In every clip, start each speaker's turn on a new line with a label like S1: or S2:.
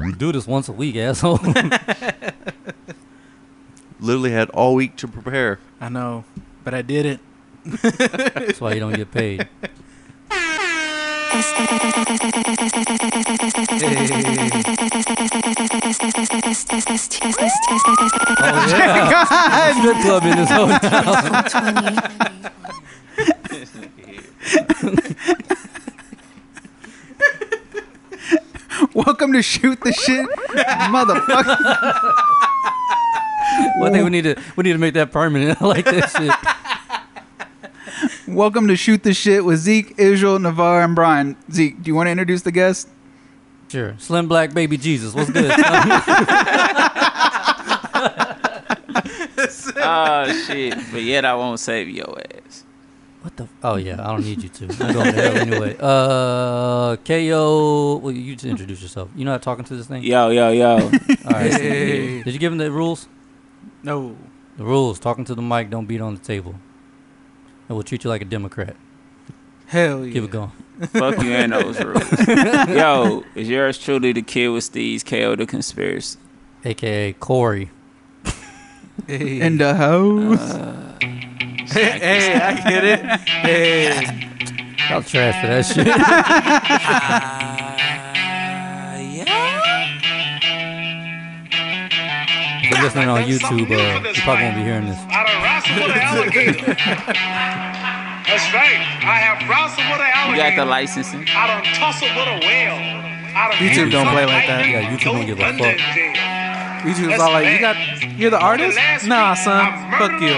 S1: We do this once a week, asshole.
S2: Literally had all week to prepare.
S3: I know, but I did it.
S1: That's why you don't get paid. Oh yeah, strip club in this hotel.
S3: Welcome to shoot the shit, motherfucker.
S1: Well, I think we need to we need to make that permanent. I like that shit.
S3: Welcome to shoot the shit with Zeke, Israel, Navarre, and Brian. Zeke, do you want to introduce the guest?
S1: Sure, Slim Black Baby Jesus, what's good? Uh,
S4: oh shit! But yet I won't save your ass.
S1: What the? Oh yeah, I don't need you to. I'm going to hell anyway. Uh, Ko. Well, you just introduce yourself. You know how talking to this thing?
S4: Yo, yo, yo.
S1: All right.
S3: Hey.
S1: Did you give him the rules?
S3: No.
S1: The rules: talking to the mic, don't beat on the table, and we'll treat you like a Democrat.
S3: Hell yeah.
S1: Keep it going.
S4: Fuck you and those rules. Yo, is yours truly the kid with Steve's KO the conspiracy?
S1: AKA Corey.
S3: Hey. In the house.
S4: hey, I get it.
S1: I'll trash for that shit. If you're listening on YouTube, uh, you probably won't be hearing this.
S5: I'd have wrestled with an alligator. That's right. I have wrestled with an
S4: You
S5: alligator.
S4: got the licensing?
S5: I done tussled with a whale. I done
S3: YouTube don't play like that.
S1: Yeah, YouTube don't give a fuck.
S3: You just all like, you got, you're the artist? Nah, son. Fuck you.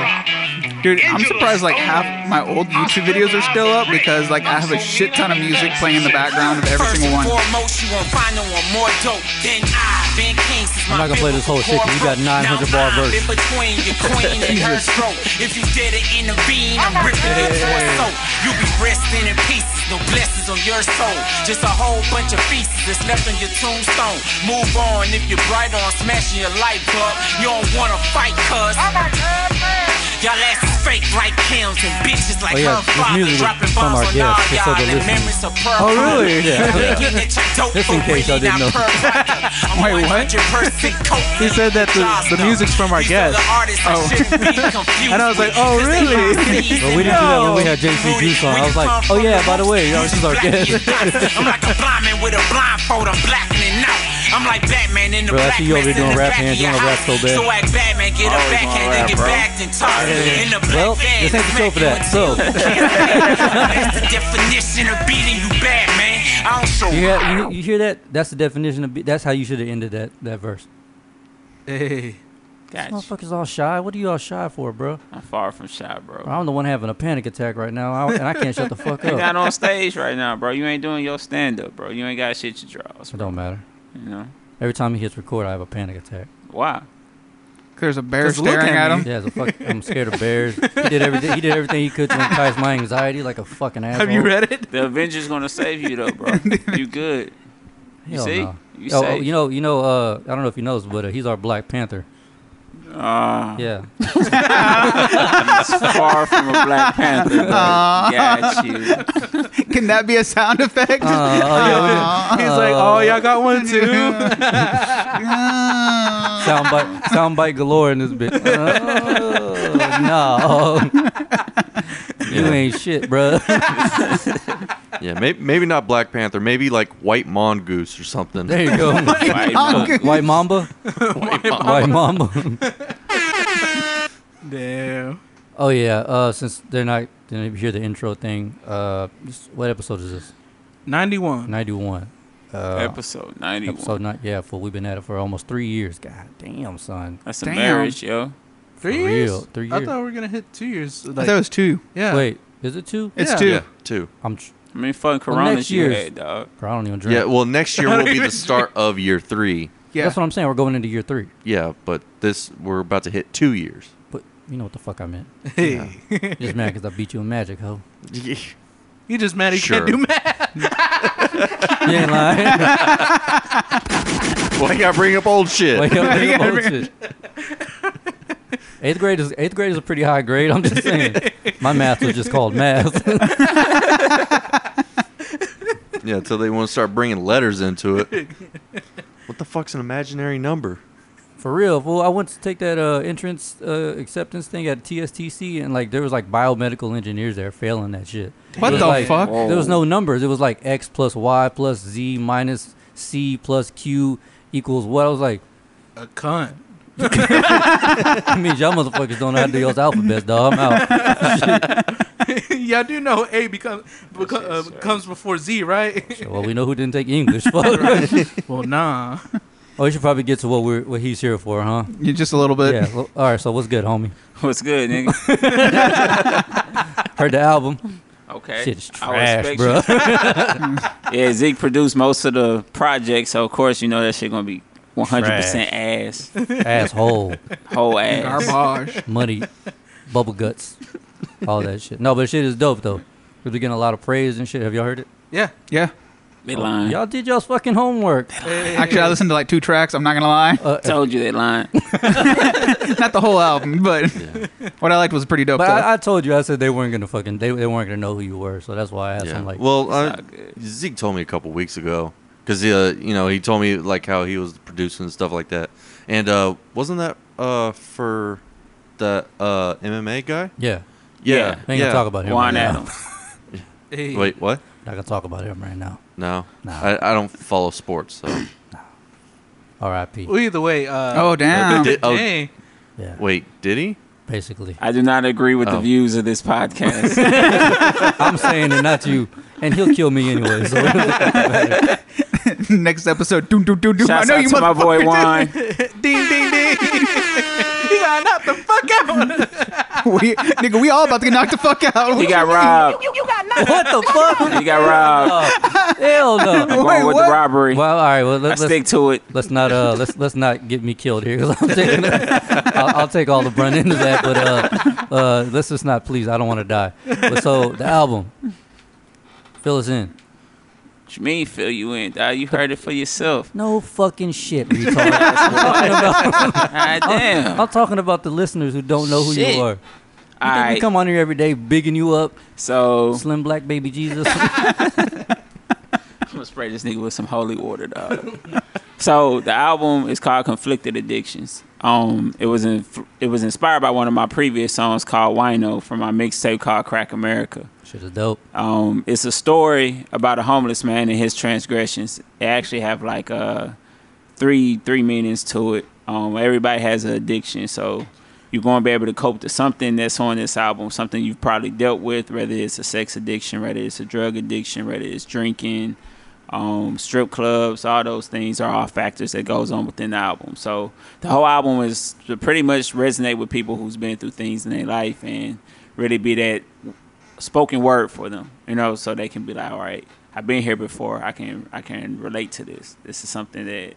S3: Dude, I'm surprised like half my old YouTube videos are still up because like I have a shit ton of music playing in the background of every
S6: First
S3: single
S6: and
S3: one.
S6: foremost, you won't find no one more dope than I. Been king since
S1: I'm
S6: my
S1: not gonna play this whole shit 'cause you got 900 bar
S6: Now I'm
S1: verse.
S6: In between your queen and her stroke. If you dare to intervene, I'm ripping it for so You'll be resting in pieces, no blessings on your soul. Just a whole bunch of feces that's left on your tombstone. Move on if you're bright on smashing your light bulb. You don't wanna fight, cuz. Y'all ass is fake like Kim's and bitches
S1: Oh,
S6: like
S1: yeah,
S6: her
S1: this
S6: father
S1: music is
S6: dropping
S1: from
S6: bombs
S1: our
S6: on
S1: guests,
S6: all
S1: just so
S6: y'all
S1: they're
S6: and
S1: listening.
S6: memories of
S3: Oh,
S6: Pearl Harbor.
S3: really?
S1: Yeah. Just in case y'all didn't know.
S3: Wait, what? He said that the- the music's from our guest. Oh. And I was like, oh, really?
S1: Well, we didn't do that when we had JC Juice on. I was like, oh yeah, by the way, you know, this is our guest.
S6: I'm like a blind man with a blindfold. I'm blackening out. I'm like Batman in the
S1: Bro, I
S6: black
S1: see you over
S6: mess
S1: here doing
S6: in the
S1: rap
S6: back of
S1: hands. You
S6: your
S1: wanna rap
S6: house.
S1: so bad.
S6: So act Batman,
S4: Always
S6: get a
S4: Oh, wanna
S6: backhand and
S4: rap,
S6: get
S4: bro.
S6: backed and tossed in the black
S1: Well,
S6: van.
S1: this ain't the show for that. So,
S6: That's the definition of beating you bad, man. I don't show
S1: you hear, you, you hear that? That's the definition of. Be- that's how you should have ended that that verse.
S3: Hey.
S4: Gotcha.
S1: Motherfuckers all shy. What are you all shy for, bro?
S4: I'm far from shy, bro.
S1: I'm the one having a panic attack right now, I- and I can't shut the fuck
S4: You
S1: up.
S4: not on stage right now, bro. You ain't doing your stand up, bro. You ain't got shit to draw.
S1: It don't matter.
S4: You know?
S1: Every time he hits record, I have a panic attack.
S4: Why?
S3: There's a bear Just look staring at at him.
S1: Yeah, as a fuck, I'm scared of bears. He did everything. He did everything he could to entice my anxiety, like a fucking asshole.
S3: Have you read it?
S4: The Avengers gonna save you though, bro. You good. You
S1: Hell
S4: see?
S1: no.
S4: You
S1: oh, oh,
S4: safe.
S1: you know, you know. Uh, I don't know if he knows, but uh, he's our Black Panther.
S4: Ah.
S1: Yeah.
S4: far from a Black Panther. bro. Got you.
S3: Can that be a sound effect?
S1: Uh, oh, yeah.
S3: Aw. He's
S1: like, oh, y'all
S3: got one too.
S1: soundbite, soundbite galore in this bitch. Oh, no, you
S2: Yeah.
S1: ain't shit, bro.
S2: Yeah, may- maybe not Black Panther. Maybe like White Mongoose or something.
S1: There you go.
S4: Right, bro.
S3: Mongoose.
S1: White Mamba.
S2: White Mon-
S1: White Mamba.
S3: Damn.
S1: oh yeah. Uh, since they're not, didn't hear the intro thing. Uh, this- what episode is this?
S3: 91.
S1: Ninety-one. Uh,
S4: Episode 91.
S1: episode nine. Yeah, for we've been at it for almost three years. God damn, son.
S4: That's a
S3: Damn.
S4: marriage, yo.
S3: Three
S1: For
S3: years?
S1: real, three
S7: I
S1: years.
S7: thought we were gonna hit two years.
S3: I
S7: Like,
S3: thought it was two.
S7: yeah.
S1: Wait, is it two?
S3: It's
S7: Yeah.
S3: two.
S2: yeah, two.
S1: I'm. Tr-
S4: I mean, fuck
S1: Well,
S4: Corona
S1: next
S4: you
S1: year's-
S4: had, dog.
S1: I don't even drink.
S2: Yeah, well, next year will be the start of year three.
S3: Yeah.
S1: That's what I'm saying. We're going into year three.
S2: Yeah, but this we're about to hit two years.
S1: But you know what the fuck I meant.
S7: Hey,
S1: Just mad because I beat you in magic, ho.
S7: you just mad he
S2: Sure.
S7: can't do math.
S1: You ain't lying.
S2: Why you gotta bring up old shit?
S1: Wake up, nigga, bullshit. Eighth grade is eighth grade is a pretty high grade. I'm just saying. My math was just called math.
S2: Yeah, until they want to start bringing letters into it. What the fuck's an imaginary number?
S1: For real, fool. I went to take that uh, entrance uh, acceptance thing at TSTC, and like there was like biomedical engineers there failing that shit.
S3: What
S1: It was,
S3: the
S1: like,
S3: fuck?
S1: There was no numbers. It was like X plus Y plus Z minus C plus Q equals what? I was like,
S7: A cunt.
S1: I mean, y'all motherfuckers don't know how to do y'all's alphabets, dog. I'm out.
S7: yeah, I do know A becomes beco- uh, comes before Z, right?
S1: Well, we know who didn't take English. Fuck.
S7: well, nah.
S1: Oh, we should probably get to what we're what he's here for, huh?
S3: You just a little bit.
S1: yeah. well, all right. So what's good, homie?
S4: What's good, nigga?
S1: Heard the album.
S4: Okay.
S1: Shit is
S4: I
S1: trash,
S4: respect
S1: bro.
S4: you. Yeah, Zeke produced most of the project, so of course you know that shit gonna be 100% ass,
S1: Asshole.
S4: whole ass.
S3: Garbage.
S1: money, bubble guts, all that shit. No, but shit is dope though. We're getting a lot of praise and shit. Have y'all heard it?
S7: Yeah.
S3: Yeah.
S4: They lying.
S1: Y'all did y'all's fucking homework. Uh,
S3: Actually, I listened to like two tracks. I'm not gonna lie,
S4: Told you they lying.
S3: not the whole album, but what I liked was pretty dope.
S1: But
S3: though.
S1: I, I told you, I said they weren't gonna fucking they, they weren't gonna know who you were, so that's why I asked
S2: Yeah.
S1: them like,
S2: well, I,
S4: not good.
S2: Zeke told me a couple weeks ago because uh, you know he told me like how he was producing and stuff like that. And uh, wasn't that uh, for the uh, MMA guy?
S1: yeah,
S4: Yeah.
S1: I ain't gonna talk about him.
S4: Juan
S1: right
S4: Adams.
S7: Hey.
S2: Wait, what?
S1: Now. Not gonna talk about him right now.
S2: No,
S1: No.
S2: I, I don't follow sports. So oh,
S1: R.I.P.
S7: Well, either way. Uh,
S3: oh damn!
S2: Did- oh,
S7: Dang.
S1: Yeah,
S2: wait, did he?
S1: basically,
S4: I do not agree with
S2: Oh.
S4: the views of this podcast.
S1: I'm saying it, not you. And he'll kill me anyway. So
S3: Next episode, doom doom doom doom. I
S4: Shouts
S3: know
S4: out
S3: you
S4: to my boy Juan.
S7: Ding, ding, ding. he got knocked the fuck out.
S3: motherfucker. We, nigga, we all about to get knocked the fuck out.
S4: He got robbed.
S1: what the fuck?
S4: He got robbed.
S1: Hell no.
S4: I'm going with the robbery.
S1: Well, all right. Well,
S4: I
S1: let, us
S4: stick to it.
S1: let's not uh let's let's not get me killed here 'cause I'm taking I'll, I'll take all the brunt end of that but uh uh let's just not please I don't want to die but so the album fill us in
S4: What you mean fill you in? dawg? You heard it for yourself.
S1: no fucking shit retard. I'm, talking about,
S4: God damn.
S1: I'm talking about the listeners who don't know who
S4: Shit.
S1: you are
S4: All
S1: Think we
S4: right.
S1: come on here every day bigging you up
S4: So
S1: slim black baby Jesus
S4: I'm gonna spray this nigga with some holy water, dog. so the album is called Conflicted Addictions. Um, it was in, it was inspired by one of my previous songs called Wino from my mixtape called Crack America.
S1: shit is dope
S4: Um, it's a story about a homeless man and his transgressions. They actually have like uh, three three meanings to it. Um, everybody has an addiction, so you're going to be able to cope to something that's on this album, something you've probably dealt with, whether it's a sex addiction, whether it's a drug addiction, whether it's drinking, um, strip clubs, all those things are all factors that goes on within the album. So the whole album is to pretty much resonate with people who's been through things in their life and really be that spoken word for them, you know, so they can be like, all right, I've been here before. I can I can relate to this. This is something that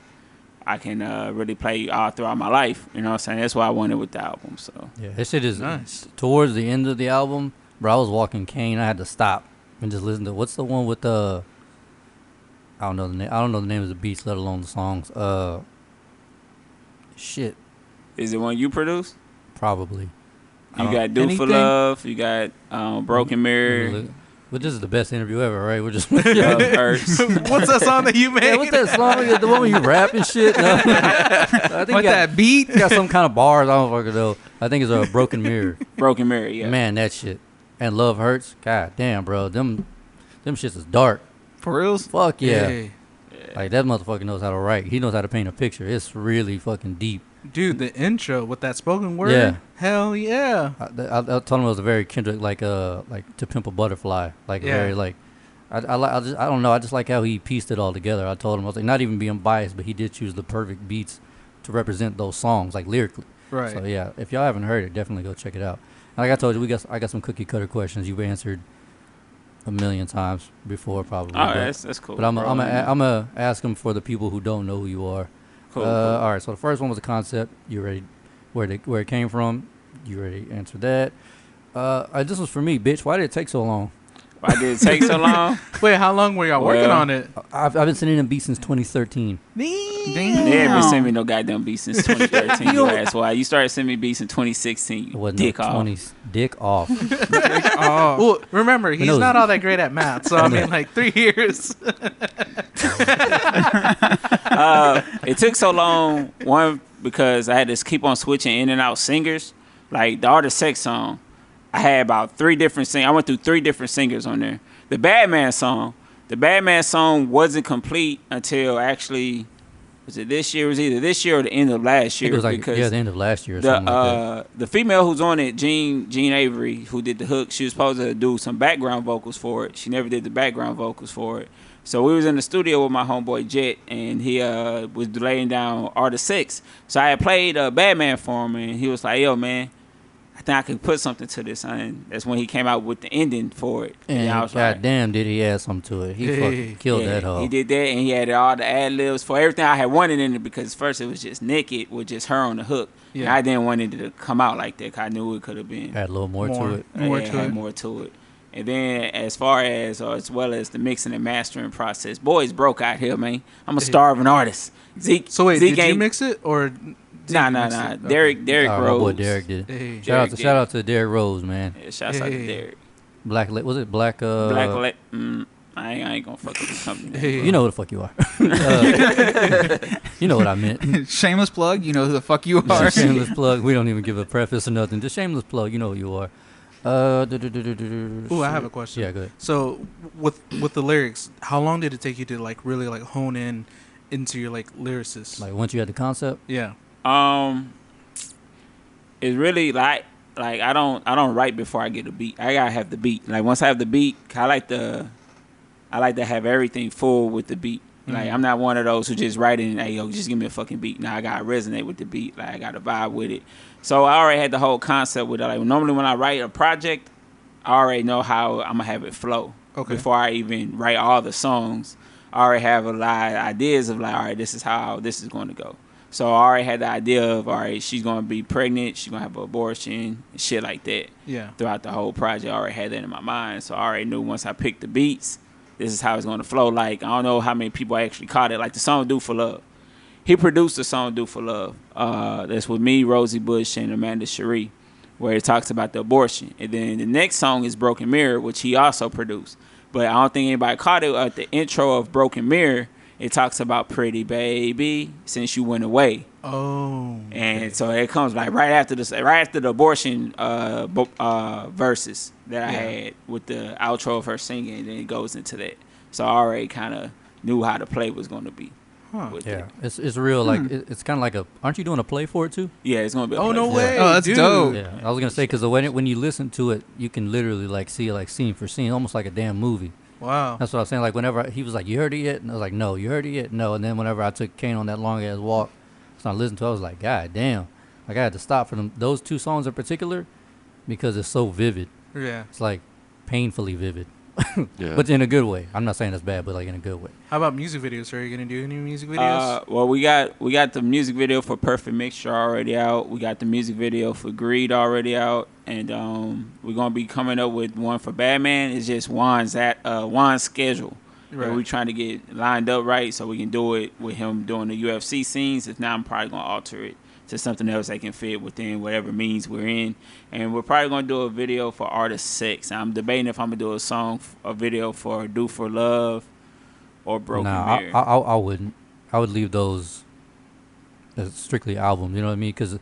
S4: I can uh, really play all throughout my life. You know what I'm saying? That's why I wanted with the album. So
S1: yeah this shit is nice towards the end of the album bro I was walking cane I had to stop and just listen to what's the one with the I don't know the name. I don't know the name of the beats, let alone the songs. Uh, shit,
S4: is it one you produced?
S1: probably. I
S4: You
S1: don't-
S4: got Do for
S1: anything? Mm-hmm.
S4: Love. You got um, Broken Mirror.
S1: But this is the best interview ever, right? We're just
S4: Love
S1: yeah.
S4: Hurts.
S7: What's that song that you made?
S1: What's that song? The one where you rap and shit. No. I think
S3: What
S1: you got,
S3: that beat?
S1: you got some kind of bars. I don't fucking know. I think it's a broken mirror.
S4: Broken Mirror. Yeah.
S1: Man, that shit. And love hurts. God damn, bro. Them, them shits is dark.
S3: For reals?
S1: Fuck yeah.
S7: Hey,
S1: Like that motherfucker knows how to write. He knows how to paint a picture. It's really fucking deep.
S7: Dude, the intro with that spoken word.
S1: Yeah.
S7: Hell yeah.
S1: I, I, I told him it was a very Kendrick like uh like to pimp a butterfly like
S7: Yeah.
S1: very like I I, li- I just I don't know I just like how he pieced it all together. I told him I was like not even being biased, but he did choose the perfect beats to represent those songs like lyrically.
S7: Right.
S1: So yeah, if y'all haven't heard it, definitely go check it out. And like I told you, we got I got some cookie cutter questions you've answered a million times before probably.
S4: All
S1: but-
S4: right, that's, that's cool.
S1: but I'm
S4: bro.
S1: I'm a, I'm a ask them for the people who don't know who you are.
S4: Cool,
S1: uh,
S4: cool.
S1: All right. So the first one was the concept. You already where they, where it came from. You already answered that. Uh, uh, this was for me, bitch. Why did it take so long?
S4: Why did it take so long?
S7: Wait, how long were y'all working
S4: Well-
S7: on it?
S1: I- I've, I've been sending them beats since 2013.
S3: Damn.
S4: They haven't sent me no goddamn beats since 2013. you ass why? You started sending me beats in 2016.
S1: It
S4: You
S1: wasn't
S4: dick
S1: no
S4: off.
S1: 20s. Dick off.
S3: Oh.
S7: Well, remember, he's
S1: knows?
S7: not all that great at math. So, I mean, like three years.
S4: uh, it took so long. One because I had to keep on switching in and out singers. Like the Art of Sex song, I had about three different sing. I went through three different singers on there. The Batman song, the Batman song wasn't complete until actually was it this year? It was either this year or the end of last year.
S1: It was like
S4: because
S1: yeah, the end of last year or
S4: the
S1: something like that.
S4: uh, the female who's on it, Jean Jean Avery, who did the hook, she was supposed to do some background vocals for it. She never did the background vocals for it. So we was in the studio with my homeboy Jet, and he uh, was laying down Art of Six. So I had played uh, Batman for him, and he was like, "Yo, man, I think I can put something to this." And that's when he came out with the ending for it.
S1: And
S4: I was like,
S1: goddamn, did he add something to it? He fucking killed
S4: yeah,
S1: that hoe.
S4: He did that, and he had all the ad libs for everything I had wanted in it because first it was just naked with just her on the hook. And
S7: Yeah.
S4: I didn't want it to come out like that 'cause I knew it could have been
S1: Add a little more,
S7: More.
S1: to it.
S7: more
S4: yeah,
S7: to
S4: had
S7: it.
S4: more to it. And then as far as or as well as the mixing and mastering process, boys broke out here, man. I'm a starving artist. Zeke.
S7: So wait,
S4: Zeke
S7: did you
S4: ain't-
S7: mix it or?
S4: Nah, nah,
S7: mixed
S4: nah.
S7: it? Okay.
S4: Derek, Derek
S1: Uh, my
S4: Rose.
S1: boy Derek did. it.
S7: Hey.
S1: Shout out
S4: Derek
S1: to
S4: did
S1: shout
S4: it.
S1: out to Derek Rose, man.
S4: Yeah, shouts out
S7: Hey.
S4: to Derek.
S1: Black La- was it black? Uh,
S4: Black. Le- mm, I ain't, I ain't gonna fuck with the company.
S7: Hey.
S1: You know who the fuck you are. Uh, you know what I meant.
S3: Shameless plug. You know who the fuck you are.
S1: Just a shameless plug. We don't even give a preface or nothing. Just shameless plug. You know who you are. Uh,
S7: Ooh,
S1: Ooh,
S7: I have a question.
S1: Yeah, good.
S7: So with with the lyrics, how long did it take you to like really like hone in into your like lyricist?
S1: Like once you had the concept,
S7: yeah.
S4: Um, it's really like like I don't I don't write before I get a beat. I gotta have the beat. Like once I have the beat, I like the I like to have everything full with the beat. Like I'm not one of those who just write it and hey yo, just give me a fucking beat. Now I gotta resonate with the beat. Like I gotta vibe with it. So I already had the whole concept with it. Like normally when I write a project, I already know how I'm gonna have it flow.
S7: Okay.
S4: Before I even write all the songs, I already have a lot of ideas of like, all right, this is how this is going to go. So I already had the idea of, all right, she's gonna be pregnant, she's gonna have an abortion, and shit like that.
S7: Yeah.
S4: Throughout the whole project, I already had that in my mind. So I already knew once I picked the beats, this is how it's gonna flow. Like I don't know how many people actually caught it. Like the song "Do for Love." he produced the song "Do for Love." Uh, that's with me, Rosie Bush, and Amanda Cherie, where it talks about the abortion. And then the next song is "Broken Mirror," which he also produced. But I don't think anybody caught it at the intro of "Broken Mirror." It talks about "Pretty Baby" since you went away,
S7: Oh.
S4: and so it comes like right after this, right after the abortion uh, bo- uh, verses that I had with the outro of her singing, and then it goes into that. So I already kind of knew how the play was going to be. with
S1: yeah,
S4: it.
S1: it's it's real. Like
S7: Hmm.
S1: it, it's kind of like a. Aren't you doing a play for it too?
S4: yeah, it's going to be. a
S7: Oh
S4: play
S7: no
S4: for it.
S7: way.
S3: Oh, that's
S7: dude.
S3: dope.
S1: Yeah, I was gonna say because when it, when you listen to it, you can literally like see it like scene for scene, almost like a damn movie.
S7: Wow.
S1: That's what I'm saying. Like whenever I- he was like, "You heard it yet?" and I was like, "No, you heard it yet?" No, and then whenever I took Kane on that long ass walk, so I listened to, it, I was like, "God damn!" Like I had to stop for them those two songs in particular because it's so vivid.
S7: Yeah.
S1: It's like painfully vivid,
S2: Yeah.
S1: but in a good way. I'm not saying it's bad, but like in a good way.
S7: How about music videos? Are you gonna do any music videos?
S4: Uh, well, we got we got the music video for Perfect Mixture already out. We got the music video for Greed already out, and um, we're gonna be coming up with one for Batman. It's just Juan's at uh, Juan's schedule.
S7: Right.
S4: And we trying to get lined up right so we can do it with him doing the UFC scenes. If not, I'm probably gonna alter it to something else that can fit within whatever means we're in. And we're probably gonna do a video for Artist Six. I'm debating if I'm gonna do a song, a video for Do for Love, or Broken
S1: nah, I,
S4: Mirror.
S1: I, I I wouldn't. I would leave those as strictly albums. You know what I mean? Because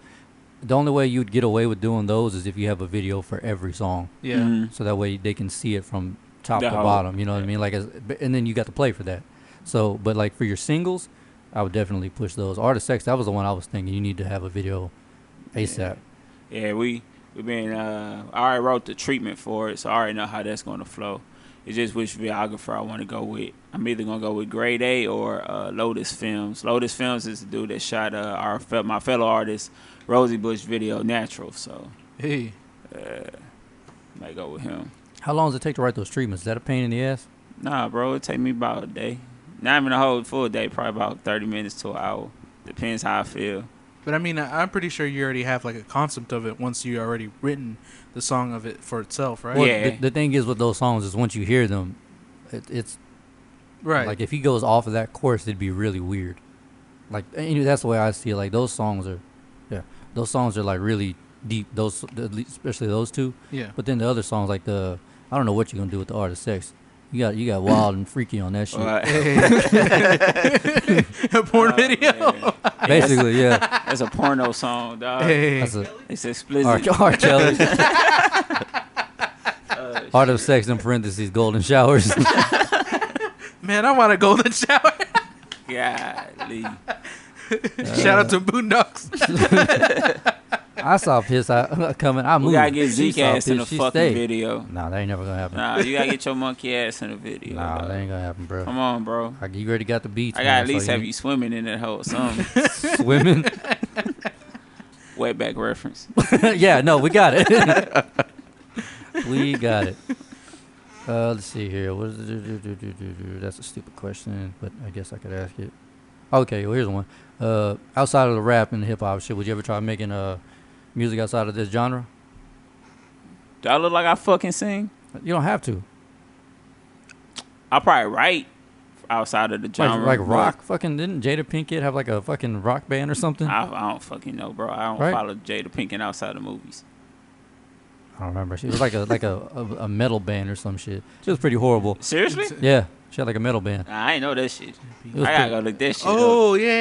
S1: the only way you'd get away with doing those is if you have a video for every song.
S7: yeah.
S4: Mhm.
S1: so that way they can see it from top
S4: The
S1: to
S4: whole-
S1: bottom. You know what I mean? Like, as, b- and then you got to play for that. So, but like for your singles, I would definitely push those. Artist Sex, that was the one I was thinking. You need to have a video ASAP.
S4: Yeah, we we been uh I already wrote the treatment for it, so I already know how that's gonna flow. It's just which videographer I wanna go with. I'm either gonna go with Grade A or uh, Lotus Films. Lotus Films is the dude that shot uh, our fe- my fellow artist Rosie Bush video Natural, so
S7: Hey.
S4: I might go with him.
S1: How long does it take to write those treatments? Is that a pain in the ass?
S4: Nah, bro, it take me about a day. Not even a whole full day, probably about thirty minutes to an hour. Depends how I feel.
S7: But I mean, I- I'm pretty sure you already have like a concept of it once you already written the song of it for itself, right?
S1: Well,
S4: Yeah.
S1: The, the thing is with those songs is once you hear them, it, it's
S7: Right.
S1: like if he goes off of that course, it'd be really weird. Like and that's the way I see it. Like those songs are, yeah, those songs are like really deep. Those especially those two.
S7: yeah.
S1: uh, But then the other songs, like the I don't know what you're gonna do with the art of sex. You got you got wild and freaky on that shit.
S4: Well,
S7: A porn video.
S1: Basically, yeah.
S4: that's a porno song, dog.
S7: Hey.
S1: That's a
S4: It's explicit.
S1: R. R. Kelly. Art of sex in parentheses, golden showers.
S7: Man, I want a golden shower.
S4: Uh, Golly.
S7: Shout out to Boondocks.
S1: I saw piss I, coming. I moved.
S4: We gotta get
S1: She
S4: Zeke
S1: saw
S4: ass in
S1: piss,
S4: the
S1: she
S4: fucking
S1: stayed.
S4: video.
S1: Nah, that ain't never gonna happen.
S4: Nah, you gotta get your monkey ass in the video.
S1: Nah,
S4: dog.
S1: that ain't gonna happen, bro.
S4: Come on, bro.
S1: Like, you already got the beats.
S4: I gotta
S1: man,
S4: at
S1: so
S4: least have
S1: need
S4: you swimming in that hole. Some
S1: swimming.
S4: wetback reference.
S1: yeah, no, we got it. we got it. Uh, let's see here. What is it? do, do, do, do, do, do? That's a stupid question, but I guess I could ask it. Okay, well here's one. Uh, outside of the rap and the hip hop shit, would you ever try making uh music outside of this genre?
S4: Do I look like I fucking sing?
S1: You don't have to.
S4: I probably write outside of the
S1: Like,
S4: genre.
S1: like
S4: but
S1: rock. Fucking didn't Jada Pinkett have like a fucking rock band or something? I,
S4: I, I don't fucking know, bro. I don't
S1: Right.
S4: follow Jada Pinkett outside of movies.
S1: don't remember. She was like a like a, a a metal band or some shit. She was pretty horrible.
S4: Seriously?
S1: Yeah, she had like a metal band.
S4: I ain't know that shit.
S1: It
S4: I
S1: was
S4: gotta
S1: pretty-
S4: go look that shit up.
S7: Oh yeah, yeah, yeah.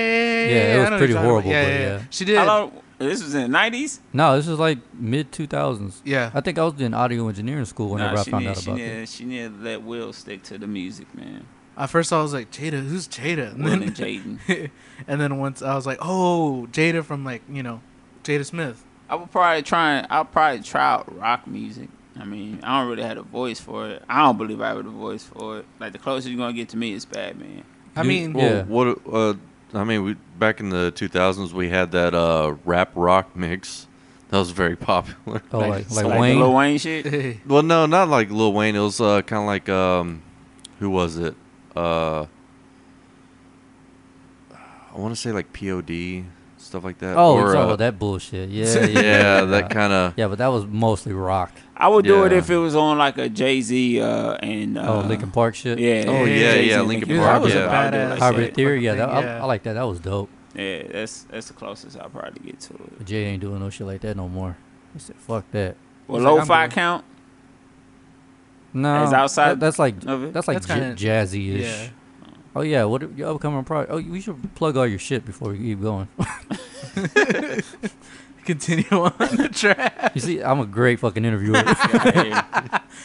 S1: Yeah, it
S7: I
S1: was
S7: know
S1: pretty
S7: what you're talking about.
S1: horrible,
S7: Yeah,
S1: but
S7: yeah,
S1: yeah.
S7: yeah. She did.
S4: How long? This was in the 90s?
S1: No, this is like mid two thousands.
S7: Yeah.
S1: I think I was in audio engineering school whenever
S4: Nah,
S1: I
S4: she
S1: found
S4: need,
S1: out
S4: she
S1: about
S4: need,
S1: it.
S4: She need to let Will stick to the music, man.
S7: At first, I was like, Jada, who's Jada? And
S4: Will and
S7: then,
S4: Jaden.
S7: and then once I was like, oh, Jada from like you know, Jada Smith.
S4: I would probably try and I'll probably try out rock music. I mean, I don't really have a voice for it. I don't believe I have a voice for it. Like the closest you're gonna get to me is Batman.
S7: I
S1: You-
S7: mean,
S1: well-
S2: Well,
S1: Yeah.
S2: what? Uh, I mean, we back in the 2000s, we had that uh, rap rock mix. That was very popular.
S1: Oh, like, like,
S4: Like the
S1: Wayne.
S4: Lil Wayne shit.
S2: Well, no, not like Lil Wayne. It was uh, kind of like um, who was it? Uh, I want to say like POD stuff like that.
S1: oh,
S2: Or,
S1: you're talking
S2: uh,
S1: about that bullshit. Yeah, yeah,
S2: Yeah,
S1: yeah.
S2: that kind of.
S1: Yeah, but that was mostly rock.
S4: I would do it
S2: Yeah.
S4: if it was on like a Jay Z uh, and uh,
S1: oh, Lincoln Park shit.
S4: Yeah.
S2: Oh, yeah,
S4: Jay-Z
S2: yeah,
S4: and
S2: Linkin
S7: Dude,
S2: Park,
S7: that was
S2: yeah.
S7: a
S4: I'll do it
S7: badass.
S4: like
S1: Hybrid
S4: that.
S1: Theory. Yeah,
S7: fucking
S1: that,
S7: thing,
S1: I,
S7: yeah.
S1: I like that. That was dope.
S4: Yeah, that's that's the closest I'll probably get to it.
S1: But Jay ain't doing no shit like that no more. He said, "Fuck that."
S4: Well,
S7: He's like,
S4: lo
S7: I'm
S4: fi
S7: good.
S4: count.
S1: No,
S4: It's outside
S1: that- that's like
S4: of it?
S1: that's like
S7: That's kinda-
S1: j- jazzy-ish.
S7: Yeah.
S1: Oh yeah, what are your upcoming project? Oh, we should plug all your shit before we keep going.
S7: Continue on the track.
S1: you see, I'm a great fucking interviewer.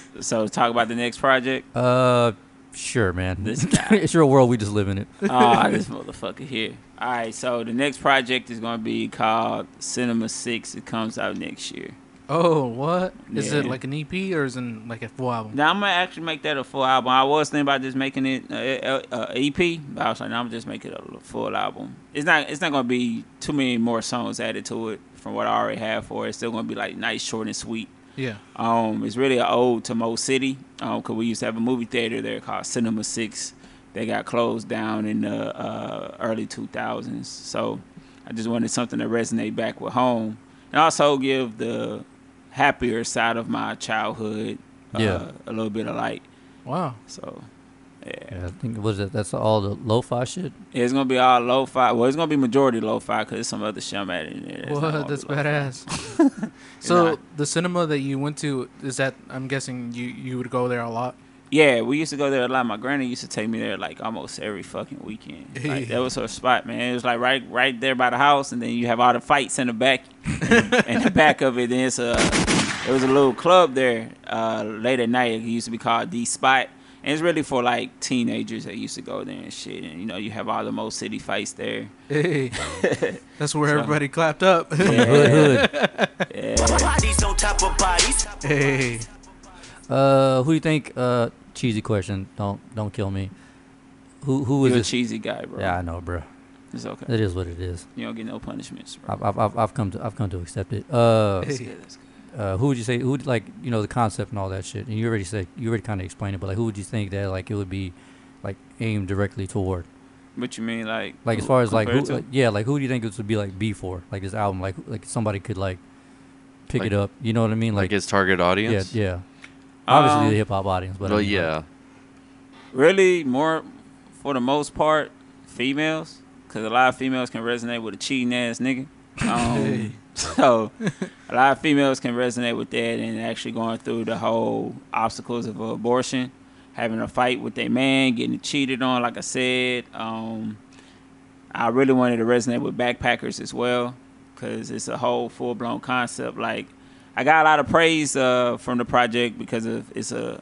S4: so talk about the next project.
S1: Uh, sure, man.
S4: This guy.
S1: it's your world. We just live in it.
S4: Ah, this motherfucker here. All right, so the next project is gonna be called Cinema Six. It comes out next year.
S7: Oh, what is it
S4: Yeah.
S7: like an EP or is it like a full album?
S4: Now I'm gonna actually make that a full album. I was thinking about just making it a, a, a EP, but I was like, no, I'm just making it a full album. It's not it's not gonna be too many more songs added to it from what I already have for it. It's still gonna be like nice, short, and sweet.
S7: Yeah.
S4: Um, it's really an ode to Mo City because we used to have a movie theater there called Cinema Six. They got closed down in the uh, early 2000s. So I just wanted something to resonate back with home and also give the happier side of my childhood uh,
S1: Yeah.
S4: a little bit of light.
S7: Wow.
S4: So
S1: Yeah, I think was it. That's all the lo-fi shit.
S4: it's going to be all lo fi. Well, it's going to be majority lo fi because there's some other shit I'm adding in there. that's not gonna
S7: What?
S4: be
S7: That's
S4: lo-fi.
S7: badass.
S4: You're
S7: so
S4: not-
S7: the cinema that you went to is that? I'm guessing you you would go there a lot.
S4: Yeah, we used to go there a lot. My granny used to take me there like almost every fucking weekend. Like, that was her spot, man. It was like right, right there by the house, and then you have all the fights in the back, in the back of it. Then it's a, it was a little club there uh, late at night. It used to be called D Spot, and it's really for like teenagers that used to go there and shit. And you know, you have all the most city fights there.
S7: Hey, that's where everybody clapped up.
S1: Hood, hood.
S6: Bodies on top of bodies.
S7: hey,
S1: Uh, who do you think? Uh, cheesy question. Don't don't kill me. Who who was
S4: You're a
S1: this?
S4: cheesy guy, bro.
S1: Yeah, I know, bro.
S4: it's okay.
S1: It is what it is.
S4: You don't get no punishments, bro.
S1: I've I've, I've, I've come to I've come to accept it. Uh,
S4: That's good, that's good.
S1: uh, who would you say who would, like you know the concept and all that shit? And you already said you already kind of explained it, but like who would you think that like it would be like aimed directly toward?
S4: What you mean, like,
S1: Like as far as like who
S4: compared
S1: like,
S4: to-
S1: yeah like who do you think this would be like B for like this album like like somebody could like pick
S2: Like-
S1: it up? You know what I mean?
S2: Like his target
S1: Yeah,
S2: audience.
S1: yeah. Obviously
S4: Um,
S1: the hip hop audience, but I
S2: Well,
S1: mean, like,
S2: yeah.
S4: really more for the most part females because a lot of females can resonate with a cheating ass nigga um, so a lot of females can resonate with that and actually going through the whole obstacles of abortion having a fight with their man, getting cheated on. Like I said, um, I really wanted to resonate with backpackers as well, because it's a whole full blown concept. Like I got a lot of praise uh, from the project because of it's a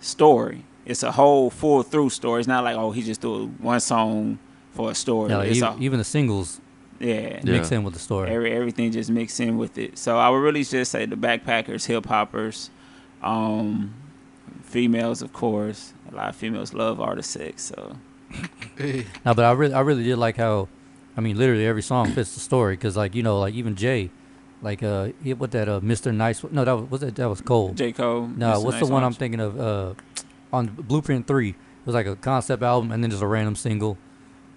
S4: story. It's a whole full through story. It's not like oh he just threw one song for a story.
S1: Yeah,
S4: it's
S1: e-
S4: a,
S1: even the singles
S4: yeah.
S2: Yeah.
S1: mix in with the story.
S4: Every, everything just mixed in with it. So I would really just say the backpackers, hip hoppers, um, females, of course. A lot of females love artist sex. So
S1: No, but I really, I really did like how, I mean, literally every song fits the story. Cause like you know, like even Jay, like uh, he, what that uh, Mr. Nice. No, that was was that that was Cole.
S4: J Cole.
S1: no,
S4: Mr.
S1: what's
S4: Nice
S1: the one I'm
S4: Arms.
S1: thinking of? Uh, on Blueprint Three, it was like a concept album, and then just a random single,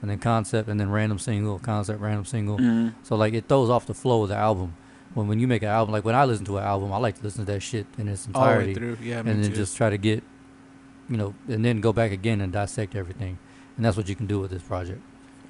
S1: and then concept, and then random single, concept, random single.
S4: Mm. Mm-hmm.
S1: So like it throws off the flow of the album. When when you make an album, like when I listen to an album, I like to listen to that shit in its
S7: All the
S1: entirety
S7: way through. Yeah, me
S1: and then
S7: too.
S1: just try to get, you know, and then go back again and dissect everything. And that's what you can do with this project.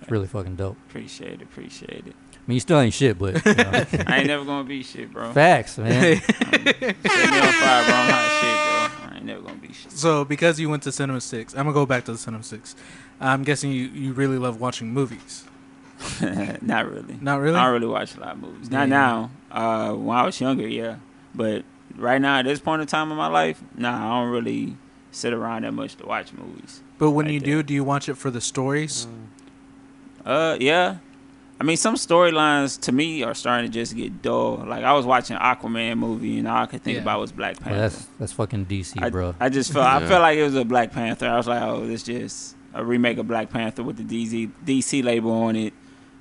S1: It's really fucking dope.
S4: Appreciate it. Appreciate it.
S1: I mean, you still ain't shit, but you know,
S4: I ain't never gonna be shit, bro. Set
S1: facts, man.
S4: me on fire, bro. I'm hot shit, bro. I ain't never gonna be shit.
S7: So because you went to Cinema Six, I'm gonna go back to the Cinema Six. I'm guessing you, you really love watching movies.
S4: Not really.
S7: Not really.
S4: I don't really watch a lot of movies. Not
S7: Yeah.
S4: now. Uh, when I was younger, yeah. But right now, at this point in time in my life, nah, I don't really sit around that much to watch movies.
S7: but when
S4: I
S7: you
S4: did.
S7: do, do you watch it for the stories?
S4: Uh, yeah. I mean, some storylines to me are starting to just get dull. Like I was watching Aquaman movie, and all I could think
S7: Yeah.
S4: about was Black
S1: Well,
S4: Panther.
S1: that's that's fucking DC,
S4: I,
S1: bro.
S4: I just felt I
S2: Yeah.
S4: felt like it was a Black Panther. I was like, oh, this just a remake of Black Panther with the DZ DC label on it.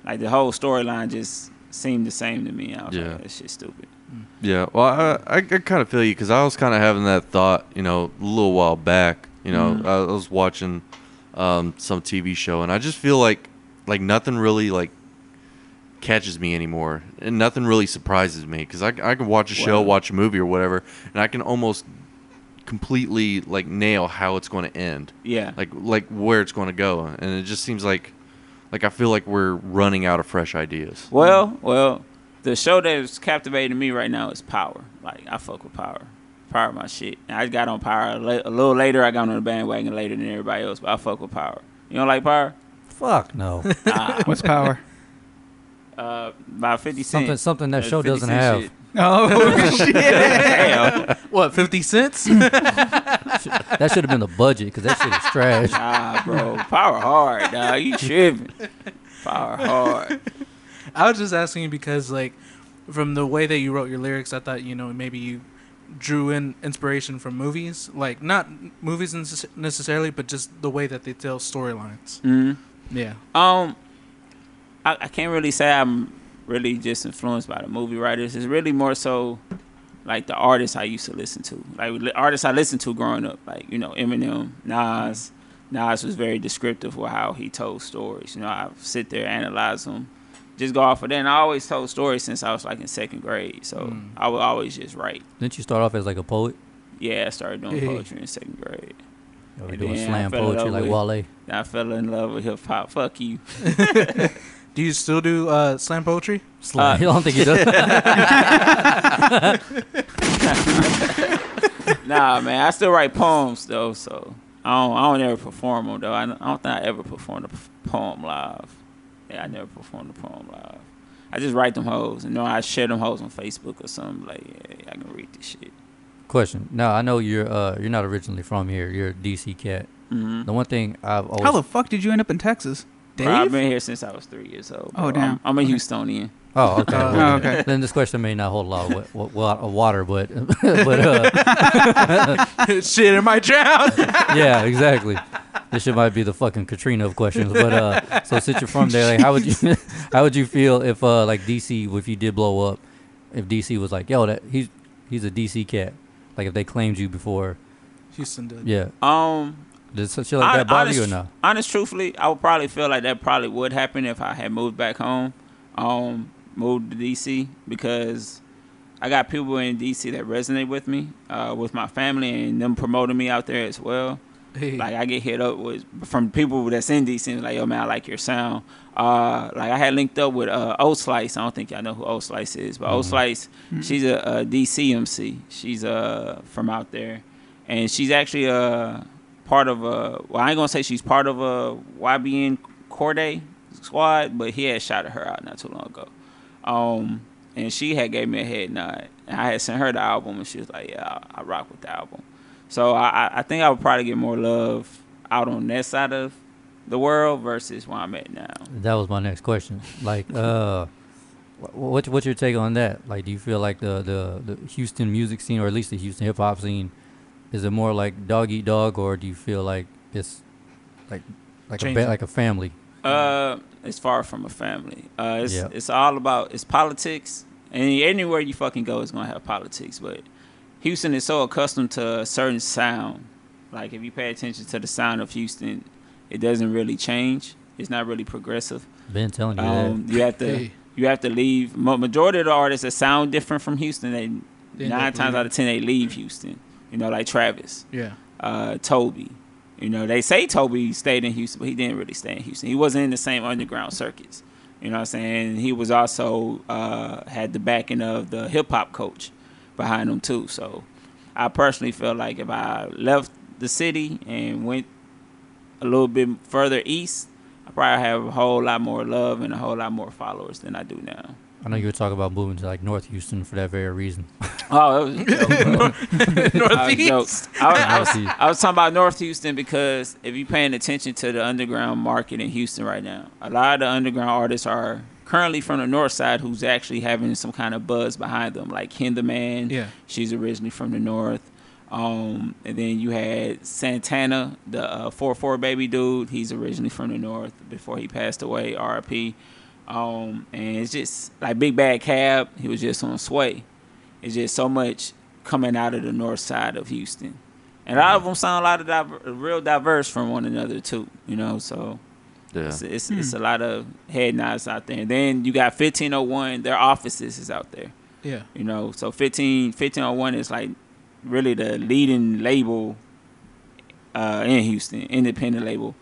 S4: Like the whole storyline just seemed the same to me. I was
S2: Yeah.
S4: like, this shit's stupid.
S2: Yeah, well, I I, I kind of feel you because I was kind of having that thought, you know, a little while back. You know, I was watching um, some TV show, and I just feel like like nothing really like catches me anymore, and nothing really surprises me because I I can watch a show,
S4: Wow.
S2: watch a movie or whatever, and I can almost completely like nail how it's going to end,
S4: Yeah,
S2: like like where it's going to go, and it just seems like like I feel like we're running out of fresh ideas.
S4: Well, well, the show that is captivating me right now is Power. Like I fuck with Power. Power my shit. And I got on Power a, li- a little later. I got on the bandwagon later than everybody else, but I fuck with Power. You don't like Power?
S1: Fuck no.
S4: Ah,
S3: What's power?
S4: uh, about fifty cent.
S1: something something that
S4: Uh,
S1: show
S4: 50
S1: doesn't
S4: Cent
S1: have.
S4: shit.
S3: Oh shit!
S4: Damn.
S7: What, fifty cents?
S1: That should have been the budget because that shit is trash.
S4: Nah, bro. Power hard, dog. You tripping? Power hard.
S7: I was just asking you because, like, from the way that you wrote your lyrics, I thought you know maybe you drew in inspiration from movies, like not movies necess- necessarily, but just the way that they tell storylines.
S4: Mhm.
S7: Yeah,
S4: Um, I, I can't really say I'm really just influenced by the movie writers. It's really more so like the artists I used to listen to, like li- artists I listened to growing up, like you know Eminem, Nas. Nas was very descriptive with how he told stories. You know, I sit there analyze them, just go off of that. And I always told stories since I was like in second grade, so I would always just write.
S1: Didn't you start off as like a poet?
S4: Yeah, I started doing
S7: Yeah.
S4: poetry in second grade.
S1: Or
S4: Yeah,
S1: doing
S4: I
S1: slam
S4: fell in
S1: poetry
S4: love
S1: like
S4: with-
S1: Wale?
S4: Then I fell in love with hip hop. Fuck you.
S7: do you still do uh, slam poetry?
S1: Slam. I don't think he does.
S4: nah, man, I still write poems though, so I don't, I don't ever perform them though. I don't, I don't think I ever performed a p- poem live. Yeah, I never performed a poem live. I just write them hoes, and then I share them hoes on Facebook or something. Like, yeah, yeah, I can read this shit.
S1: Question. Now I know you're uh you're not originally from here. You're a DC cat.
S3: Mm-hmm.
S1: The one thing I've always
S3: How the fuck did you end up in Texas,
S4: Bro,
S3: Dave?
S4: I've been here since I was three years old.
S3: Oh,
S4: bro.
S3: damn.
S4: I'm, I'm a Houstonian.
S1: Oh, okay.
S7: Oh,
S1: well,
S3: okay.
S1: Then this question may not hold a lot of wa- wa- wa- water, but but uh,
S7: Shit, am I drowned?
S1: yeah, exactly. This shit might be the fucking Katrina of questions, but uh, so since you're from there, like, how would you how would you feel if uh like DC if you did blow up, if DC was like, yo, that he's he's a DC cat, like if they claimed you before,
S7: Houston did.
S1: yeah,
S4: Um,
S1: did some shit like that bother
S4: honest,
S1: you or no?
S4: honest, truthfully, I would probably feel like that probably would happen if I had moved back home, um, moved to DC because I got people in DC that resonate with me, uh, with my family, and them promoting me out there as well.
S7: Hey.
S4: Like I get hit up with from people that's in DC, and like yo man, I like your sound. Uh, like I had linked up with uh, O Slice. I don't think y'all know who O Slice is, but O Slice, she's a, a DC MC. She's uh from out there, and she's actually uh part of a. Well, I ain't gonna say she's part of a YBN Corday squad, but he had shouted her out not too long ago. Um, and she had gave me a head nod. And I had sent her the album, and she was like, "Yeah, I, I rock with the album." So I, I- I think I would probably get more love out on that side of the world versus where I'm at now.
S1: That was my next question. Like, uh, wh- what what's your take on that? Like, do you feel like the the, the Houston music scene, or at least the Houston hip hop scene, is it more like dog eat dog, or do you feel like it's like like a
S7: Changing.
S1: ba- like a family?
S4: Uh, it's far from a family. Uh, it's
S1: Yeah.
S4: it's all about it's politics, and anywhere you fucking go is gonna have politics. But Houston is so accustomed to a certain sound. Like if you pay attention to the sound of Houston, it doesn't really change. It's not really progressive.
S1: Been telling you
S4: Um, you have to
S7: Hey.
S4: you have to leave. ma- Majority of the artists that sound different from Houston, they
S7: They end
S4: nine
S7: up
S4: times
S7: leaving.
S4: out of ten they leave Houston. You know, like Travis
S7: Yeah.
S4: uh, Toby. You know, they say Toby stayed in Houston, but he didn't really stay in Houston. He wasn't in the same underground circuits. You know what I'm saying? He was also uh, had the backing of the hip hop coach behind him too. So I personally feel like if I left the city and went a little bit further east, I probably have a whole lot more love and a whole lot more followers than I do now.
S1: that. I know you were talking about moving to like North Houston for that very reason.
S4: Oh, that was a joke. I was,
S7: Northeast.
S4: joking. I, was, I, was,
S1: Northeast.
S4: I was talking about North Houston because if you're paying attention to the underground market in Houston right now, a lot of the underground artists are currently from the north side who's actually having some kind of buzz behind them, like Hinderman.
S7: Yeah.
S4: She's originally from the north. Um, and then you had Santana, the uh, 4-4 baby dude. He's originally from the north before he passed away, RIP. Um, and it's just like Big Bad Cab. He was just on Sway. It's just so much coming out of the north side of Houston, and a lot of them sound a lot of diver- real diverse from one another too. You know, so
S2: Yeah.
S4: it's it's, it's
S7: Hmm.
S4: a lot of head nods out there. And then you got 1501. Their offices is out there.
S7: Yeah.
S4: You know, so 15, 1501 is like really the leading label uh, in Houston, independent label.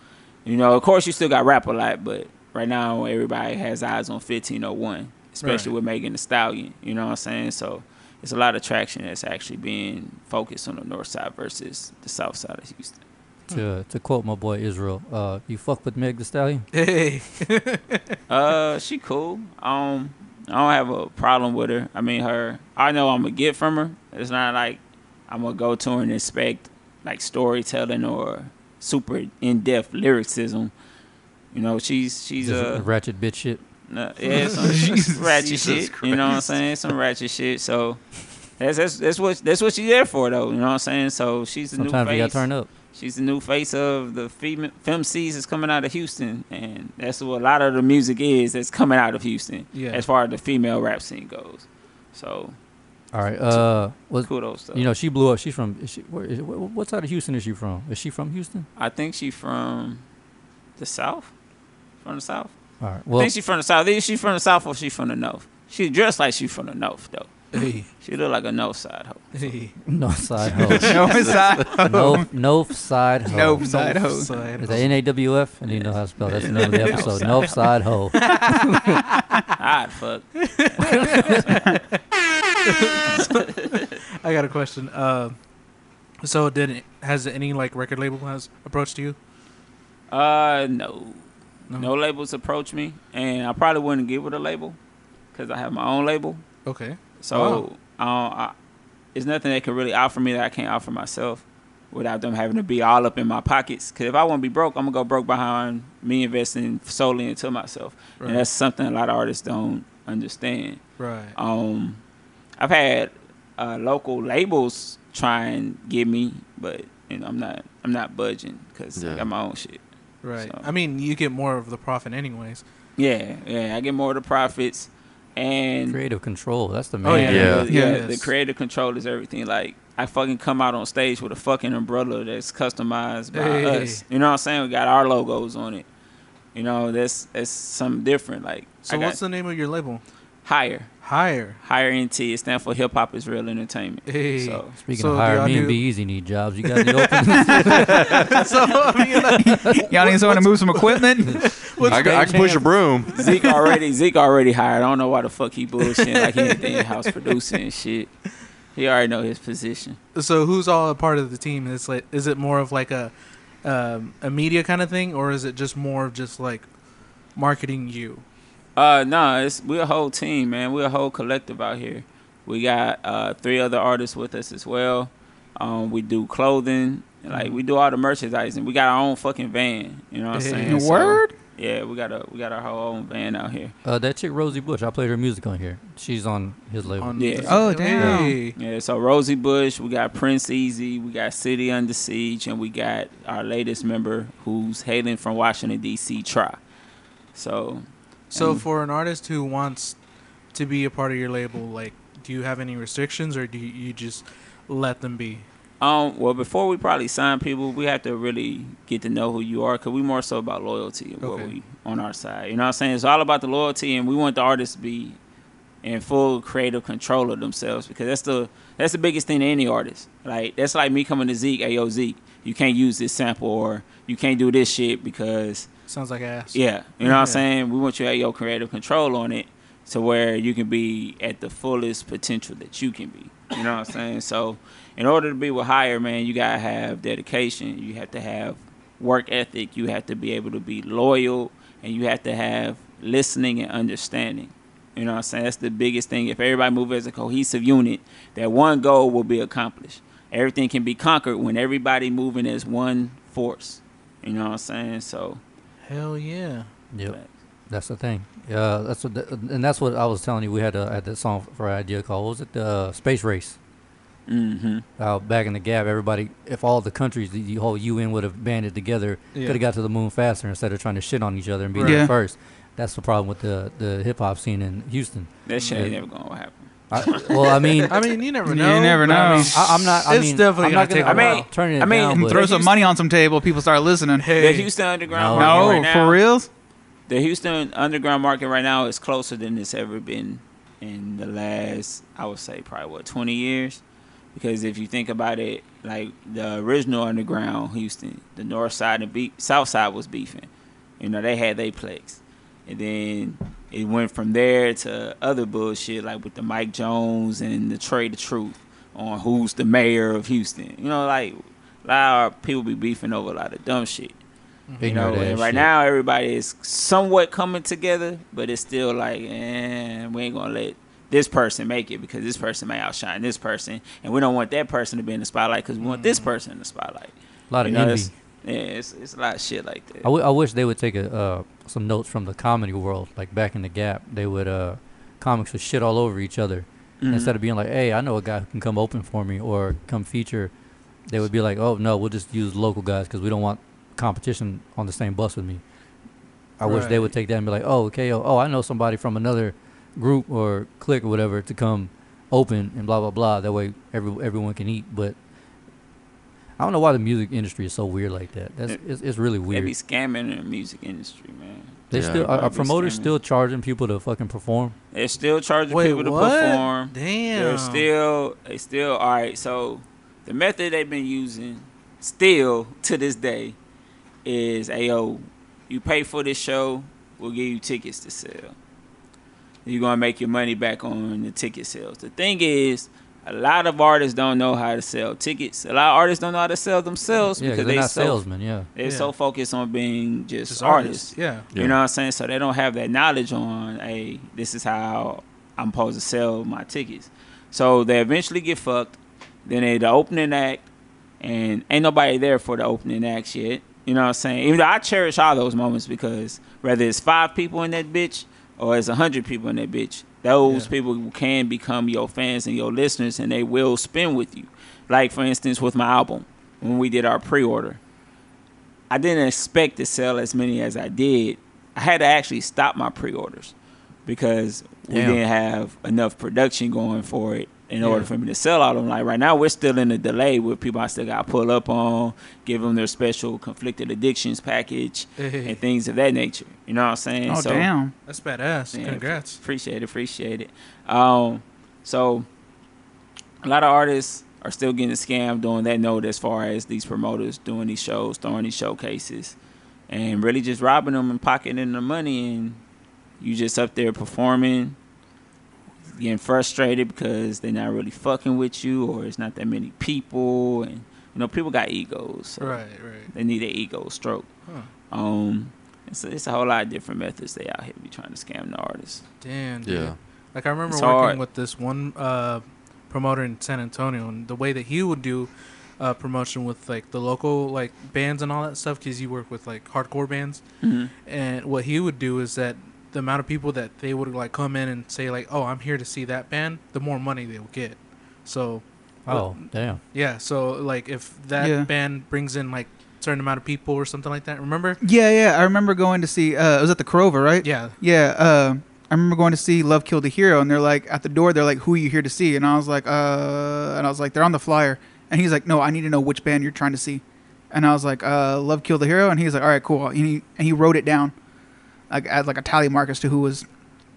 S4: You know, of course, you still got rap a lot, but right now everybody has eyes on 1501, especially
S7: Right.
S4: with Megan the Stallion. You know what I'm saying? So it's a lot of traction that's actually being focused on the north side versus the south side of Houston.
S1: to to quote my boy Israel, uh, you fuck with Meg the Stallion.
S7: Hey.
S4: Uh, she cool. Um, I don't have a problem with her. I mean, her. I know I'm gonna get from her. It's not like I'm gonna go to her and expect like storytelling or super in depth lyricism. You know, she's she's
S1: Just
S4: a
S1: ratchet bitch shit.
S4: no, yeah, some ratchet
S2: Jesus
S4: shit. You know what I'm
S2: Christ.
S4: saying? Some ratchet shit. So that's that's that's what that's what she's there for though. You know what I'm saying? So she's the
S1: Sometimes
S4: new
S1: you
S4: face.
S1: gotta turn up.
S4: She's the new face of the fem FemCs is coming out of Houston, and that's what a lot of the music is that's coming out of Houston.
S7: Yeah.
S4: As far as the female rap scene goes, so
S1: All right. Uh, what,
S4: kudos. To
S1: you know she blew up. She's from. Is she, where, is, what, what side of Houston is she from? Is she from Houston?
S4: I think she from the south, from the south.
S1: All right.
S4: I
S1: Well,
S4: think she from the south. Either she from the south or she from the north. She dressed like she from the north though.
S7: Hey.
S4: She look like a north side hoe.
S7: Hey.
S1: no side hoe.
S3: No side.
S1: no, no side hoe.
S3: No side
S7: North
S3: hoe.
S7: side.
S1: Is that N-A-W-F? I need to know how to spell. That's the name of the episode. No side hoe.
S4: Hot Ah, fuck.
S7: I got a question. Uh, so did it, has any like record label has approached you?
S4: Uh, no. no, labels approach me, and I probably wouldn't get with a label because I have my own label.
S7: Okay.
S4: So I don't I, it's nothing they can really offer me that I can't offer myself without them having to be all up in my pockets. Because if I want to be broke, I'm gonna go broke behind me investing solely into myself,
S7: Right.
S4: and that's something a lot of artists don't understand.
S7: Right.
S4: Um, I've had uh, local labels try and get me, but you know, I'm not I'm not budging because
S2: Yeah.
S4: I got my own shit.
S7: Right.
S4: So-
S7: I mean, you get more of the profit anyways.
S4: Yeah, yeah, I get more of the profits and.
S1: Creative control. That's the main.
S7: Oh, yeah.
S2: Yeah.
S4: The, yeah,
S7: Yes.
S4: the creative control is everything. Like I fucking come out on stage with a fucking umbrella that's customized by
S7: Hey.
S4: us. You know what I'm saying? We got our logos on it. You know, that's that's something different. Like
S7: So
S4: I got
S7: what's the name of your label?
S4: higher.
S7: Higher.
S4: Higher NT. It stands for hip hop is real entertainment.
S7: Hey.
S4: So
S1: Speaking
S7: So
S1: of
S7: do
S1: hire,
S7: y'all
S1: me and
S7: do-
S1: Be Easy need jobs. You guys need open.
S7: so I mean, like,
S3: Y'all need someone to move some equipment?
S7: what's
S2: I,
S7: the
S2: ca- I can push a broom.
S4: Zeke already Zeke already hired. I don't know why the fuck he bullshit like he ain't the in-house producer and shit. He already know his position.
S7: So who's all a part of the team? It's like, is it more of like a um, a media kind of thing, or is it just more of just like marketing you?
S4: Uh, no, it's we're a whole team, man. We're a whole collective out here. We got uh, three other artists with us as well. Um, we do clothing, like we do all the merchandising. We got our own fucking van. You know what I'm saying? So,
S3: Word?
S4: yeah, we got a we got our whole own van out here.
S1: Uh, that chick Rosie Bush, I played her music on here. She's on his label.
S7: On
S4: Yeah.
S3: Oh, damn.
S7: Hey.
S4: Yeah, so Rosie Bush, we got Prince Easy, we got City Under Siege, and we got our latest member who's hailing from Washington D.C. Try. So
S7: So
S4: And-
S7: for an artist who wants to be a part of your label, like, do you have any restrictions, or do you, you just let them be?
S4: Um, well, before we probably sign people, we have to really get to know who you are because we more so about loyalty and what
S7: Okay.
S4: we on our side. You know what I'm saying? It's all about the loyalty, and we want the artists to be in full creative control of themselves because that's the that's the biggest thing to any artist. Like that's like me coming to Zeke, Ayo Zeke, you can't use this sample or you can't do this shit because
S7: Sounds like ass.
S4: yeah, you know what
S7: Yeah.
S4: I'm saying? We want you to have your creative control on it to where you can be at the fullest potential that you can be. You know what I'm saying? So, in order to be with higher, man, you got to have dedication. You have to have work ethic. You have to be able to be loyal and you have to have listening and understanding. You know what I'm saying? That's the biggest thing. If everybody moves as a cohesive unit, that one goal will be accomplished. Everything can be conquered when everybody moving as one force. You know what I'm saying? So,
S7: Hell yeah.
S1: Yep. That's the thing. Yeah, that's what, the, and that's what I was telling you. We had a had that song for an idea called what was it the uh, Space Race.
S4: mm-hmm.
S1: Uh, back in the gap, everybody, if all the countries, the, the whole UN would have banded together,
S7: Yeah.
S1: could have got to the moon faster instead of trying to shit on each other and be
S3: Right.
S1: there
S3: Yeah.
S1: first. That's the problem with the the hip hop scene in Houston.
S4: That shit
S1: Yeah.
S4: ain't never gonna happen.
S1: I, well, I mean,
S7: I mean, you never
S3: You
S7: know.
S3: never
S7: but I
S3: know.
S7: mean,
S1: I, I'm not. I
S7: It's
S1: mean,
S7: definitely
S1: I'm not gonna,
S7: gonna take a
S1: I'm
S4: while.
S1: not turning it
S4: I mean,
S1: down, but
S3: Throw some money on some table. People start listening.
S4: The
S7: Hey.
S4: Houston
S1: No.
S4: underground market
S3: No,
S4: right now,
S3: for reals?
S4: The Houston underground market right now is closer than it's ever been in the last, I would say, probably what 20 years. Because if you think about it, like the original underground Houston, the north side and be- south side was beefing. You know, they had their plex, and then it went from there to other bullshit like with the Mike Jones and the Trey the Truth on who's the mayor of Houston. You know, like a lot of people be beefing over a lot of dumb shit. You know,
S1: ignorant ass
S4: and right
S1: shit.
S4: now everybody is somewhat coming together, but it's still like, eh, we ain't gonna let this person make it because this person may outshine this person, and we don't want that person to be in the spotlight because we want this person in the spotlight.
S1: a lot
S4: You
S1: Mm. of
S4: know,
S1: envy.
S4: it's- yeah, it's, it's a lot of shit like that.
S1: I, w- I wish they would take a, uh, some notes from the comedy world, like back in the gap. They would uh, comics would shit all over each other
S4: Mm-hmm.
S1: instead of being like, "Hey, I know a guy who can come open for me or come feature." They would be like, "Oh no, we'll just use local guys because we don't want competition on the same bus with me." I wish they would take that and be like, "Oh, okay, oh, oh, I know somebody from another group or clique or whatever to come open and blah blah blah." That way, every everyone can eat. But I don't know why the music industry is so weird like that. That's it's, it's really
S4: Mm-hmm. They
S1: weird.
S4: be scamming in the music industry, man.
S1: They
S2: Yeah.
S1: still are, are
S4: Probably
S1: promoters
S4: scamming.
S1: still charging people to fucking perform.
S4: They're still charging
S7: Wait,
S4: people to
S7: what?
S4: perform.
S7: Damn.
S4: They're still, they still, all right. So the method they've been using, still to this day, is ayo, you pay for this show, we'll give you tickets to sell. You're gonna make your money back on the ticket sales. The thing is, a lot of artists don't know how to sell tickets. A lot of artists don't know how to sell themselves
S1: Yeah,
S4: because
S1: they're
S4: they
S1: not
S4: so,
S1: salesmen. Yeah,
S4: They're
S7: Yeah.
S4: so focused on being just,
S7: Just
S4: artists.
S7: artists. Yeah.
S2: Yeah.
S4: You know what I'm saying? So they don't have that knowledge on, hey, this is how I'm supposed to sell my tickets. So they eventually get fucked. Then they the opening act, and ain't nobody there for the opening act yet. You know what I'm saying? Even though I cherish all those moments because whether it's five people in that bitch or it's a hundred people in that bitch, those
S7: Yeah.
S4: people can become your fans and your listeners, and they will spin with you. Like for instance, with my album, when we did our pre-order, I didn't expect to sell as many as I did. I had to actually stop my pre-orders because we
S1: Damn.
S4: didn't have enough production going for it in order for me to sell all them. Like right now, we're still in a delay with people I still got to pull up on, give them their special conflicted addictions package
S7: Hey.
S4: and things of that nature. You know what I'm saying?
S3: Oh,
S4: So-
S3: damn.
S7: That's badass.
S4: yeah,
S7: Congrats.
S4: Appreciate it. Appreciate it. Um, so a lot of artists are still getting scammed on that note as far as these promoters doing these shows, throwing these showcases, and really just robbing them and pocketing the money. And you just up there performing, getting frustrated because they're not really fucking with you, or it's not that many people, and You know, people got egos. so
S7: Right, right.
S4: They need their ego stroke.
S7: Huh.
S4: Um, it's, it's a whole lot of different methods they out here be trying to scam the artists.
S7: Damn. dude.
S2: Yeah.
S7: Like I remember
S4: It's
S7: working
S4: hard.
S7: with this one uh, promoter in San Antonio, and the way that he would do uh, promotion with like the local like bands and all that stuff, because you work with like hardcore bands, and what he would do is that the amount of people that they would like come in and say like, "Oh, I'm here to see that band," the more money they will get. So,
S1: Oh, damn.
S7: yeah. So like if that
S3: Yeah.
S7: band brings in like certain amount of people or something like that, remember?
S3: Yeah, yeah. I remember going to see. Uh, it was at the Corova, right?
S7: Yeah.
S3: Yeah. Uh, I remember going to see Love Killed the Hero, and they're like at the door. They're like, "Who are you here to see?" And I was like, "Uh," and I was like, "They're on the flyer." And he's like, "No, I need to know which band you're trying to see." And I was like, "Uh, Love Killed the Hero," and he's like, "All right, cool." And he and he wrote it down, like as like a tally mark as to who was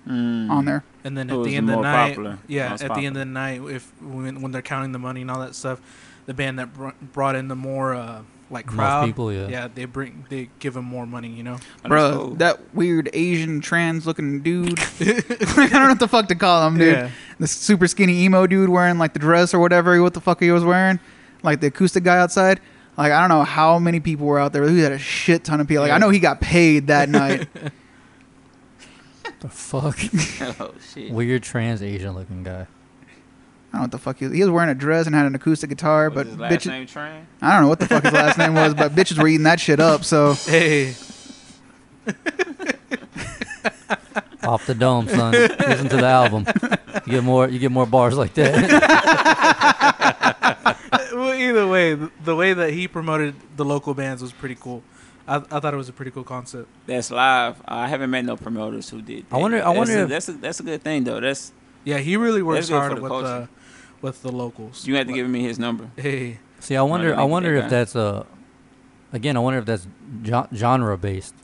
S4: Mm-hmm.
S3: on there.
S7: And then
S4: Who
S7: at
S4: was
S7: the end of the
S4: more
S7: night,
S4: popular,
S7: yeah, at
S4: most
S7: the end of the night, if when, when they're counting the money and all that stuff, the band that br- brought in the more uh, like
S1: Most
S7: crowd,
S1: people, yeah.
S7: they bring they give them more money, you know.
S4: And
S3: Bro,
S4: it's cool.
S3: that weird Asian trans looking dude. I don't know what the fuck to call him, dude.
S7: Yeah.
S3: The super skinny emo dude wearing like the dress or whatever, what the fuck he was wearing. Like the acoustic guy outside. Like I don't know how many people were out there. He had a shit ton of people. Like I know he got paid that night.
S1: The fuck?
S4: oh shit.
S1: Weird trans Asian looking guy.
S3: I don't know what the fuck he was. He was wearing a dress and had an acoustic guitar,
S4: But
S3: but
S4: his last
S3: bitches
S4: name Tran?
S3: I don't know what the fuck his last name was, but bitches were eating that shit up, so
S7: Hey,
S1: Off the dome, son. Listen to the album. You get more you get more bars like that.
S7: well, either way, th- the way that he promoted the local bands was pretty cool. I, I thought it was a pretty cool concept.
S4: That's live. I haven't met no promoters who did.
S1: I wonder-
S4: that.
S1: I
S4: That's
S1: wonder
S4: a-
S1: if-
S4: that's a, that's a good thing though. That's
S7: Yeah, he really works
S4: good for
S7: hard
S4: the
S7: with the
S4: culture.
S7: with the locals.
S4: you have to give me his number.
S7: hey,
S1: See I wonder
S4: don't
S1: I
S4: think
S1: wonder
S4: they
S1: if
S4: got-
S1: that's a again, I wonder if that's genre based.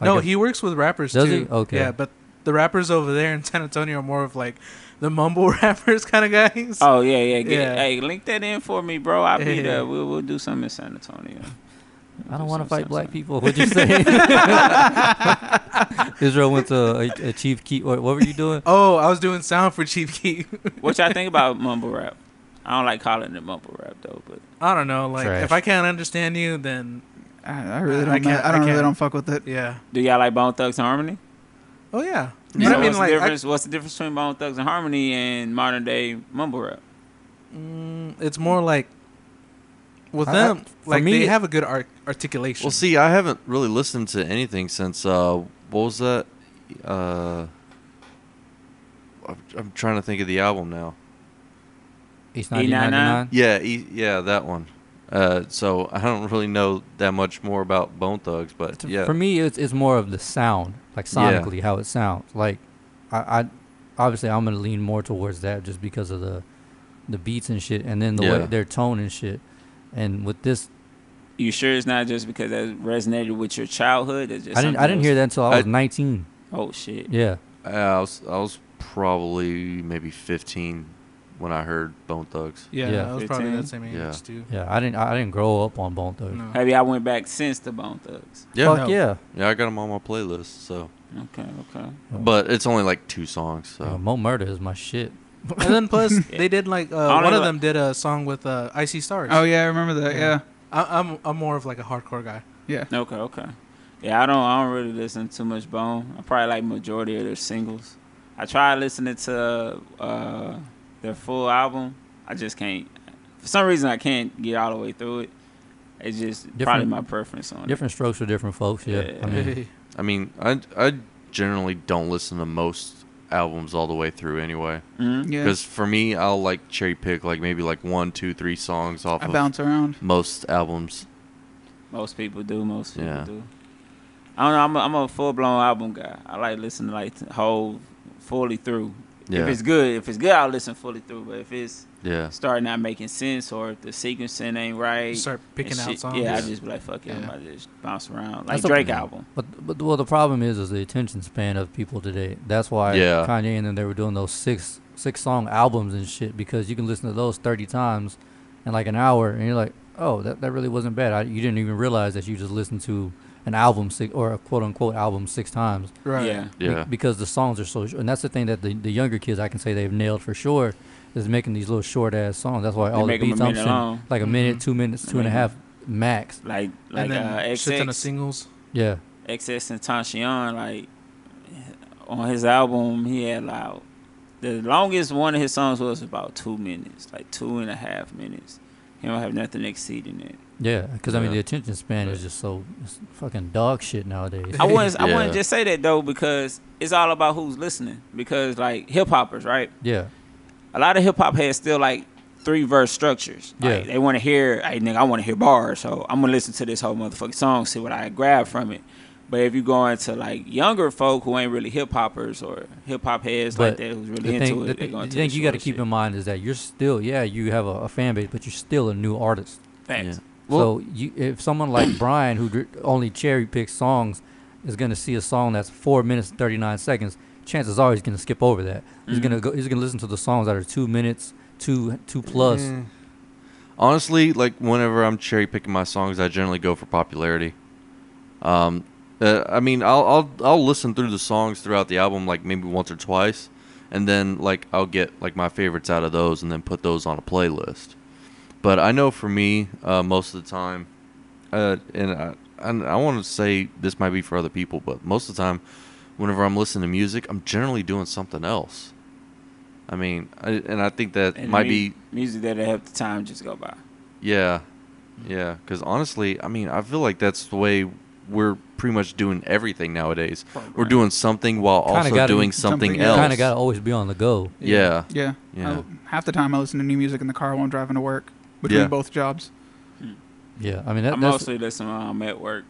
S7: no, he works with rappers
S1: Does
S7: too.
S1: he? Okay.
S7: Yeah, but the rappers over there in San Antonio are more of like the mumble rappers kind of guys.
S4: Oh yeah, yeah. Get
S7: Yeah.
S4: It. Hey, link that in for me, bro. I'll be
S7: Yeah.
S4: there. We'll, we'll do something in San Antonio.
S1: I don't
S4: Do
S1: want to
S4: some-
S1: fight
S4: some-
S1: black
S4: some-
S1: people. What'd you say? Israel went to a, a chief key. What, what were you doing?
S7: Oh, I was doing sound for Chief Keef.
S4: What y'all think about mumble rap? I don't like calling it mumble rap though, but
S7: I don't know. Like,
S1: Trash.
S7: if I can't understand you, then
S3: I, I really
S7: I
S3: don't know.
S7: can't-
S3: I don't
S7: I
S3: really
S7: can't.
S3: don't fuck with it.
S7: yeah.
S4: do y'all like Bone Thugs and Harmony?
S7: Oh yeah.
S4: So
S7: But I mean,
S4: what's
S7: like,
S4: the
S7: I-
S4: difference? what's the difference between Bone Thugs and Harmony and modern day mumble rap?
S7: mm, it's more like with
S1: I- I-
S7: them,
S1: for
S7: like
S1: me-
S7: they have a good art- articulation.
S2: Well, see, I haven't really listened to anything since uh, what was that? Uh, I'm, I'm trying to think of the album now.
S1: East
S4: E99?
S1: 1999.
S2: Yeah, e- yeah, that one. Uh, so I don't really know that much more about Bone Thugs, but
S1: T-
S2: yeah,
S1: For me, it's it's more of the sound, like
S2: Yeah.
S1: sonically how it sounds. Like, I, I obviously I'm gonna lean more towards that just because of the the beats and shit, and then the
S2: Yeah.
S1: way their tone and shit. And with this,
S4: You sure it's not just because that resonated with your childhood? It's just
S1: I didn't I didn't hear that until I was
S2: I-
S1: 19.
S4: Oh shit!
S1: Yeah,
S2: uh, I was I was probably maybe 15 when I heard Bone Thugs.
S7: yeah,
S1: Yeah.
S7: I was probably
S4: 15?
S7: that same age
S2: Yeah.
S7: too.
S1: yeah. I didn't I didn't grow up on Bone Thugs.
S7: No.
S4: Have y'all went back since the Bone Thugs?
S2: Yeah,
S1: Fuck yeah.
S2: yeah, I got them on my playlist. So,
S4: Okay, okay.
S2: but it's only like two songs. So
S1: Yeah, Uh, Mo Murder is my shit.
S7: and then plus, they did like uh,
S4: Only
S7: one of
S4: li-
S7: them did a song with uh, Icy Stars.
S3: Oh yeah, I remember that. Yeah.
S7: I- I'm I'm more of like a hardcore guy.
S3: Yeah.
S4: Okay, okay. Yeah, I don't I don't really listen to much Bone. I probably like majority of their singles. I tried listening to uh, their full album. I just can't. For some reason, I can't get all the way through it. It's just probably
S1: Different-
S4: my preference on
S1: Different strokes for different folks. Yeah, I
S4: Yeah.
S1: mean,
S2: I mean, I I generally don't listen to most albums all the way through anyway.
S4: it. Mhm.
S3: Yeah.
S2: Because for me, I'll like cherry pick like maybe like one, two, three songs off
S3: I
S2: of
S3: bounce around.
S2: most albums.
S4: Most people do. Most people
S2: Yeah.
S4: do. I don't know. I'm a, I'm a full blown album guy. I like listening to like the whole fully through.
S2: Yeah,
S4: If it's good, if it's good, I'll listen fully through. But if it's
S2: yeah.
S4: starting not making sense or if the sequencing ain't right,
S7: Start picking
S4: and
S7: out
S4: shit,
S7: songs.
S4: Yeah, I just be like, fuck it,
S7: Yeah.
S4: I just bounce around like
S1: That's
S4: Drake
S1: okay.
S4: album.
S1: But but well, the problem is is the attention span of people today. That's why
S2: Yeah.
S1: Kanye and them they were doing those six six song albums and shit because you can listen to those thirty times in like an hour and you're like, oh, that, that really wasn't bad. I, you didn't even realize that you just listened to an album six or a quote unquote album six times
S7: Right.
S4: Yeah.
S1: be-
S2: Yeah.
S1: because the songs are so short. And that's the thing that the, the younger kids I can say they've nailed for sure is making these little short ass songs. That's why all the
S4: make 'em a
S1: beats I'm
S4: minute long. Mm-hmm.
S1: sending like a minute, two minutes, two and a
S4: make 'em-
S1: half max.
S4: Like like
S7: And then
S4: uh,
S7: shit ton of
S4: XX,
S7: singles.
S1: Yeah.
S4: XX and Tashion, like on his album, he had like the longest one of his songs was about two minutes, like two and a half minutes. He don't have nothing exceeding it.
S1: Yeah, because I mean
S2: Yeah.
S1: the attention span is just so it's fucking dog shit nowadays.
S4: I wouldn't. I
S2: Yeah.
S4: wouldn't just say that though because it's all about who's listening. Because like hip hoppers, right?
S1: yeah,
S4: A lot of hip hop has still like three verse structures. Like,
S1: Yeah.
S4: they want to hear. Hey, nigga, I want to hear bars, so I'm gonna listen to this whole motherfucking song, see what I grab from it. But if you go into like younger folk who ain't really hip hoppers or hip hop heads like
S1: but
S4: that who's
S1: the
S4: really
S1: thing,
S4: into
S1: the
S4: it, they're
S1: thing,
S4: going
S1: the
S4: to
S1: thing you got to keep in mind is that you're still yeah you have a, a fan base, but you're still a new artist.
S4: Facts.
S1: so you, if someone like Brian who dr- only cherry picks songs is gonna see a song that's four minutes and thirty nine seconds, chances are he's gonna skip over that. He's gonna go. He's gonna listen to the songs that are two minutes, two two plus.
S2: Honestly, like whenever I'm cherry picking my songs, I generally go for popularity. Um, uh, I mean, I'll, I'll I'll listen through the songs throughout the album like maybe once or twice, and then like I'll get like my favorites out of those, and then put those on a playlist. But I know for me, uh, most of the time, uh, and I and I want to say this might be for other people, but most of the time, whenever I'm listening to music, I'm generally doing something else. I mean, I, and I think that
S4: And
S2: might
S4: mu-
S2: be
S4: music that half the time just go by.
S2: yeah, yeah. Because honestly, I mean, I feel like that's the way we're pretty much doing everything nowadays. We're doing something while
S1: Kinda
S2: also
S1: gotta
S2: doing
S1: be-
S2: something
S3: Something
S2: else.
S1: Kind of gotta always be on the go.
S2: yeah.
S3: Yeah.
S2: Yeah.
S3: I- half the time I listen to new music in the car while I'm driving to work between
S2: Yeah.
S3: both jobs.
S1: Yeah, I mean that,
S4: I
S1: that's.
S4: mostly listen while I'm at work.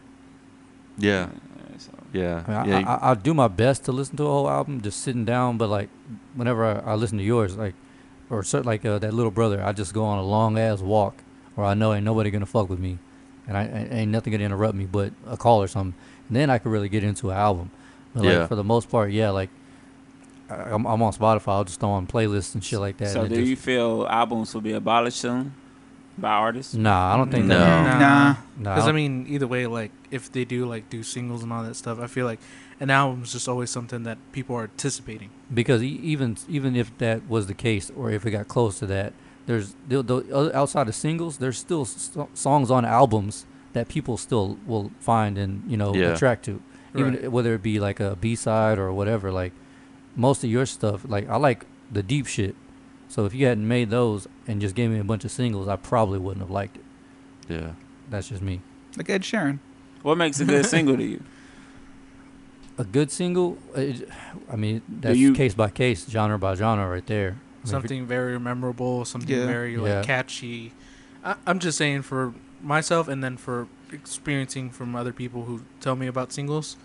S2: yeah,
S4: uh, So.
S2: yeah,
S1: I, mean,
S2: yeah.
S1: I, I, I do my best to listen to a whole album just sitting down, but like whenever I, I listen to yours, like or cer like uh, that little brother, I just go on a long ass walk where I know ain't nobody gonna fuck with me, and I ain't- ain't nothing gonna interrupt me but a call or something. And then I could really get into an album. But like
S2: Yeah.
S1: for the most part, yeah, like I- I'm, I'm on Spotify, I'll just throw on playlists and shit like that.
S4: So
S1: and it
S4: do
S1: just-
S4: you feel albums will be abolished soon by artists?
S1: Nah, I don't think
S2: No.
S1: that.
S3: Nah.
S1: Nah,
S7: Because I
S1: don't-
S7: mean, either way, like if they do like do singles and all that stuff, I feel like an album's just always something that people are anticipating.
S1: because e- even even if that was the case or if it got close to that there's the, the other- outside of singles there's still s- so- songs on albums that people still will find and you know
S2: Yeah.
S1: attract to even
S7: Right.
S1: i- whether it be like a b-side or whatever like most of your stuff like i like the deep shit so if you hadn't made those and just gave me a bunch of singles i probably wouldn't have liked it
S2: yeah.
S1: that's just me
S3: Like Ed Sheeran.
S4: What makes a good single to you?
S1: a good single uh, it, i mean that's
S4: you-
S1: case by case genre by genre right there I mean, if you-
S7: Something very memorable, something
S3: Yeah.
S7: very like
S1: Yeah.
S7: catchy. I, I'm just saying for myself, and then for experiencing from other people who tell me about singles.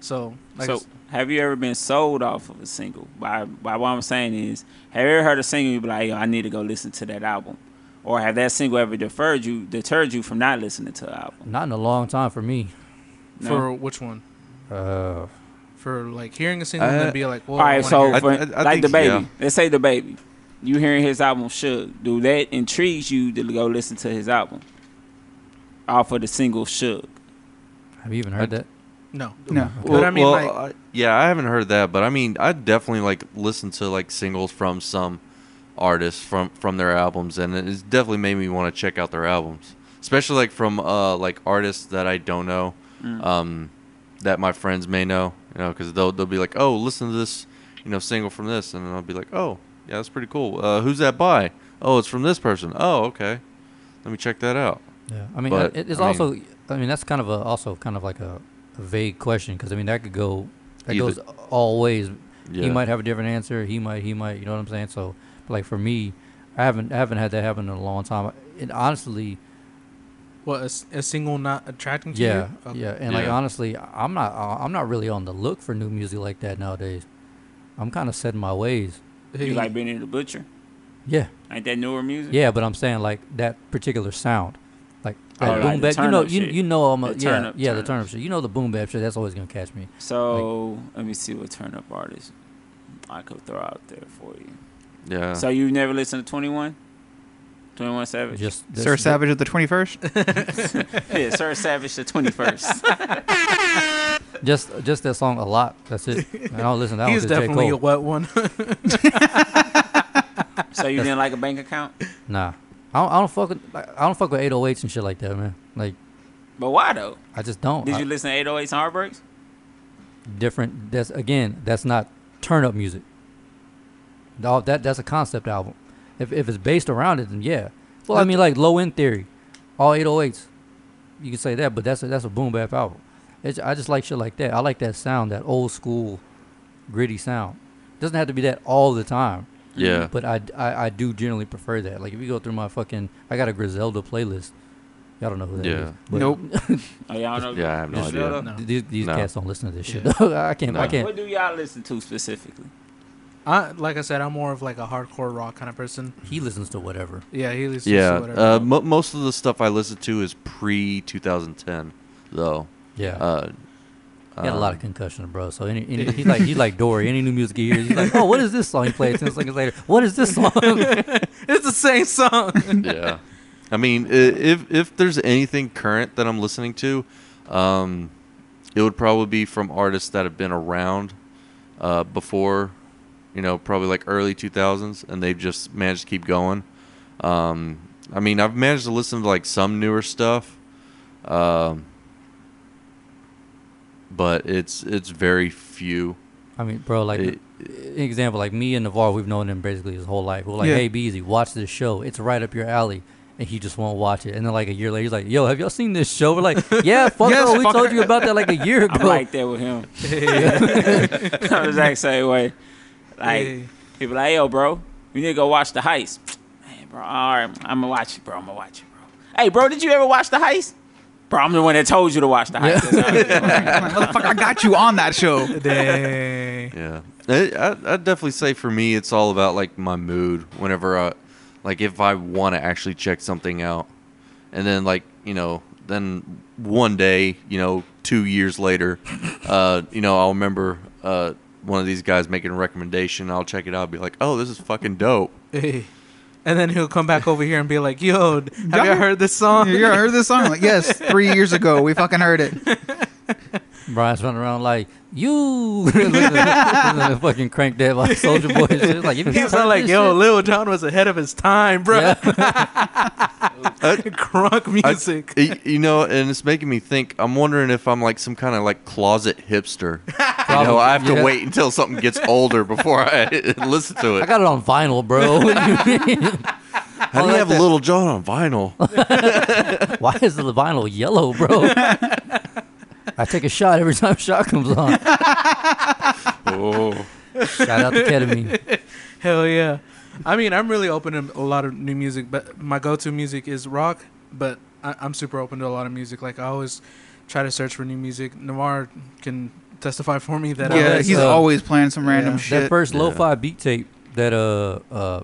S7: So, like,
S4: so, have you ever been sold off of a single? By, by what I'm saying is, have you ever heard a single you be like, yo, I need to go listen to that album? Or have that single ever deferred you, deterred you from not listening to the album?
S1: not in a long time for me
S4: No?
S7: for which one?
S1: Uh,
S7: For like hearing a single and
S2: Uh,
S7: then be like, well,
S4: All right,
S7: I wanna
S4: so
S7: hear it.
S4: for,
S2: I- I- I
S4: like
S2: think-
S4: the baby,
S2: yeah.
S4: let's say the baby, you hearing his album Shook, do that intrigues you to go listen to his album? Off of the single Shook.
S1: have you even heard that?
S7: no,
S3: No.
S7: But I mean, like-
S2: I- yeah, I haven't heard that, but I mean, I definitely like listen to like singles from some artists from from their albums, and it's definitely made me want to check out their albums, especially like from uh like artists that I don't know,
S7: Mm.
S2: um, that my friends may know, you know, because they'll they'll be like, oh, listen to this, you know, single from this, and I'll be like, oh, yeah, that's pretty cool. Uh, who's that by? Oh, it's from this person. Oh, okay, let me check that out.
S1: Yeah. I mean,
S2: But,
S1: I- it, it's
S2: I mean-
S1: also. I mean, that's kind of a also kind of like a, a vague question because I mean that could go that
S2: Either-
S1: goes all ways. He
S2: Yeah.
S1: might have a different answer. He might. He might. You know what I'm saying? So, but like for me, I haven't I haven't had that happen in a long time. And honestly,
S7: what a, s- a single not attracting to
S1: yeah,
S7: you? Okay.
S1: yeah. And like
S2: Yeah.
S1: honestly, I'm not I'm not really on the look for new music like that nowadays. I'm kind of set in my ways.
S4: You like being in the butcher?
S1: Yeah.
S4: Ain't that newer music?
S1: Yeah, but I'm saying like that particular sound, like that
S4: Oh, like
S1: boom
S4: the
S1: bap. You know,
S4: turn-up
S1: you
S4: shit.
S1: you know I'm a
S4: The
S1: yeah
S4: turn-up-
S1: yeah the
S4: turn-up
S1: turn up shit. You know the boom bap shit. That's always gonna catch me.
S4: So let me see what turn up artists I could throw out there for you.
S2: Yeah.
S4: So you never listened to Twenty One? Twenty One Savage.
S1: Just this-
S3: Sir Savage of the 21st?
S4: yeah, Sir Savage the twenty first.
S1: Just just that song a lot. That's it. I don't listen to that
S7: He's
S1: one. 'cause J.
S7: definitely a
S1: Cole.
S7: wet one.
S4: so you didn't like a bank account?
S1: Nah, I don't, I don't fuck with like, I don't fuck with 808s and shit like that, man. Like
S4: But why though?
S1: I just don't.
S4: Did
S1: I-
S4: you listen to 808s and Heartbreaks?
S1: different. That's again, that's not turn up music. No, that that's a concept album. If if it's based around it, then yeah. Well, I mean, like Low End Theory, all 808s. You can say that, but that's a, that's a boom bap album. It's, I just like shit like that. I like that sound, that old school, gritty sound. Doesn't have to be that all the time,
S2: Yeah.
S1: but I, I, I do generally prefer that. Like if you go through my fucking, I got a Griselda playlist. Y'all don't know who that is.
S2: Yeah.
S1: but
S3: Nope.
S4: Oh, y'all know.
S2: Yeah, I have no
S1: Just
S2: idea.
S1: th- These, these
S2: No.
S1: cats don't listen to this shit. I can't. I
S2: No.
S1: can't.
S4: What do y'all listen to specifically?
S7: I, like I said, I'm more of like a hardcore rock kind of person.
S1: He listens to whatever.
S7: Yeah, he listens
S2: Yeah.
S7: to whatever.
S2: Uh, mo most of the stuff I listen to is pre 2010, though.
S1: Yeah,
S2: Uh,
S1: he had a lot of concussions, bro. So any, any he's like he's like Dory. Any new music he hears, he's like, oh, what is this song? He plays ten seconds later. What is this song?
S7: it's the same song.
S2: yeah. I mean, i- if if there's anything current that I'm listening to, um, it would probably be from artists that have been around uh, before, you know, probably like early 2000s, and they've just managed to keep going. Um, I mean, I've managed to listen to like some newer stuff, um, but it's it's very few.
S1: I mean, bro, like
S2: It-
S1: an example, like me and Navarre, we've known him basically his whole life. We're like,
S3: Yeah.
S1: hey, Beezy, watch this show. It's right up your alley. And he just won't watch it. And then like a year later, he's like, yo, have y'all seen this show? We're like, yeah, fuck
S3: Yes,
S1: bro, we told
S3: fucker."
S1: you about that like a year ago.
S4: I'm like that with him. I'm the exact same way. Like
S7: Yeah.
S4: people like, yo, bro, you need to go watch the heist. Man, bro, all right, I'm gonna watch it, bro. I'm gonna watch it, bro. Hey, bro, did you ever watch the heist? Bro, I'm the one that told you to watch the heist.
S3: Motherfucker, I got you on that show.
S7: Dang.
S2: Yeah, I, I, I'd definitely say for me, it's all about like my mood. Whenever I, like, if I want to actually check something out, and then like you know, then one day, you know, two years later, uh, you know, I'll remember uh, one of these guys making a recommendation. I'll check it out. be like, oh, this is fucking dope.
S7: Hey. And then he'll come back over here and be like, "Yo, have you
S3: Y'all-
S7: heard this song?"
S3: You ever heard this song? Like, yes, three years ago. We fucking heard it.
S1: Brian's running around like you, Listen to- fucking crank that like Soldier Boy. Shit. It's Like if you
S7: He's
S1: heard
S7: not like,
S1: this
S7: "Yo,
S1: shit-
S7: Lil Jon was ahead of his time, bro."
S1: Yeah.
S7: Crunk
S2: I-
S7: music.
S2: y- you know, and it's making me think. I'm wondering if I'm like some kind of like closet hipster. You know, I have to
S1: Yeah.
S2: wait until something gets older before I listen to it.
S1: I got it on vinyl, bro. What do you mean?
S2: How do you
S1: like
S2: have
S1: that.
S2: Little John on vinyl?
S1: Why is the vinyl yellow, bro? I take a shot every time shot comes on.
S2: oh.
S1: Shout out to ketamine.
S7: Hell yeah. I mean, I'm really open to a lot of new music, but my go-to music is rock. But I, I'm super open to a lot of music. Like I always try to search for new music. Navar can testify for me that. I
S3: Yeah,
S1: that's,
S7: always-
S3: he's
S1: uh,
S3: always playing some random
S7: yeah.
S3: shit.
S1: That first lo-fi beat tape that uh uh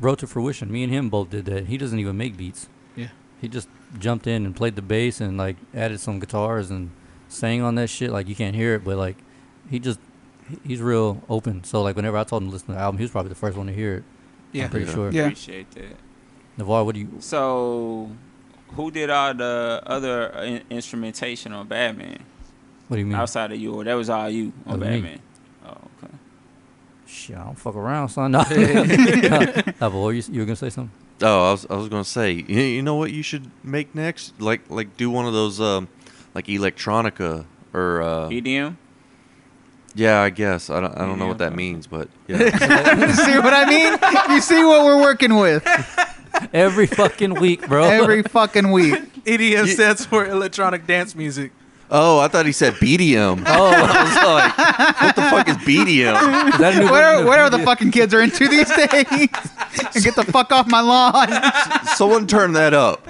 S1: wrote to fruition. Me and him both did that. He doesn't even make beats.
S7: Yeah.
S1: He just jumped in and played the bass and like added some guitars and sang on that shit. Like you can't hear it, but like he just he- he's real open. So like whenever I told him to listen to the album, he was probably the first one to hear it.
S7: yeah.
S1: I'm pretty
S2: Yeah.
S1: sure.
S3: Yeah.
S4: Appreciate that.
S1: Navar, what do you?
S4: So, who did all the other uh, in- instrumentation on Batman
S1: What do you mean?
S4: outside of you? Or that was all you
S1: Mm. That
S4: on
S1: was me.
S4: Batman? Oh, okay.
S1: Shit, I don't fuck around, son. No, nah, boy, you, you were gonna say something?
S2: Oh, I was I was gonna say, you, you know what you should make next? Like like do one of those um like electronica or uh
S4: EDM.
S2: yeah, I guess I don't I don't know what that means, but yeah,
S3: see what I mean? You see what we're working with
S1: Every fucking week, bro.
S3: every fucking week.
S7: EDM E stands for electronic dance music.
S2: oh, I thought he said BDM.
S1: oh,
S2: I was like, what the fuck is BDM?
S1: is that a new
S3: What are, what are the fucking kids are into these days? And get the fuck off my lawn.
S2: Someone turn that up.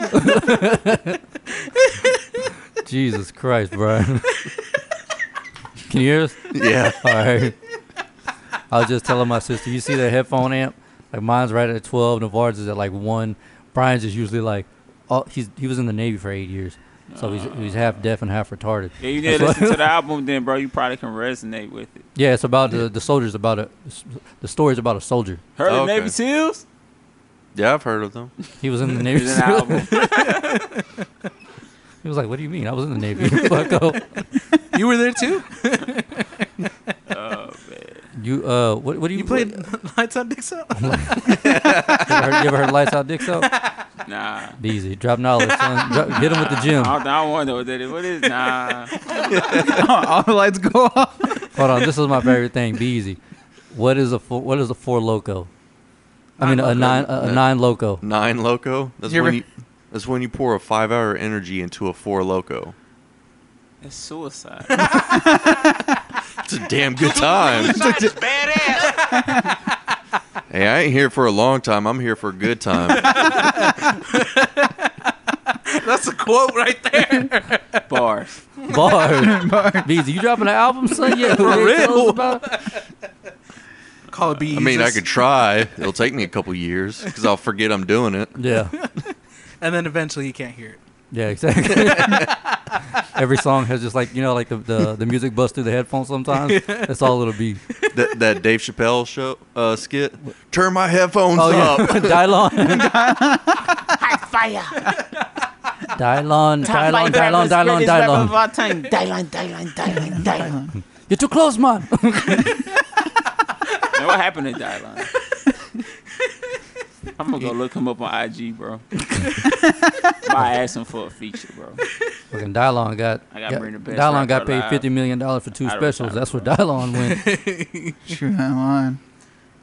S1: Jesus Christ, bro. Can you hear us?
S2: Yeah,
S1: All right. I was just telling my sister, you see that headphone amp? Like mine's right at 12, Navarre's is at like 1. Brian's is usually like, oh, he's he was in the Navy for eight years. So he's, he's half deaf and half retarded.
S4: Yeah, you need to
S1: That's
S4: listen
S1: why-
S4: to the album, then, bro. You probably can resonate with it.
S1: yeah, it's about the, the soldiers, about a, the story's about a soldier.
S4: Heard
S2: Oh,
S4: of
S2: okay.
S4: Navy SEALs?
S2: Yeah, I've heard of them.
S1: He was in the Navy.
S4: It's an album.
S1: he was like, "What do you mean? I was "Oh." in the Navy." Fucko.
S7: You were there too.
S1: Oh, You uh, what what do you,
S7: You played Lights Out, Dicks Out.
S1: You ever, heard, you ever heard lights out, dicks out?
S4: Nah.
S1: Easy, drop knowledge, son. Drop, hit him with the gym.
S4: I don't, I don't want to know what that is. What is nah?
S3: All the lights go off.
S1: Hold on, this is my favorite thing. Be easy. What is a four, what is a four loco? I mean, a nine a, a nine loco.
S2: Nine Loco. That's
S3: You
S2: when
S3: ever-
S2: you. That's when you pour a five-hour energy into a four Loco.
S4: It's suicide.
S2: It's a damn good time.
S6: Badass.
S2: hey, I ain't here for a long time. I'm here for a good time.
S7: That's a quote right there.
S4: Bars.
S1: Bars. Be easy. You dropping an album, son? Yeah, for real.
S7: Call it B.
S2: I mean, I could try. It'll take me a couple years because I'll forget I'm doing it.
S1: Yeah,
S7: And then eventually you can't hear it.
S1: yeah, exactly. Every song has just like you know, like the the, the music busts through the headphones. Sometimes that's all it'll be.
S2: That, that Dave Chappelle show uh, skit. Turn my headphones
S1: Oh
S2: up.
S1: yeah, Dylon,
S6: Hot fire.
S1: Dylon, Dylon, Dylon, Dylon,
S4: Dylan,
S1: Dylon.
S4: Dylan.
S6: Dylan, Dylan, Dylan, Dylan.
S1: You're too close, man.
S4: What happened to Dylan? I'm gonna go look him up on IG, bro. I asked him for a feature, bro.
S1: Fucking Dylon got,
S4: I gotta bring the best
S1: Dylon got
S4: rapper
S1: paid
S4: alive
S1: fifty million dollars for two
S4: out of
S1: specials. That's where Dylon went.
S3: Shoot, I'm on.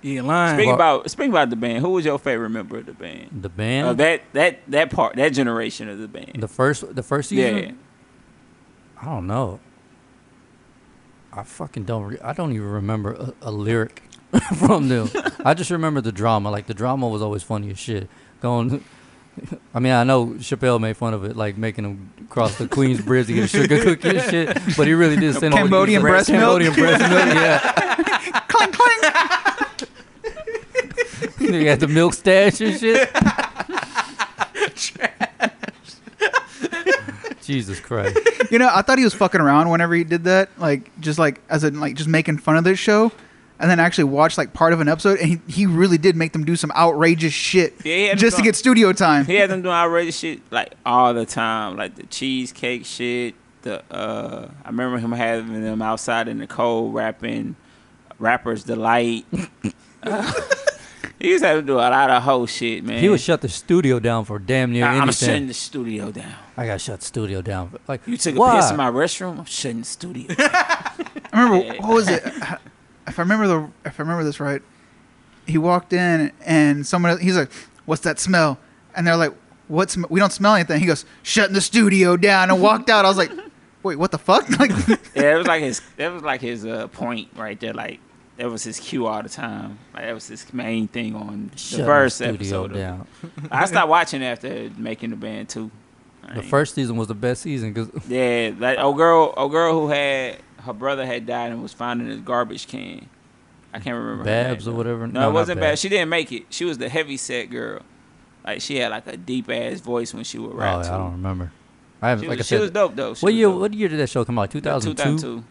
S7: You ain't lying.
S4: Speaking
S1: Well-
S4: about speaking about the band, who was your favorite member of the band?
S1: the
S4: Of
S1: band,
S4: that that that part, that generation of the band.
S1: the first, the first season.
S4: yeah,
S1: I don't know. I fucking don't. Re- I don't even remember a, a lyric from them. I just remember the drama. Like the drama was always funny as shit. Going. I mean, I know Chappelle made fun of it, like making him cross the Queens Bridge to get a sugar cookie and shit. But he really did send all the-
S3: Cambodian breast milk?
S1: Cambodian breast milk, yeah. clang clang. he had the milk stash and shit. Jesus Christ.
S3: You know, I thought he was fucking around whenever he did that, like just like as in like just making fun of this show, and then actually watched like part of an episode, and he, he really did make them do some outrageous shit
S4: Yeah, he had
S3: just to
S4: fun.
S3: get studio time.
S4: he had them doing outrageous shit like all the time, like the cheesecake shit. The uh, I remember him having them outside in the cold rapping, rappers delight. Uh, he used to have to do a lot of whole shit, man.
S1: He would shut the studio down for damn near
S4: I- I'm shutting
S1: anything.
S4: the studio down.
S1: I gotta shut the studio down. for- Like
S4: You took a
S1: why?
S4: piss in my restroom. I'm shutting the studio. down.
S3: I remember
S4: Yeah.
S3: what was it? If I remember the if I remember this right, he walked in and someone he's like, "What's that smell?" And they're like, "What? Sm- we don't smell anything." He goes, "Shutting the studio down," and walked out. I was like, "Wait, what the fuck?" Like,
S4: yeah, it was like his. That was like his uh, point right there. Like that was his cue all the time. Like that was his main thing on
S1: Shut
S4: the first
S1: studio
S4: episode. of-
S1: down.
S4: I stopped watching after making the band too. I
S1: The
S4: ain't-
S1: first season was the best season because
S4: Yeah, that old girl, old girl who had her brother had died and was found in his garbage can. I can't remember. her name,
S1: Babs or
S4: though.
S1: whatever?
S4: No,
S1: No,
S4: it
S1: not
S4: wasn't
S1: Babs.
S4: Babs. She didn't make it. She was the heavy set girl. Like she had like a deep ass voice when she would
S1: oh,
S4: rap. too.
S1: I don't remember. I haven't
S4: She,
S1: like
S4: was,
S1: I
S4: she was
S1: said.
S4: dope though. She
S1: what
S4: was
S1: year?
S4: dope.
S1: What year did that show come out? Two thousand two.
S4: 2002.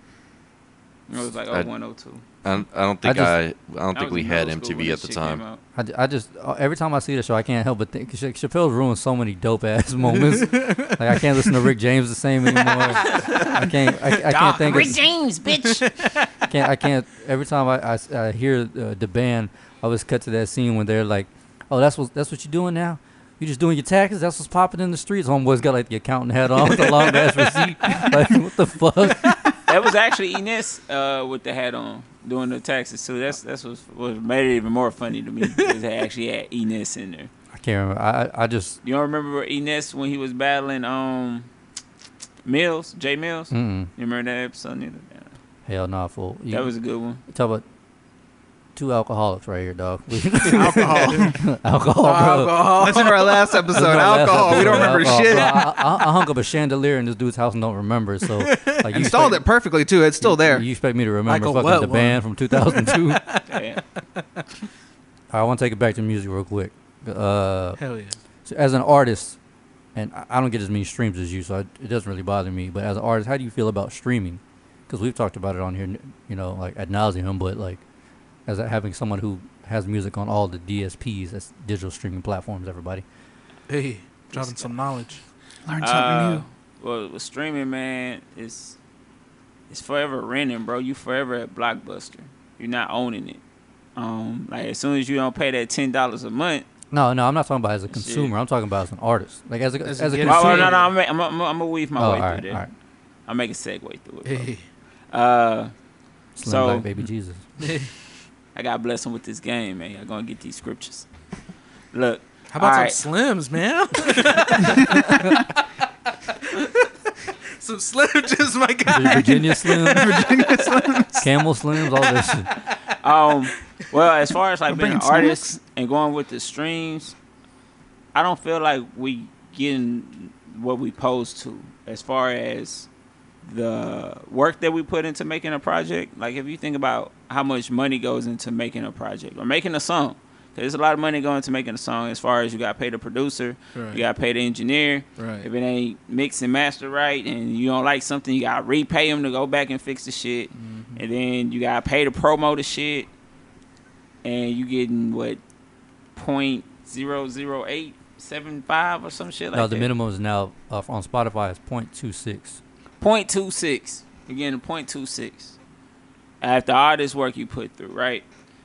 S4: It was like
S2: I-
S4: 0102.
S2: I, I don't think
S1: just-
S2: I. I, don't
S4: I
S2: think
S4: was
S2: we
S4: in
S2: had
S4: middle school when
S2: MTV at
S4: that
S2: the
S4: shit came
S2: time.
S4: out.
S1: I, ju- I just uh, every time I see the show, I can't help but think Cha- Chappelle's ruined so many dope ass moments. like I can't listen to Rick James the same anymore. I can't. I, I can't think.
S6: Rick
S1: of,
S6: James, bitch.
S1: I can't. I can't. Every time I, I s- I hear uh, the band, I always cut to that scene when they're like, "Oh, that's what that's what you're doing now. You just doing your taxes. That's what's popping in the streets." Homeboy's got like the accountant hat on with the long ass receipt. Like, what the fuck?
S4: That was actually Ines uh, with the hat on doing the taxes too. That's that's what, what made it even more funny to me because they actually had Ines in there.
S1: I can't remember. I I- I just
S4: You don't remember Ines when he was battling um Mills, Jay Mills?
S1: mm,
S4: You remember that episode? Neither.
S1: hell nah, fool. You,
S4: That was a good one.
S1: talk about two alcoholics right here, dog.
S3: alcohol.
S1: alcohol, bro.
S4: Oh.
S3: alcohol. That's in our last episode.
S1: That's my last
S3: alcohol. we
S1: episode,
S3: don't remember
S1: alcohol.
S3: shit.
S1: Bro, I, I, I hung up a chandelier in this dude's house and don't remember. So like,
S3: Installed
S1: expect-
S3: it perfectly too. It's still there.
S1: You expect me to remember
S7: Like a
S1: fucking
S7: wet
S1: the
S7: one.
S1: band from 2002?
S4: Yeah.
S1: I want to take it back to music real quick. Uh,
S7: Hell yeah.
S1: so as an artist, and I I don't get as many streams as you, so I, it doesn't really bother me. But as an artist, how do you feel about streaming? Because we've talked about it on here, you know, like ad nauseum. But like, as having someone who has music on all the DSPs, that's digital streaming platforms. Everybody.
S7: Hey, dropping some knowledge.
S3: Learn something
S4: Uh,
S3: new.
S4: well, with streaming, man, it's it's forever renting, bro. You forever at Blockbuster. You're not owning it. Um, like as soon as you don't pay that ten dollars a month.
S1: No, no, I'm not talking about as a
S4: Shit.
S1: consumer. I'm talking about as an artist. Like as a
S7: As
S1: as,
S7: a
S1: a
S7: Yeah,
S4: Oh,
S1: consumer.
S4: no,
S7: see-
S4: no, no. I'm I'm I'm gonna weave my
S1: Oh,
S4: way
S1: all
S4: through
S1: right,
S4: there.
S1: all right.
S4: I'll make a segue through it. bro.
S7: Hey,
S4: Uh,
S1: Slim
S4: So-
S1: Black Baby Jesus.
S4: I got blessed with this game, man. I'm gonna get these scriptures. Look,
S7: how about
S4: Alright.
S7: some slims, man? some slim jims, my guy.
S1: Virginia Slims. Virginia Slims. Camel Slims. All this shit.
S4: um, well, as far as like being an
S3: bringing
S4: artist and going with the streams, I don't feel like we getting what we posed to as far as the work that we put into making a project. Like if you think about how much money goes into making a project or making a song, 'cause there's a lot of money going into making a song. As far as you got to pay the producer,
S7: Right.
S4: you got to pay the engineer.
S7: Right.
S4: If it ain't mix and master right, and you don't like something, you gotta repay them to go back and fix the shit,
S1: Mm-hmm.
S4: and then you gotta pay to promo the shit, and you getting what point zero zero eight seven five or some shit like
S1: no, the
S4: that.
S1: minimum is now uh, on Spotify is 0.26.
S4: Point two six. You're getting a point two six after all this work you put through, right?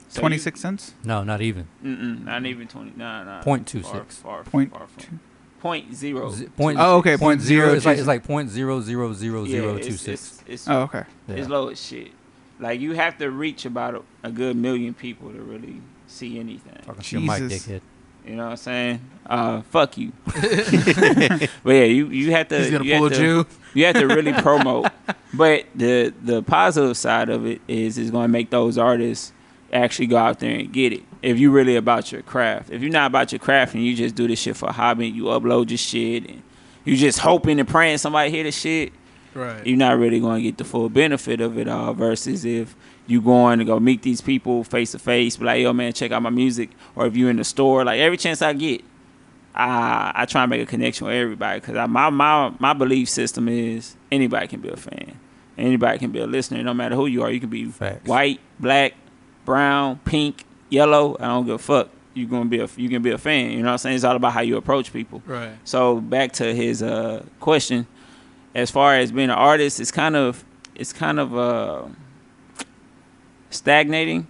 S4: So you-
S3: Twenty six cents.
S1: No, not even.
S4: Mm-mm, not even twenty. Nah, nah.
S1: Point two
S4: far,
S1: six.
S4: Far, far,
S3: Point
S4: far
S3: two-
S4: from. Point zero.
S1: Z- point-
S3: Oh, okay, point zero
S1: It's like
S3: two-
S1: it's like point zero zero zero
S4: Yeah,
S1: zero
S4: it's-
S1: two six.
S4: it's- it's-
S3: Oh, okay.
S1: Yeah.
S4: It's low as shit. Like you have to reach about a, a good million people to really see anything.
S1: Talking to your mic,
S3: Jesus.
S1: dickhead.
S4: You know what I'm saying? Uh, fuck you. but yeah, you you have to.
S7: He's gonna
S4: you
S7: pull a
S4: have to,
S7: Jew.
S4: You have to really promote. But the the positive side of it is it's gonna make those artists actually go out there and get it. If you really about your craft. If you're not about your craft and you just do this shit for a hobby, you upload your shit and you just hoping and praying somebody hear the shit
S7: Right.
S4: you're not really going to get the full benefit of it all versus if you going to go meet these people face to face be like yo man check out my music or if you in the store like every chance i get i i try and make a connection with everybody because my, my my belief system is anybody can be a fan anybody can be a listener no matter who you are you can be
S1: Facts.
S4: white black brown pink yellow i don't give a fuck you gonna be a you can be a fan you know what i'm saying it's all about how you approach people
S7: Right.
S4: so back to his uh, question, as far as being an artist, it's kind of it's kind of uh, stagnating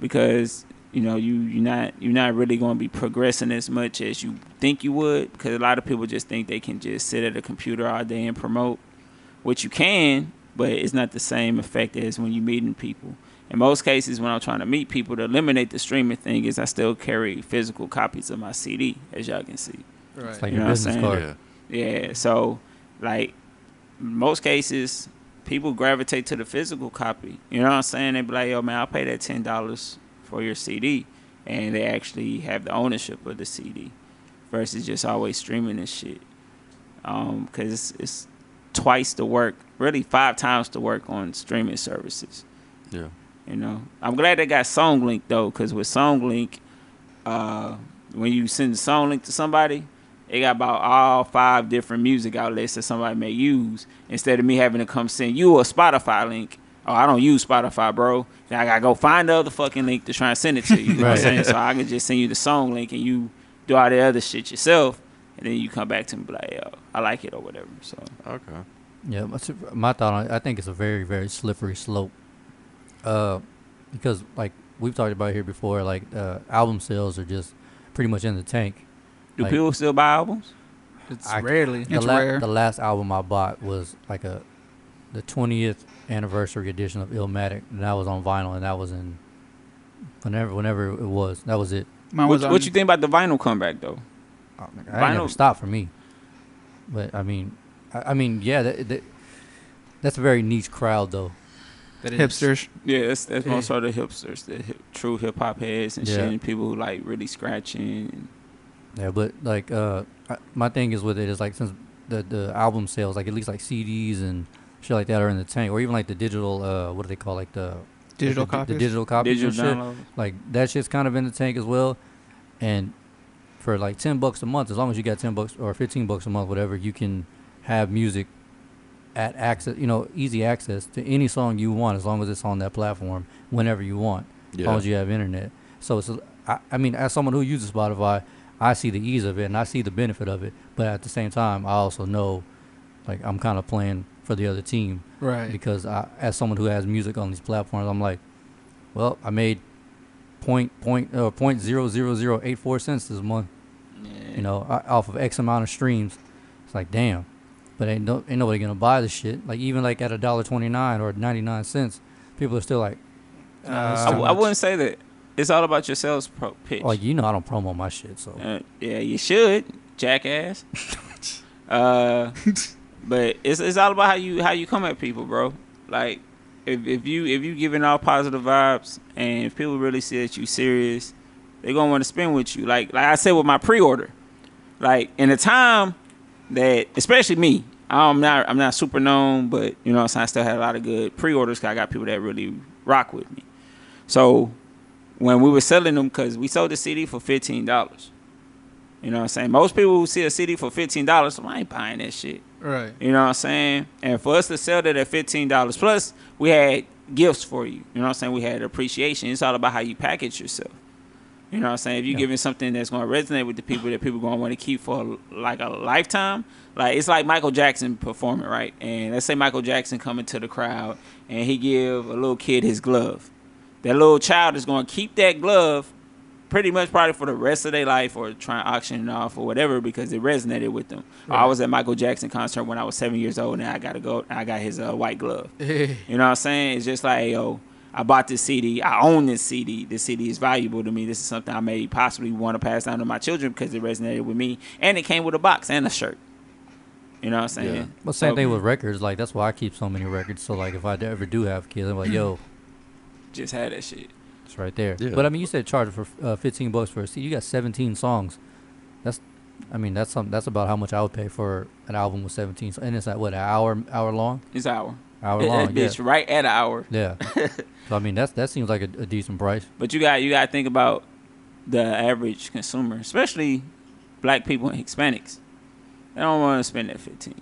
S4: because you know you you're not you're not really going to be progressing as much as you think you would because a lot of people just think they can just sit at a computer all day and promote, which you can, but it's not the same effect as when you meeting people. In most cases, when I'm trying to meet people to eliminate the streaming thing, is I still carry physical copies of my CD, as y'all can see.
S7: Right.
S1: It's like
S4: You know
S1: your
S4: what I'm
S1: business
S4: saying?
S1: card.
S2: Yeah.
S4: Yeah. So, like, most cases, people gravitate to the physical copy. You know what I'm saying? They be like, "Yo, man, I'll pay that ten dollars for your CD," and they actually have the ownership of the CD, versus just always streaming this shit. Um, 'cause it's, it's twice the work, really five times the work on streaming services.
S2: Yeah.
S4: You know, I'm glad they got SongLink though, because with SongLink, uh, when you send a song link to somebody, they got about all five different music outlets that somebody may use. Instead of me having to come send you a Spotify link, oh, I don't use Spotify, bro. Then I gotta go find the other fucking link to try and send it to you. You know what I'm
S1: Right.
S4: saying? So I can just send you the song link and you do all the other shit yourself, and then you come back to me and be like, yo, I like it or whatever. So
S2: Okay.
S1: Yeah, my, s- my thought on it, I think it's a very, very slippery slope. Uh, because like we've talked about here before, like uh, album sales are just pretty much in the tank.
S4: do
S1: Like-
S4: people still buy albums?
S7: It's
S1: I-
S7: rarely.
S1: The,
S3: It's rare.
S1: the last album I bought was like a the twentieth anniversary edition of Illmatic, and that was on vinyl, and that was in whenever whenever it was. That was it.
S3: Mine
S4: What,
S3: was on-
S4: what you think about the vinyl comeback though?
S1: I ain't never
S4: Vinyl-
S1: stopped for me. But I mean, I, I mean, yeah, that, that, that's a very niche crowd though.
S7: That is-
S3: hipsters?
S4: Yeah, that's that's
S7: Yeah.
S4: most of the hipsters, the hip, true hip hop heads and
S1: Yeah.
S4: shit, and people who like really scratching.
S1: Yeah, but like uh, I, my thing is with it is like since the the album sales, like at least like CDs and shit like that are in the tank, or even like the digital uh, what do they call like the
S3: Digital
S1: the,
S3: copies.
S1: the digital copies
S4: Digital
S1: and
S4: download.
S1: shit. Like that shit's kind of in the tank as well, and for like ten bucks a month, as long as you got ten bucks or fifteen bucks a month, whatever, you can have music at access, you know, easy access to any song you want as long as it's on that platform whenever you want. as long as you have internet. So it's, I, I mean, as someone who uses Spotify, I see the ease of it and I see the benefit of it. But at the same time, I also know, like, I'm kind of playing for the other team
S7: Right.
S1: because I, as someone who has music on these platforms, I'm like, well, I made point point or point zero zero zero eight four cents this month. You know, o- off of X amount of streams. It's like, damn, but ain't no, ain't nobody gonna buy this shit. Like even like at a dollar twenty nine or ninety nine cents, people are still like,
S4: I,
S7: Uh,
S4: w- I wouldn't say that. It's all about your sales pro- pitch.
S1: like you know, I don't promo my shit, so
S4: Uh, yeah, you should, jackass. uh, but it's it's all about how you how you come at people, bro. Like if if you if you giving off positive vibes and if people really see that you serious, they gonna want to spend with you. Like like I said with my pre order, like in a time that especially me, I'm not I'm not super known, but you know what I'm saying, I still had a lot of good pre orders. I got people that really rock with me. So when we were selling them, because we sold the CD for fifteen dollars. You know what I'm saying? Most people who see a CD for fifteen dollars, I ain't buying that shit.
S7: Right.
S4: You know what I'm saying? And for us to sell that at fifteen dollars plus, we had gifts for you. You know what I'm saying? We had appreciation. It's all about how you package yourself. You know what I'm saying? If you're giving something that's going to resonate with the people that people going to want to keep for like a lifetime, like it's like Michael Jackson performing, right? And let's say Michael Jackson coming to the crowd and he give a little kid his glove. That little child is going to keep that glove pretty much probably for the rest of their life or trying to auction it off or whatever because it resonated with them. I was at Michael Jackson concert when I was seven years old and I got to go. I got his uh, white glove. You know what I'm saying? It's just like, yo, I bought this CD. I own this CD. This CD is valuable to me. This is something I may possibly want to pass down to my children because it resonated with me. And it came with a box and a shirt. You know what I'm saying?
S2: Yeah.
S1: But same
S4: So-
S1: thing with records. Like that's why I keep so many records. So like if I ever do have kids, I'm like, yo,
S4: Just had that shit.
S1: it's right there.
S2: Yeah.
S1: But I mean, you said charge for uh, 15 bucks for a CD. You got 17 songs. That's, I mean, that's some, that's about how much I would pay for an album with 17. So, and it's like what an hour hour long,
S4: It's an hour.
S1: hour
S4: That-
S1: long.
S4: that bitch right at an hour.
S1: yeah. yeah. so I mean, that's that seems like a, a decent price.
S4: But you got you got to think about the average consumer, especially black people and Hispanics. They don't want to spend that fifteen.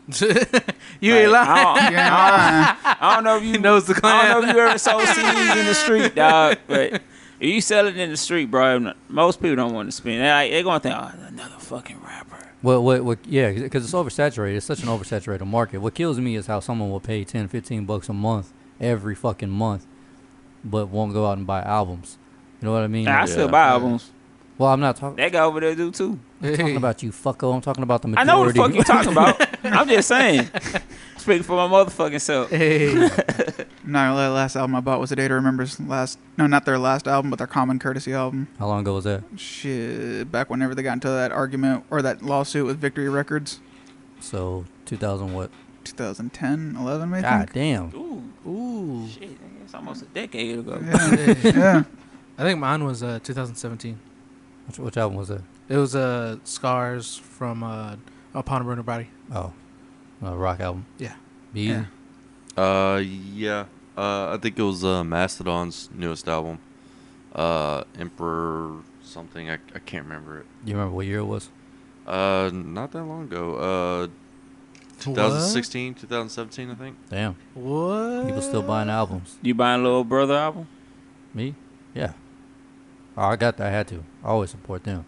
S7: you
S4: Like,
S7: ain't lying.
S4: I don't,
S3: Yeah,
S4: I don't know if you
S7: knows the
S4: I don't know if you ever sold CDs in the street, dog. But if you sell it in the street, bro, n- most people don't want to spend. They're, like, they're gonna think, oh, another fucking rapper.
S1: Well, what, what, yeah, because it's oversaturated. It's such an oversaturated market. What kills me is how someone will pay 10, 15 bucks a month every fucking month, but won't go out and buy albums. You know what I mean?
S4: Nah, I still buy albums.
S1: well, I'm not talking.
S4: That guy over there do too.
S1: talking about you, fucko. I'm talking about the
S4: I
S1: majority.
S4: know what the fuck you talking about. I'm just saying. Speaking for my motherfucking self.
S7: Hey.
S3: no, the last album I bought was A Day to Remember's last. No, not their last album, but their Common Courtesy album.
S1: How long ago was that?
S3: Shit, back whenever they got into that argument or that lawsuit with Victory Records,
S1: So 2000 what?
S3: 2010, 11 maybe.
S1: God damn.
S4: Ooh,
S7: Ooh.
S4: shit, nigga, it's almost a decade ago.
S3: Yeah, yeah.
S7: I think mine was uh, 2017.
S1: Which, which album was that?
S7: It was uh, Scars from uh, Upon a Burner Body.
S1: Oh, a rock album.
S7: Yeah.
S1: Be easy.
S3: Yeah.
S2: Uh, yeah. Uh, I think it was uh, Mastodon's newest album, uh, Emperor something. I, I can't remember it.
S1: You remember what year it was?
S2: Uh, not that long ago. Uh, 2016, 2017, I think.
S1: Damn.
S7: What?
S1: People still buying albums.
S4: You buying Little Brother album?
S1: Me? Yeah. Oh, I got. I had to. I always support them.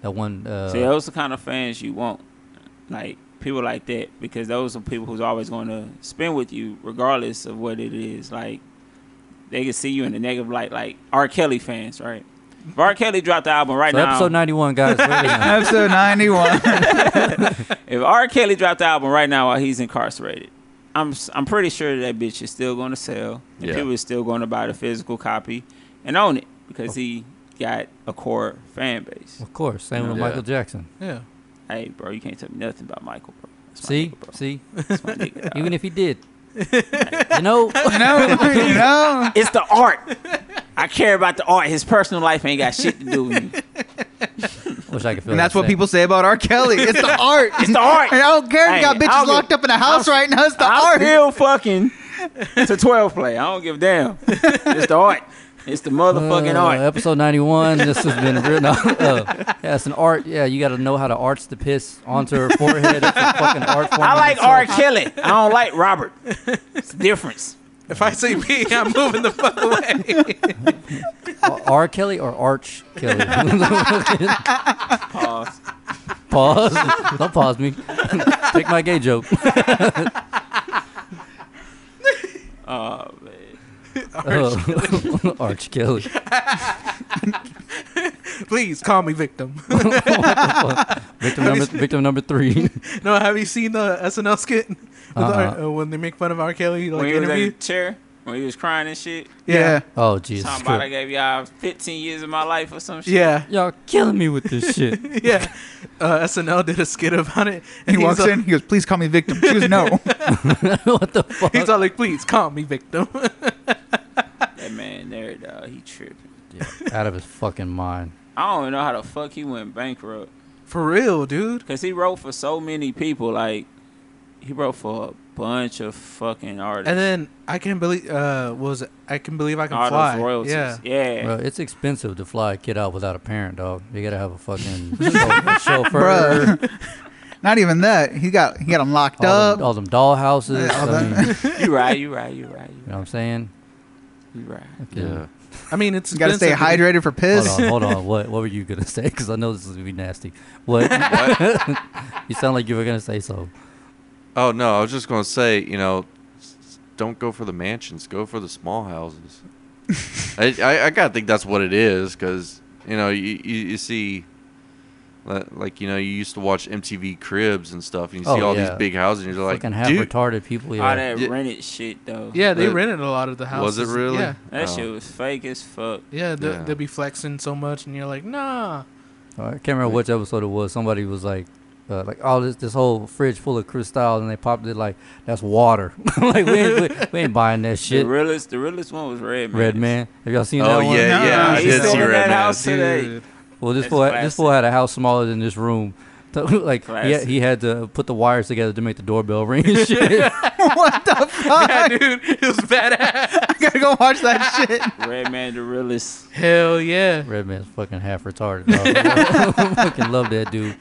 S1: That one. Uh,
S4: See, those are the kind of fans you want, like people like that, because those are people who's always going to spend with you, regardless of what it is. Like they can see you in the negative light, like R. Kelly fans, right? If R. Kelly dropped the album right
S1: so
S4: now,
S1: episode 91, guys. wait a minute.
S3: Episode 91.
S4: if R. Kelly dropped the album right now while he's incarcerated, I'm s- I'm pretty sure that bitch is still going to sell, and
S2: Yeah.
S4: people is still going to buy the physical copy and own it because he got a core fan base.
S1: Of course. Same with
S2: Yeah.
S1: Michael Jackson.
S7: Yeah.
S4: Hey, bro, you can't tell me nothing about Michael, bro. That's my
S1: See,
S4: nigga, bro.
S1: see.
S4: That's my nigga, dog.
S1: Even if he did, you know.
S3: no, no.
S4: It's the art. I care about the art. His personal life ain't got shit to do with me.
S1: Wish I could feel.
S3: And that's
S1: that
S3: what
S1: same.
S3: people say about R. Kelly. It's the art.
S4: It's the art.
S3: I don't care.
S4: Hey,
S3: you got
S4: I don't
S3: bitches
S4: give-
S3: locked up in a house
S4: I'm-
S3: right now. It's the
S4: I'm
S3: art.
S4: still fucking to 12 play. I don't give a damn. It's the art. It's the motherfucking
S1: Uh,
S4: art.
S1: Episode 91. This has been real. No, uh, yeah, it's an art. Yeah, you got to know how to arch the piss onto her forehead. It's a fucking art form.
S4: I
S1: in
S4: like
S1: itself.
S4: R. Kelly. I don't like Robert. It's the difference.
S7: If I say me, I'm moving the fuck away.
S1: R. R. Kelly or Arch Kelly?
S4: Pause.
S1: pause. Don't pause me. Take my gay joke.
S4: Oh man.
S1: Uh, Oh, Arch Kelly.
S7: Please call me victim.
S1: Victim number victim number three.
S7: no, have you seen the SNL skit with the
S3: Uh-huh.
S1: Uh-uh.
S7: R- uh, when they make fun of R. Kelly like
S4: When he was in
S7: interview?
S4: the chair, when he was crying and shit,
S7: Yeah.
S1: Oh Jesus
S4: talking about I
S1: Christ.
S4: gave y'all 15 years of my life or some shit.
S7: Yeah.
S1: Y'all killing me with this shit.
S7: Yeah. Uh, SNL did a skit about it.
S3: He
S7: he's
S3: walks
S7: all-
S3: in. He goes, "Please call me victim." She goes, "No."
S1: what the fuck?
S7: He's all like, please call me victim.
S4: That man there, dog, he tripping.
S1: Yeah, out of his fucking mind.
S4: I don't even know how the fuck he went bankrupt.
S7: For real, dude.
S4: Cause he wrote for so many people. Like he wrote for a bunch of fucking artists.
S7: And then I can believe uh what was it? I can believe I can
S4: all
S7: fly.
S4: those royalties.
S7: Yeah.
S4: Yeah.
S1: Bro, it's expensive to fly a kid out without a parent, dog. You gotta have a fucking chau- chauffeur.
S3: Bruh. Not even that. He got he got him locked
S1: All
S3: up.
S1: them, all them dollhouses.
S3: Yeah, all
S1: I mean,
S3: that.
S1: you
S4: You right. You right. You right. You
S1: know what I'm saying?
S4: right. You right.
S2: Yeah.
S7: I mean, it's
S3: You gotta stay
S7: expensive.
S3: hydrated for piss.
S1: Hold on, hold on. What what were you gonna say? Because I know this is gonna be nasty. What? you sound like you were gonna say so.
S2: Oh no, I was just gonna say, you know, s- s- don't go for the mansions, go for the small houses. I, I I gotta think that's what it is, cause you know you you, you see, li- like you know you used to watch MTV Cribs and stuff, and you see
S1: Oh,
S2: all
S1: yeah.
S2: these big houses, and you're like,
S1: Fucking half
S2: dude,
S1: retarded people.
S4: All
S1: Yeah.
S4: that
S2: Yeah.
S4: rented shit though.
S7: Yeah, they
S2: But-
S7: rented a lot of the
S2: was
S7: houses.
S2: it really?
S7: Yeah.
S4: That
S2: Oh.
S4: shit was fake as fuck.
S7: Yeah, they
S2: Yeah.
S7: they'll be flexing so much, and you're like, nah.
S1: I can't remember which episode it was. Somebody was like. Uh, like all this, this whole fridge full of crystal, and they popped it like that's water. like we ain't, we, we ain't buying that shit.
S4: The realest, the realest one was Red Man.
S1: Red man, have y'all seen
S2: Oh
S1: that one?
S2: yeah, yeah,
S3: Nah,
S2: I
S3: he's
S2: did
S3: still
S2: see
S3: in
S2: Red
S4: that
S2: Man.
S4: house. Today.
S7: Dude.
S1: Well, this
S4: That's
S1: fool, had, this fool had
S4: classic.
S1: a house smaller than this room. So, like he had,
S4: Classic.
S1: he had to put the wires together to make the doorbell ring and shit.
S3: what the fuck?
S7: Yeah, dude, it was badass.
S3: I gotta go watch that shit.
S4: Red Man, the realest.
S7: Hell yeah.
S1: Redman's fucking half retarded. Dog. fucking love that dude.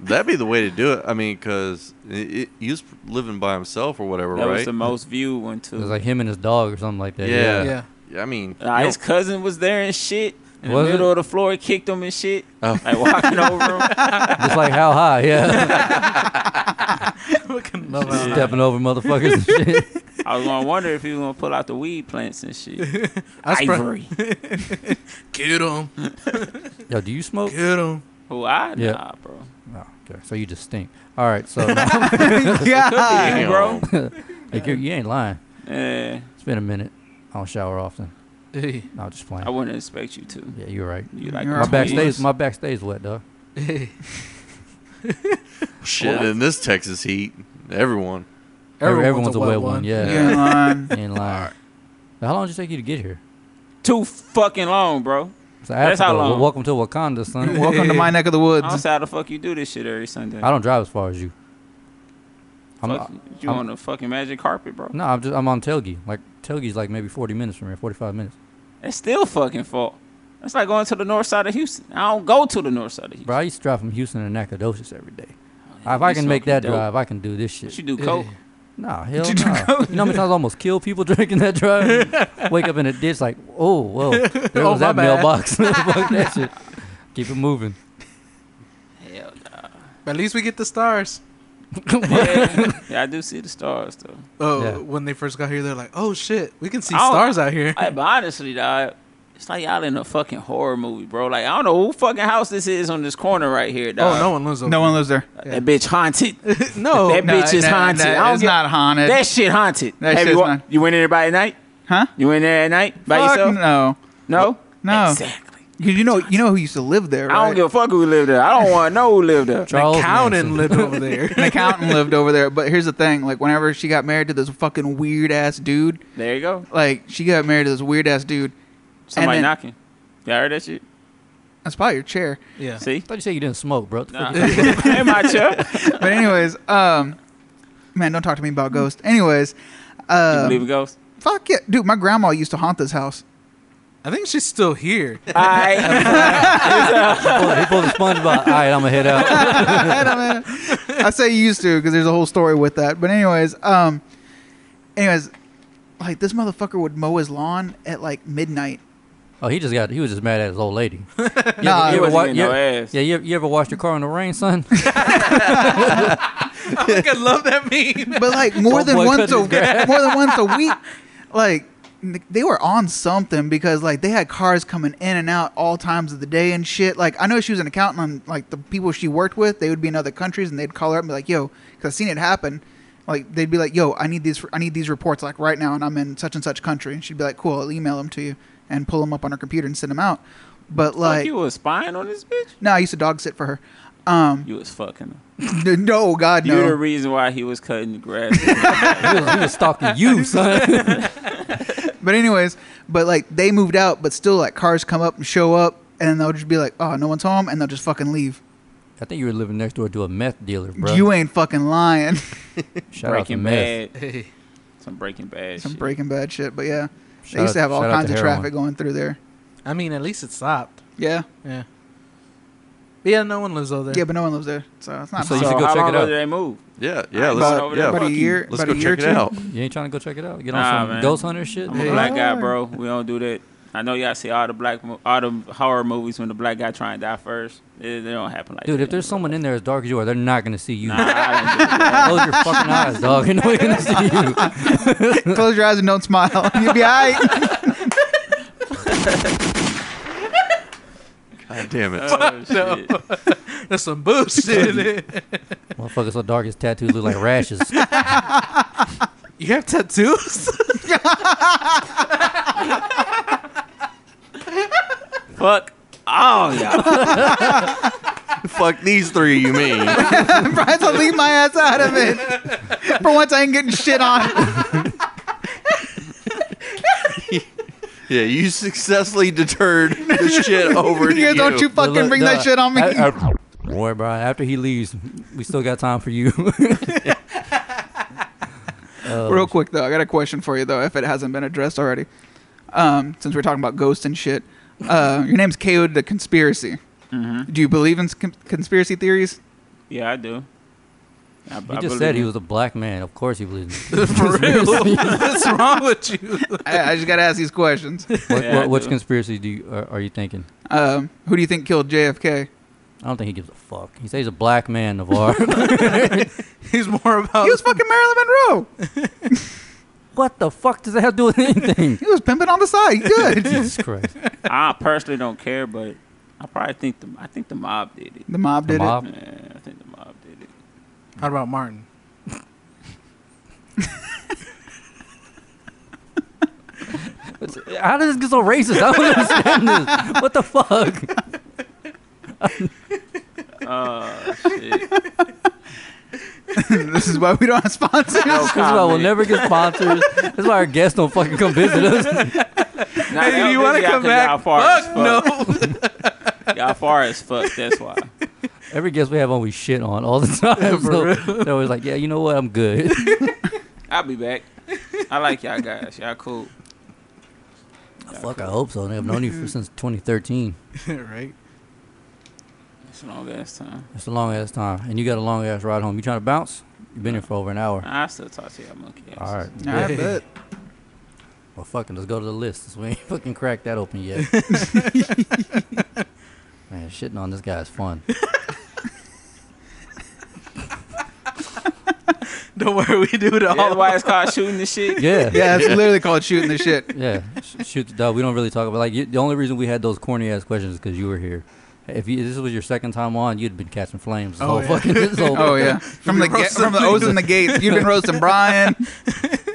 S2: That'd be the way to do it. I mean, cause i i he was living by himself or whatever,
S4: That was
S2: right?
S4: the most viewed one too.
S1: It was like him and his dog or something like that.
S2: Yeah.
S7: Yeah.
S2: I mean,
S4: Nah,
S2: you
S4: Uh, his cousin was there and shit. In
S1: Was
S4: the middle
S1: it?
S4: of the floor, kicked him and shit.
S2: Oh.
S4: Like walking over him.
S1: Just like how high, yeah.
S7: Fucking love
S4: Yeah.
S7: it.
S1: Stepping over motherfuckers and shit.
S4: I was gonna wonder if he was gonna pull out the weed plants and shit.
S7: I was pro-
S4: Ivory.
S7: Get him.
S1: Yo, do you smoke?
S7: Get him.
S4: Who I
S1: Yeah.
S4: nah, bro.
S1: Oh, okay. So you just stink. All right, so
S3: yeah.
S4: You, bro.
S1: like, you, you ain't lying.
S4: Yeah,
S1: It's been a minute. I don't shower often.
S7: Hey,
S1: No, I'm just playing.
S4: I wouldn't expect you to.
S1: yeah, you're right.
S4: You like
S3: You're
S1: My
S3: Our
S1: backstays,
S4: tweets.
S1: my backstays wet, dog.
S7: hey.
S2: shit in this Texas heat, everyone.
S1: Every-
S7: Everyone's
S1: Everyone's,
S7: a
S1: a
S7: wet
S1: wet,
S7: one.
S1: one. Yeah,
S3: Come on.
S1: You ain't lying. How long did it take you to get here?
S4: Too fucking long, bro.
S1: So
S4: That's how
S1: Africa, well,
S4: long.
S1: Welcome to Wakanda, son.
S3: Welcome to my neck of the
S4: I don't
S3: woods.
S4: see how the fuck you do this shit every Sunday.
S1: I don't drive as far as you. I'm,
S4: Fuck, you
S1: I'm-
S4: on the fucking magic carpet, bro.
S1: no, I'm just I'm on Telgi. Like Telgi's like maybe 40 minutes from here, 45 minutes.
S4: It's still fucking far. That's like going to the north side of Houston. I don't go to the north side of Houston.
S1: Bro, I used to drive from Houston to Nacogdoches every day. if
S4: you
S1: I can make
S4: smoking
S1: that
S4: dope.
S1: drive, I can do this
S4: What
S1: shit.
S4: you do, coke?
S1: Nah, hell no. You know how many times I almost kill people drinking that drive? Wake up in a ditch like, oh, whoa, there
S7: Oh,
S1: was
S7: my
S1: that
S7: bad.
S1: mailbox. Fuck that shit. Keep it moving.
S4: Hell
S7: But at least we get the stars.
S4: yeah. yeah, I do see the stars though.
S7: Oh,
S1: Yeah.
S7: when they first got here, they're like, "Oh shit, we can see
S4: I don't-
S7: stars out here."
S4: I, but honestly, dog, it's like y'all in a fucking horror movie, bro. Like I don't know who fucking house this is on this corner right here, dog.
S7: oh, no one lives.
S3: No one lives there.
S4: That bitch haunted.
S7: one. no,
S4: That bitch is haunted. I don't
S3: it's
S4: get-
S3: not haunted.
S4: that shit haunted.
S3: That
S4: Have
S3: shit's
S4: you, wa-
S3: not-
S4: you went in there by night?
S3: huh?
S4: You went in there at night by
S3: Fuck
S4: yourself?
S3: no.
S4: No.
S3: No.
S4: Exactly.
S3: 'Cause you know, you know who used to live there,
S4: I
S3: right?
S4: don't give a fuck who lived there. I don't want to know who lived there.
S1: Charles Manson.
S7: Cowden lived over there.
S3: An accountant lived over there. But here's the thing: like, whenever she got married to this fucking weird ass dude,
S4: There you go.
S3: like she got married to this weird ass dude.
S4: Somebody
S3: then-
S4: knocking. Y'all heard that shit?
S3: That's probably your chair.
S7: yeah.
S4: See?
S1: I thought you said you didn't smoke, bro. What the fuck
S4: Nah.
S1: you-
S4: Hey, my chub.
S3: But anyways, um, man, don't talk to me about ghosts. Anyways,
S4: You
S3: uh,
S4: believe in ghosts?
S3: fuck yeah, dude. My grandma used to haunt this house.
S7: I think she's still here.
S4: All right.
S1: He pulled, he pulled the SpongeBob. All right, I'm gonna head out.
S3: I say used to because there's a whole story with that. But anyways, um, anyways, like this motherfucker would mow his lawn at like midnight.
S1: Oh, he just got. He was just mad at his old lady.
S3: nah,
S4: He
S1: you ever
S4: wasn't
S1: wa-
S4: getting
S1: you-
S4: no ass.
S1: Yeah, you, ever- you ever washed your car in the rain, son?
S7: I love that meme.
S3: but like more
S1: Old
S3: than
S1: boy
S3: once
S1: cutting
S3: a
S1: his grass.
S3: more than once a week, like n- they were on something because like they had cars coming in and out all times of the day and shit. Like I know she was an accountant on like the people she worked with. They would be in other countries and they'd call her up and be like, "Yo," because I seen it happen. Like they'd be like, "Yo, I need these I need these reports like right now, and I'm in such and such country." And she'd be like, "Cool, I'll email them to you and pull them up on her computer and send them out." But
S4: Like
S3: like,
S4: you was spying on this bitch.
S3: no, I used to dog sit for her. Um,
S4: You was fucking. Her.
S3: n- no, God, no.
S4: You're the reason why he was cutting the grass.
S1: he, was, he was stalking you, son.
S3: But anyways, but like they moved out, but still like cars come up and show up, and they'll just be like, "Oh, no one's home," and they'll just fucking leave.
S1: I think you were living next door to a meth dealer, bro.
S3: You ain't fucking lying.
S1: Shout out to
S4: Breaking
S1: meth.
S4: Bad.
S7: Hey,
S4: Some Breaking Bad.
S3: Some
S4: shit.
S3: Breaking Bad shit, but yeah,
S1: Shout
S3: they used to
S1: out-
S3: have all
S1: shout out
S3: kinds
S1: to
S3: of
S1: heroin.
S3: traffic going through there.
S7: I mean, at least it stopped.
S3: Yeah,
S7: Yeah. But yeah, no one lives over there.
S3: yeah, but no one lives there, so it's not.
S1: So
S3: hot.
S1: you should
S4: So
S1: go
S4: how
S1: check
S4: long
S1: it
S4: ago
S1: out.
S4: did they move?
S2: Yeah, yeah.
S4: ain't
S2: Let's,
S4: going over
S2: yeah,
S4: there.
S3: about a
S4: fuck you.
S3: year,
S2: let's go
S3: about a year
S2: check it
S3: or two.
S2: out.
S1: You ain't trying to go check it out? Get on
S4: Nah,
S1: some
S4: man.
S1: ghost hunter shit?
S4: I'm a
S3: Hey.
S4: black guy,
S3: Alright.
S4: bro. We don't do that. I know y'all see all the black, mo- all the horror movies when the black guy trying to die first. It, they don't happen like that.
S1: Dude, if there's someone in there as dark as you are, they're not going to see you.
S4: Nah, I don't do that.
S1: Close your fucking eyes, dog. They're not going to see you.
S3: Close your eyes and don't smile. You'll be alright.
S2: God damn it.
S4: Oh, shit.
S7: That's some bullshit.
S1: Motherfucker so dark his tattoos look like rashes.
S7: you have tattoos?
S4: Fuck. Oh yeah.
S2: Fuck these three, you mean?
S3: Brian's gonna leave my ass out of it. For once, I ain't getting shit on.
S2: yeah, you successfully deterred the shit over to
S3: Yeah,
S2: you.
S3: don't you fucking
S1: Look,
S3: bring
S1: nah,
S3: that shit on me.
S1: I- I- Don't worry, Brian. After he leaves, we still got time for you.
S3: Real quick though, I got a question for you though, if it hasn't been addressed already. Um, since we're talking about ghosts and shit, uh, your name's ko the conspiracy.
S7: Mm-hmm.
S3: Do you believe in con- conspiracy theories?
S4: Yeah, I do. I,
S1: he just said he was a black man. Of course he believes. in it.
S7: For real? What's wrong with you?
S3: I, I just gotta ask these questions.
S1: What,
S4: Yeah, I
S1: what, which
S4: do.
S1: conspiracy do you, are, are you thinking?
S3: Um, who do you think killed JFK?
S1: I don't think he gives a fuck. He says he's a black man, Navarre.
S7: He's more about.
S3: He was fucking Marilyn Monroe.
S1: what the fuck does that have to do with anything?
S3: He was pimping on the side. He good.
S1: Jesus Christ.
S4: I personally don't care, but I probably think the I think the mob did it.
S3: The mob
S1: The
S3: did
S1: mob?
S4: Yeah, I think the mob did it.
S7: How about Martin?
S1: It's- How did this get so racist? I don't understand this. What the fuck?
S4: Oh shit.
S3: it. this is why we don't have sponsors.
S4: No
S1: This is why we'll
S4: comment.
S1: never get sponsors. That's why our guests don't fucking come visit us.
S4: Nah,
S7: Hey,
S4: they
S7: do
S4: don't
S7: you want
S4: visit
S7: to
S4: y'all
S7: come
S4: 'cause Y'all
S7: back?
S4: far as
S7: Fuck
S4: fuck.
S7: no.
S4: Y'all far as fuck. That's why.
S1: Every guest we have on, we shit on all the time. So they're always like, yeah, you know what? I'm good.
S4: I'll be back. I like y'all guys. Y'all cool.
S1: Fuck, I hope so. I've known you for, since 2013.
S7: right?
S4: It's a long ass time.
S1: That's a long ass time. And you got a long ass ride home. You trying to bounce? You've been here for over an hour.
S4: I still talk to y'all monkey asses.
S1: All right.
S3: I bet.
S1: Well, fucking, let's go to the list. 'cause We ain't fucking cracked that open yet. Man, shitting on this guy is fun.
S7: Don't worry, we do it all.
S4: That's why it's called shooting the shit.
S1: Yeah.
S3: Yeah, it's literally called shooting the shit.
S1: Yeah, sh- shoot the dog. We don't really talk about like you, the only reason we had those corny ass questions is because you were here. If you, this was your second time on, you'd been catching flames. This
S7: Oh,
S1: whole
S7: yeah.
S1: fucking this whole,
S3: Oh yeah, from the ga-
S7: roasting
S3: from the O's and the gates. You've been roasting Brian.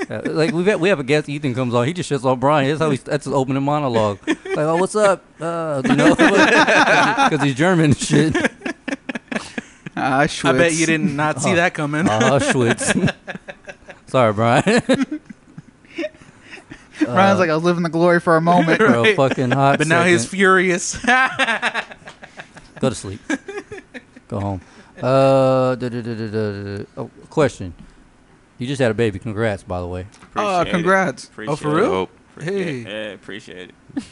S1: yeah, Uh, like we have, we have a guest. Ethan comes on. He just shits on Brian. That's how he that's his opening monologue. Like, oh, what's up? Uh, you know, because he's German and shit.
S3: Ah,
S7: I bet
S3: Schwitz.
S7: you did not see
S1: Oh.
S7: that coming.
S1: Uh, Schwitz. Sorry, Brian.
S3: Brian's like I was living the glory for a moment.
S1: Bro, fucking hot.
S7: but now he's
S1: second.
S7: furious.
S1: go to sleep. go home. Uh, da, da, da, da, da, da. Oh, question. You just had a baby. Congrats, by the way.
S3: Oh,
S4: Appreciate it.
S3: congrats.
S4: Appreciate
S7: for real?
S4: it.
S2: Hope.
S7: Hey.
S4: Yeah, yeah, appreciate it.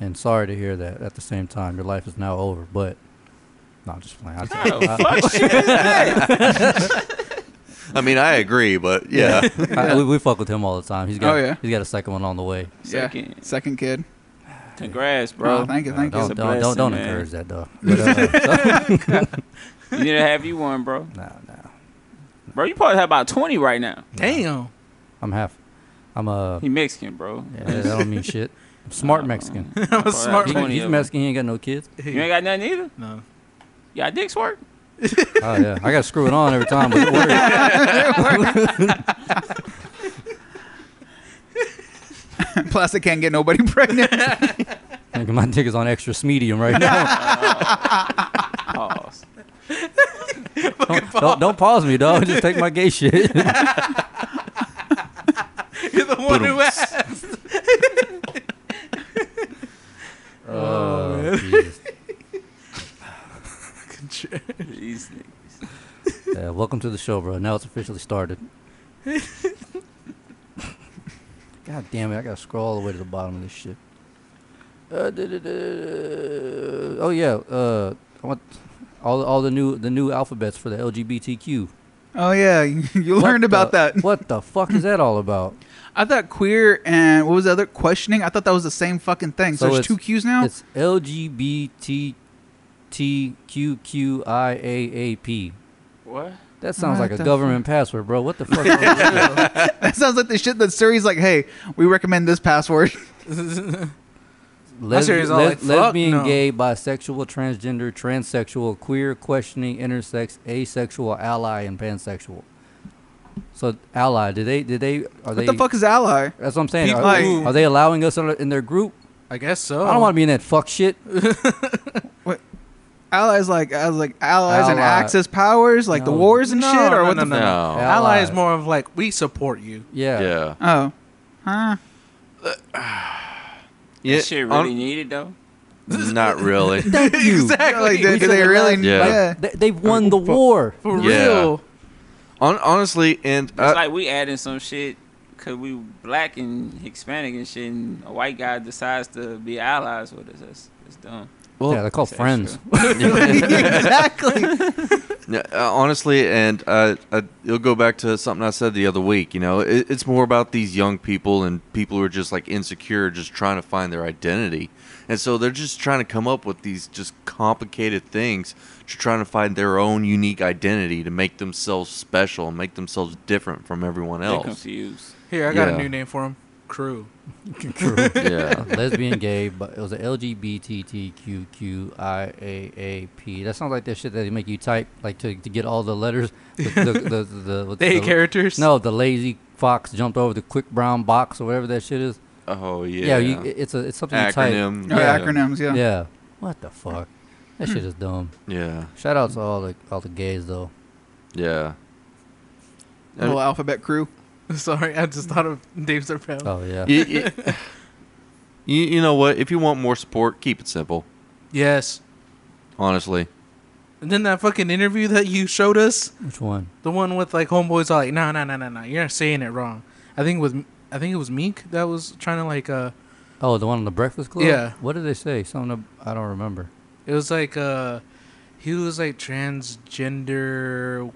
S1: And sorry to hear that. At the same time, your life is now over.
S7: Oh,
S1: But no, I'm just playing. I,
S4: Oh,
S1: I-
S4: fuck shit.
S2: I mean, I agree, but yeah.
S1: I- we, we fuck with him all the time. He's got
S3: Oh, yeah.
S1: he's got a second one on the way.
S3: Second,
S4: Second.
S3: second kid.
S4: Congrats, bro.
S3: Oh, thank you,
S1: Uh,
S3: thank you.
S1: don't,
S4: a
S1: don't, don't, don't
S4: blessing, man.
S1: encourage that dog. But, uh, so-
S4: you need to have you one, bro.
S1: nah, nah.
S4: Bro, you probably have about twenty right now.
S7: Damn.
S1: I'm half. I'm a.
S4: He Mexican, bro.
S1: Yeah, that don't mean shit. I'm smart Mexican.
S7: I'm a smart.
S1: He,
S4: Twenty
S1: he's
S4: of 'em.
S1: Mexican. He ain't got no kids.
S4: You ain't got nothing either.
S7: No.
S4: Y'all dicks work.
S1: Oh yeah, I gotta screw it on every time. But it works.
S3: Plus, it can't get nobody pregnant.
S1: Like, my dick is on extra medium right now.
S4: Pause.
S1: Don't, don't, don't pause me, dog. Just take my gay shit.
S7: You're the one who asked.
S1: oh, Jesus.
S4: These niggas.
S1: Yeah, welcome to the show, bro. Now it's officially started. God damn it! I gotta scroll all the way to the bottom of this shit. Uh, duh, duh, duh. oh yeah, uh, I want all all the new the new alphabets for the LGBTQ.
S3: oh yeah, you, you
S1: What
S3: learned about
S1: the-
S3: that.
S1: What the fuck is that all about?
S3: I thought queer and what was the other questioning? I thought that was the same fucking thing. So,
S1: So
S3: there's two
S1: it's-
S3: Q's now.
S1: It's LGBTQQIAAP.
S4: What?
S1: That sounds
S3: What
S1: like
S3: the
S1: a government password, bro. What the fuck? is that?
S3: That sounds like the shit that Siri's like, hey, we recommend this password.
S1: Lesb-
S7: serious, I was like, fuck
S1: lesbian,
S7: no.
S1: gay, bisexual, transgender, transsexual, queer, questioning, intersex, asexual, ally, and pansexual. So ally, did they? Did they? Are they?
S3: what the fuck is ally?
S1: That's what I'm saying.
S3: People-
S1: Are,
S3: like- Oh.
S1: are they allowing us in their group?
S7: I guess so.
S1: I don't want to be in that fuck shit.
S3: Allies like I was like allies and
S1: Ally.
S3: access powers, like the
S1: No.
S3: wars and
S7: No,
S3: shit, or
S7: no,
S3: what
S7: no,
S3: the
S7: no.
S3: fuck?
S2: no.
S7: Ally is
S1: Ally.
S7: more of like we support you.
S1: Yeah.
S2: Yeah.
S3: Oh, huh?
S2: Yeah.
S4: This shit
S2: I'm-
S1: um,
S4: really needed though.
S2: not really.
S1: Thank you.
S3: Like,
S7: Exactly.
S3: do, do they really?
S2: Yeah.
S3: yeah.
S1: They, they've won the war.
S7: For
S2: Yeah.
S7: real.
S2: Hon- honestly, and uh,
S1: uh,
S4: It's
S2: I-
S4: like we adding some shit because we black and Hispanic and shit, and a white guy decides to be allies with us. That's, that's dumb.
S2: Well,
S1: yeah, they're called
S4: It's
S1: friends.
S3: exactly.
S2: Yeah, uh, honestly, and uh, uh, it'll go back to something I said the other week. You know, it, it's more about these young people and people who are just like insecure, just trying to find their identity, and so they're just trying to come up with these just complicated things, to trying to find their own unique identity to make themselves special and make themselves different from everyone
S4: They're
S2: else.
S4: confused.
S7: Here, I got
S2: Yeah.
S7: a new name for him. Crew.
S2: Yeah,
S1: lesbian, gay, but it was a LGBTQQIAAP. That sounds like that shit that they make you type, like to, to get all the letters. The, the, the, the, what-
S7: They
S1: the-
S7: characters.
S1: No, the lazy fox jumped over the quick brown box or whatever that shit is.
S2: oh
S1: Yeah,
S2: yeah,
S1: you, it- it's a it's something
S2: acronym,
S3: Or acronyms,
S1: you
S3: yeah.
S1: type. Yeah. What the fuck? That shit is dumb.
S2: yeah,
S1: Shout out to all the all the gays though.
S2: yeah.
S3: Little alphabet crew.
S7: Sorry, I just thought of Dave Chappelle.
S1: Oh yeah.
S2: you, you, you- you know what? If you want more support, keep it simple.
S7: Yes.
S2: Honestly,
S7: And then that fucking interview that you showed us,
S1: Which one?
S7: the one with like homeboys all like, no, no, no, no, no, you're saying it wrong. I think with I think it was Meek that was trying to like uh,
S1: Oh, the one on the Breakfast Club.
S7: Yeah.
S1: What did they say? Something ab- I don't remember.
S7: it was like uh, he was like transgender,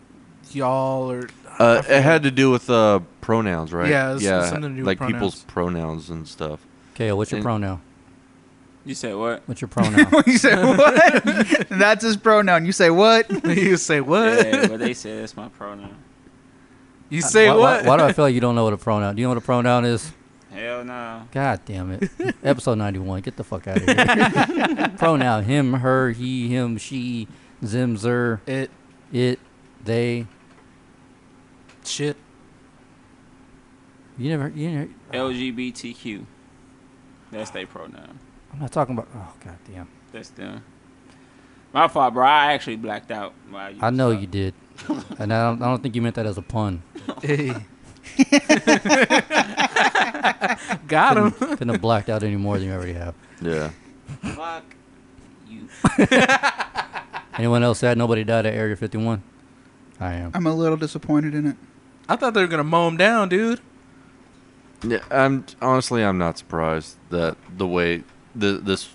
S7: y'all or
S2: uh, it had to do with uh, pronouns, right?
S7: Yeah, it was- it was something to do with
S2: like people's pronouns and stuff.
S1: Kale, what's your
S2: And-
S1: pronoun?
S4: You said what?
S1: What's your pronoun?
S3: you say what? That's his pronoun. You say what?
S7: you say what?
S4: yeah, but they said that's my pronoun.
S7: You say
S1: why,
S7: what?
S1: Why, why do I feel like you don't know what a pronoun? Do you know what a pronoun is?
S4: Hell no.
S1: God damn it! Episode ninety-one. Get the fuck out of here. pronoun: him, her, he, him, she, zim, zer,
S7: it
S1: it, they.
S7: shit.
S1: You never. You never.
S4: LGBTQ. That's their pronoun.
S1: I'm not talking about. Oh god damn!
S4: That's them. My fault, bro. I actually blacked out. while
S1: I know
S4: was
S1: you
S4: talking.
S1: did, and I don't, I don't think you meant that as a pun.
S7: Hey. Got him.
S1: Couldn't have blacked out any more than you already have.
S2: Yeah.
S4: Fuck you.
S1: Anyone else sad? Nobody died at Area 51. I am.
S3: I'm a little disappointed in it.
S7: I thought they were gonna mow him down, dude.
S2: yeah. I'm honestly, I'm not surprised that the way the this,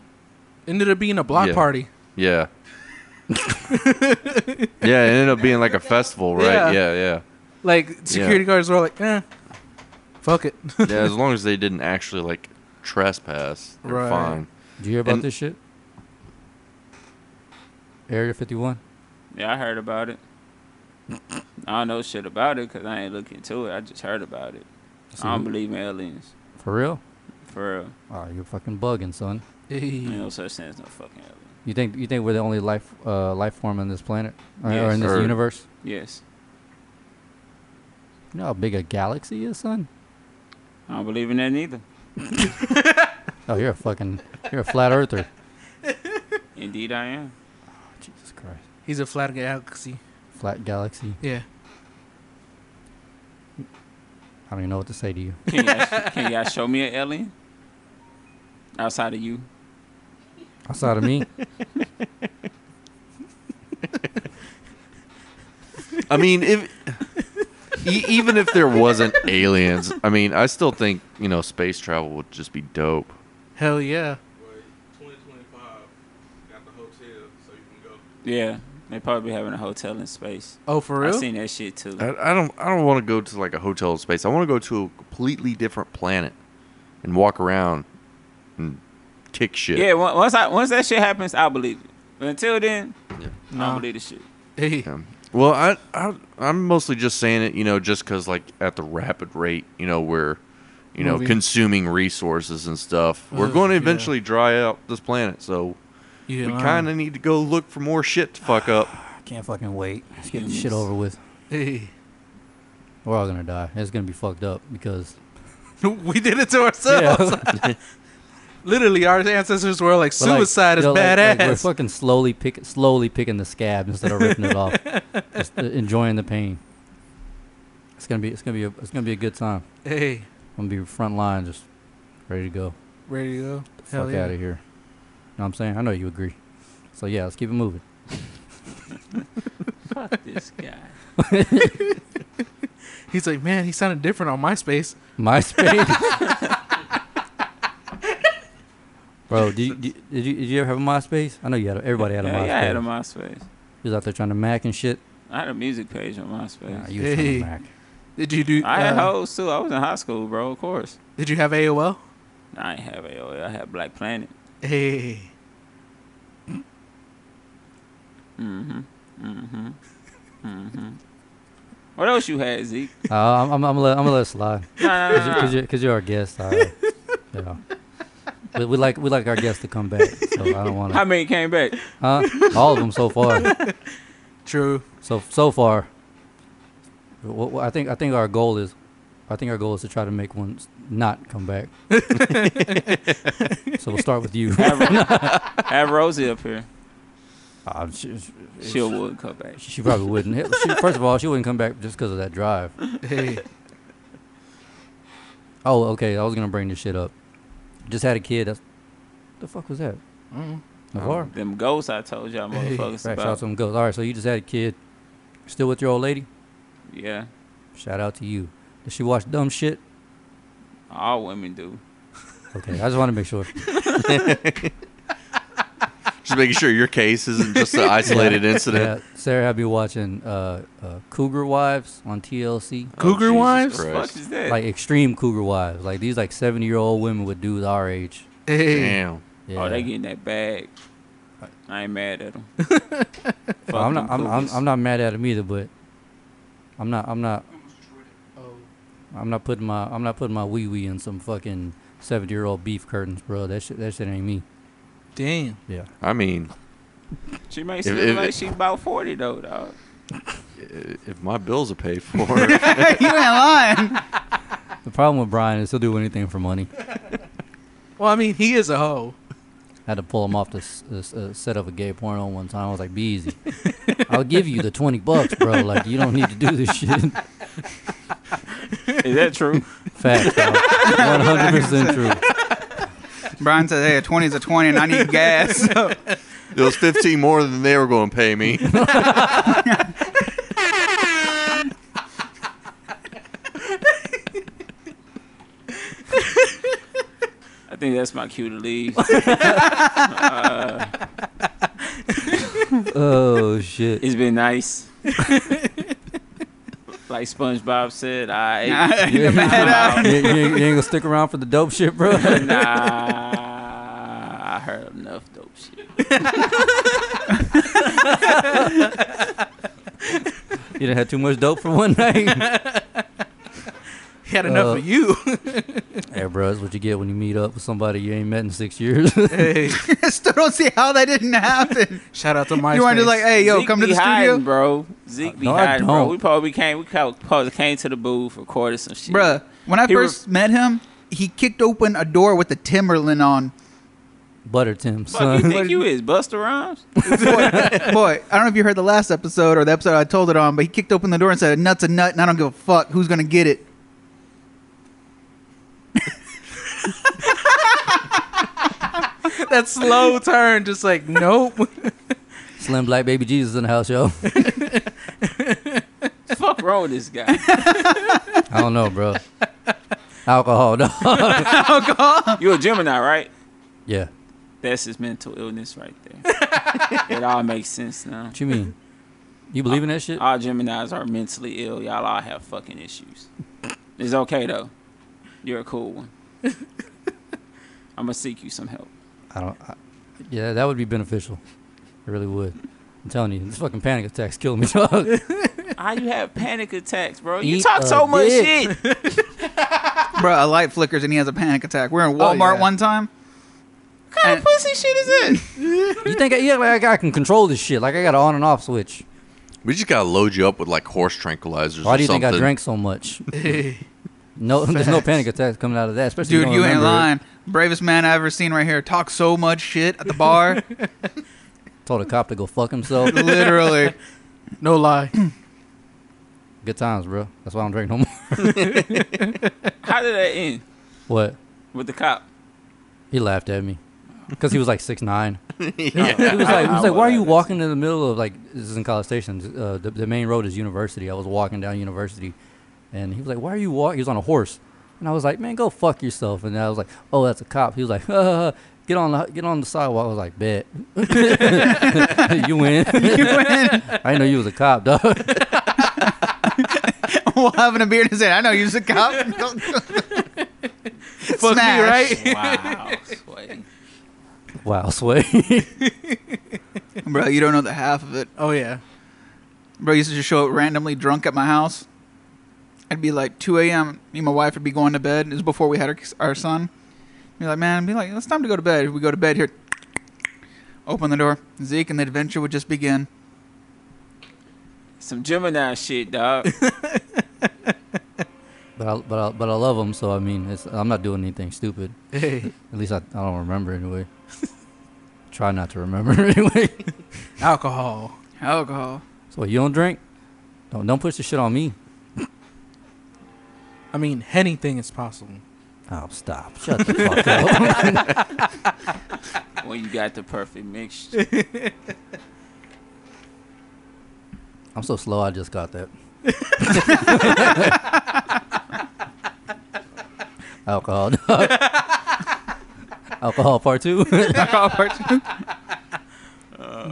S7: Ended up being a block
S2: Yeah.
S7: party.
S2: yeah. yeah, it ended up being like a festival, right?
S7: Yeah.
S2: Yeah, yeah.
S7: Like security guards were all like, eh, fuck it.
S2: yeah, as long as they didn't actually like trespass, they're
S7: Right.
S2: fine.
S1: Do you hear about
S2: And-
S1: this shit? Area 51.
S4: Yeah, I heard about it. I don't know shit about it because I ain't look into it. I just heard about it. I don't believe in aliens.
S1: For real?
S4: For real.
S1: Oh, you're fucking bugging, son.
S7: Hmm.
S4: Ain't no such thing as no fucking alien.
S1: You think you think we're the only life uh, life form on this planet or, or
S4: Yes.
S1: in this
S2: Or-
S1: universe?
S4: Yes.
S1: You know how big a galaxy is, son?
S4: I don't believe in that neither.
S1: Oh, you're a fucking you're a flat earther.
S4: Indeed, I am.
S1: Jesus Christ.
S7: He's a flat galaxy.
S1: Flat galaxy.
S7: Yeah.
S1: I don't even know what to say to you.
S4: Can y'all, can y'all show me an alien? Outside of you?
S1: Outside of me,
S2: I mean, if e- even if there wasn't aliens, I mean, I still think you know space travel would just be dope.
S7: Hell yeah.
S4: Yeah. They probably having a hotel in space.
S7: Oh, for real?
S4: I seen that shit too.
S2: I, I don't I don't want to go to like a hotel space. I want to go to a completely different planet and walk around and kick shit.
S4: Yeah, on- once I once that shit happens, I believe it. But until then, I
S7: Nah.
S4: don't believe the shit.
S7: Hey.
S2: Um, Well, I, I I'm mostly just saying it, you know, just because like at the rapid rate, you know, we're you know
S7: Moving.
S2: consuming resources and stuff. We're
S7: Ugh,
S2: going to
S7: yeah.
S2: eventually dry out this planet, so
S7: You
S2: we
S7: lying.
S2: kind of need to go look for more shit to fuck up.
S1: I can't fucking wait. Let's get this shit over with.
S7: Hey.
S1: We're all gonna die. It's gonna be fucked up because
S7: We did it to ourselves. Literally, our ancestors were like,
S1: But, like,
S7: suicide is
S1: you know, like-
S7: badass.
S1: like, we're fucking slowly pick, slowly picking the scab instead of ripping it off. Just uh, enjoying the pain. It's gonna be it's gonna be a, it's gonna be a good time.
S7: hey.
S1: I'm gonna be front line, just ready to go.
S7: Ready to go?
S1: The fuck out of here. You know what I'm saying? I know you agree. So yeah, let's keep it moving.
S4: Fuck this guy.
S7: He's like, man, he sounded different on MySpace.
S1: MySpace. Bro, do you, do you- did you did you ever have a MySpace? I know you had a, evereverybody had a
S4: yeah,
S1: MySpace.
S4: yeah, I had a MySpace.
S1: you was out there trying to Mac and shit.
S4: I had a music page on
S1: Nah,
S4: MySpace.
S1: you was trying
S7: Hey.
S1: to Mac.
S7: Did you do?
S4: I had
S7: uh,
S4: hoes too. I was in high school, bro. Of course.
S7: Did you have AOL?
S4: I ain't have AOL. I had Black Planet.
S7: Hey.
S4: Mm-hmm. Mm-hmm. Mm-hmm. What else you had, Zeke?
S1: Uh, I'm, I'm, I'm, gonna let, I'm gonna let it slide.
S4: Nah, nah, nah,
S1: Because
S4: nah.
S1: you're, 'cause you're our guest. Uh, you know. we, we like we like our guests to come back, so I don't want
S4: How
S1: to.
S4: many came back?
S1: Huh? All of them so far.
S7: True.
S1: So so far, Wh- wh- I think I think our goal is, I think our goal is to try to make one s- not come back. so we'll start with you.
S4: Have, have Rosie up here.
S1: Uh, she, she-
S4: She would come back.
S1: she probably wouldn't. Hell, She, first of all, she wouldn't come back just because of that drive.
S7: Hey.
S1: Oh, okay. I was gonna bring this shit up. Just had a kid. That's, the fuck was that?
S7: Mm-hmm.
S1: Navarre.
S4: Them ghosts I told y'all motherfuckers
S1: Right, shout out
S4: about.
S1: to them ghosts. All right, so you just had a kid. Still with your old lady?
S4: Yeah,
S1: Shout out to you. Did she watch dumb shit?
S4: all women do.
S1: Okay, I just want to make sure.
S2: Just making sure your case isn't just an isolated incident.
S1: Yeah, Sarah had me watching uh, uh, Cougar Wives on TLC.
S2: Oh,
S7: Cougar
S2: Jesus
S7: wives?
S4: What
S2: Christ.
S4: is that?
S1: Like extreme Cougar Wives. Like these like 70 year old women with dudes our age.
S7: Hey.
S2: Damn.
S1: Yeah.
S4: Oh, they getting that bag. I ain't mad at them.
S1: Well, I'm, not, I'm, I'm, I'm not mad at him either, but I'm not I'm not I'm not putting my I'm not putting my wee wee in some fucking 70 year old beef curtains, bro. That shit that shit ain't me.
S7: Damn.
S1: Yeah.
S2: I mean,
S4: She may
S2: If-
S4: seem
S2: if-
S4: like she about 40, though, dog.
S2: i- if my bills are paid for, I
S3: you ain't lying.
S1: The problem with Brian is he'll do anything for money.
S7: Well, I mean, he is a hoe.
S1: I had to pull him off the s- the s- uh, set of a gay porno one time. I was like, "Be easy. I'll give you the twenty bucks, bro. Like you don't need to do this shit."
S4: Is that true?
S1: Fact, one hundred percent true.
S3: Brian said, hey, a 20 is a 20 and I need gas. So,
S2: it was fifteen more than they were going to pay me.
S4: I think that's my cue to leave.
S1: Oh shit! Oh,
S4: It's been nice. like SpongeBob said, I
S3: the
S1: you, you- you ain't gonna stick around for the dope shit, bro.
S4: nah, I heard enough dope shit.
S1: You done had too much dope for one night.
S7: He had enough
S1: Uh,
S7: of you.
S1: hey, bro, that's what you get when you meet up with somebody you ain't met in six years.
S7: hey,
S3: I still don't see how that didn't happen.
S7: shout out to MySpace.
S3: You want to like, hey, yo,
S4: Zeke
S3: come to
S4: be
S3: the
S4: hiding,
S3: studio,
S4: bro. Zeke be
S1: Uh, No, I
S4: hiding, bro.
S1: don't.
S4: We probably came. We probably came to the booth, recorded some shit,
S3: bruh. When I
S4: He
S3: first met him, he kicked open a door with a Timberland on.
S1: Butter Tim,
S4: Fuck you
S1: son.
S4: think you is Buster Rhymes?
S3: boy, boy, I don't know if you heard the last episode or the episode I told it on, but he kicked open the door and said, "A "Nuts a nut," and I don't give a fuck who's gonna get it.
S7: that slow turn, just like nope.
S1: Slim Black Baby Jesus in the house, yo.
S4: Fuck wrong with this guy?
S1: I don't know, bro. Alcohol, dog.
S4: You a Gemini, right?
S1: yeah.
S4: That's his mental illness right there. it all makes sense now.
S1: What you mean? You believe in that shit?
S4: All Geminis are mentally ill. Y'all all have fucking issues. It's okay though. You're a cool one. I'm gonna seek you some help.
S1: I don't. I, yeah, that would be beneficial. It really would. I'm telling you, this fucking panic attacks kill me, dog.
S4: How you have panic attacks, bro? You
S1: Eat
S4: talk
S1: a
S4: so much
S1: dick.
S4: shit.
S3: Bruh, a light flickers and he has a panic attack. We're in Walmart
S1: yeah.
S3: one time.
S4: What kind of
S3: And-
S4: pussy shit is this?
S1: You think? I, yeah, like I can control this shit. Like I got an on and off switch.
S2: We just gotta load you up with like horse tranquilizers.
S1: Why
S2: or
S1: do you think I
S2: something.
S1: drank so much? no, there's no
S3: Facts.
S1: panic attacks coming out of that. Especially if
S3: Dude,
S1: you,
S3: you
S1: don't
S3: ain't
S1: remember it.
S3: lying. Bravest man I ever seen right here. Talk so much shit at the bar.
S1: Told a cop to go fuck himself.
S3: Literally.
S7: No lie.
S1: Good times, bro. That's why I don't drink no more.
S4: How did that end
S1: What?
S4: with the cop?
S1: He laughed at me because he was like six nine.
S2: yeah.
S1: He was like, he was
S4: Ah,
S1: like, why are you
S4: whatever.
S1: walking in the middle of like this is in College Station? Uh, the, the main road is University. I was walking down University, and he was like, why are you walking? He was on a horse, and I was like, man, go fuck yourself. And I was like, oh, that's a cop. He was like, uh, get on the get on the sidewalk. I was like, bet you win.
S3: You went
S1: I didn't know you was a cop, dog.
S3: while having a beer and said, I know you're a cop.
S7: Fuck me, right?
S4: Wow. Sway.
S1: wow, sway.
S3: Bro, you don't know the half of it.
S7: Oh yeah.
S3: Bro used to just show up randomly drunk at my house. It'd be like 2 a.m. Me and my wife would be going to bed. It was before we had our, our son. Be like, man, be like, it's time to go to bed. We go to bed here. Open the door. Zeke and the adventure would just begin.
S4: Some Gemini shit, dog.
S1: but I, but I, but I love him. So I mean, it's, I'm not doing anything stupid.
S7: Hey,
S1: At least I, I don't remember anyway. Try not to remember anyway.
S7: alcohol.
S3: Alcohol.
S1: So you don't drink? Don't don't push the shit on me.
S7: I mean, anything is possible.
S1: Oh, stop. Shut the fuck up.
S4: when you got the perfect mixture.
S1: I'm so slow, I just got that. Alcohol. Alcohol part two.
S3: Alcohol part two.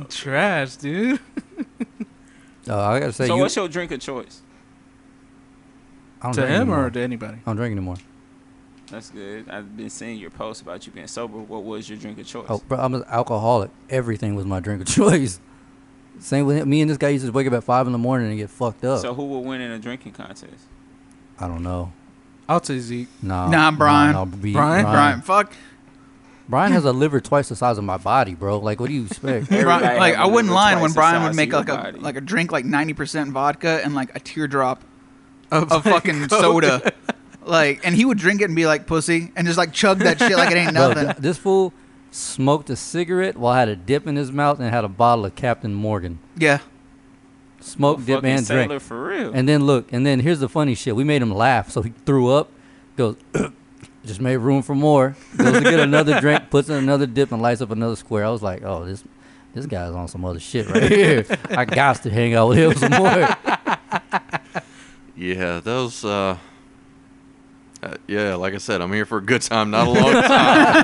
S7: Trash, dude.
S1: Oh, I gotta say,
S4: so
S1: you,
S4: what's your drink of choice?
S1: I don't
S7: To
S1: drink
S7: him
S1: anymore.
S7: or to anybody?
S1: I don't drink anymore.
S4: That's good. I've been seeing your posts about you being sober. What was your drink of choice?
S1: Oh, bro, I'm an alcoholic. Everything was my drink of choice. Same with him. me and this guy used to wake up at five in the morning and get fucked up.
S4: So who will win in a drinking contest?
S1: I don't know.
S7: I'll say Zeke.
S1: No,
S3: Nah, Brian.
S1: no, be-
S7: Brian?
S3: Brian, fuck.
S1: Brian has a liver twice the size of my body, bro. Like, what do you expect?
S3: Brian,
S4: Everybody
S3: like
S4: have
S3: I
S4: a
S3: wouldn't
S4: liver
S3: lie
S4: twice
S3: when
S4: the
S3: Brian
S4: size
S3: would
S4: of
S3: make
S4: your
S3: like a
S4: body.
S3: like a drink like 90% vodka and like a teardrop
S7: Of,
S3: of fucking
S7: Coke.
S3: soda. Like, and he would drink it and be like pussy and just like chug that shit like it ain't
S1: Bro,
S3: nothing.
S1: th- this fool smoked a cigarette while had a dip in his mouth and had a bottle of Captain Morgan.
S3: Yeah.
S1: Smoke, dip,
S4: Fucking
S1: and drink.
S4: Sailor for real.
S1: And then look, and then here's the funny shit. We made him laugh, so he threw up, goes, just made room for more. Goes to get another drink, puts in another dip, and lights up another square. I was like, oh, this this guy's on some other shit right here. I got to hang out with him some more.
S2: Yeah, those. Uh, uh, yeah, like I said, I'm here for a good time, not a long time.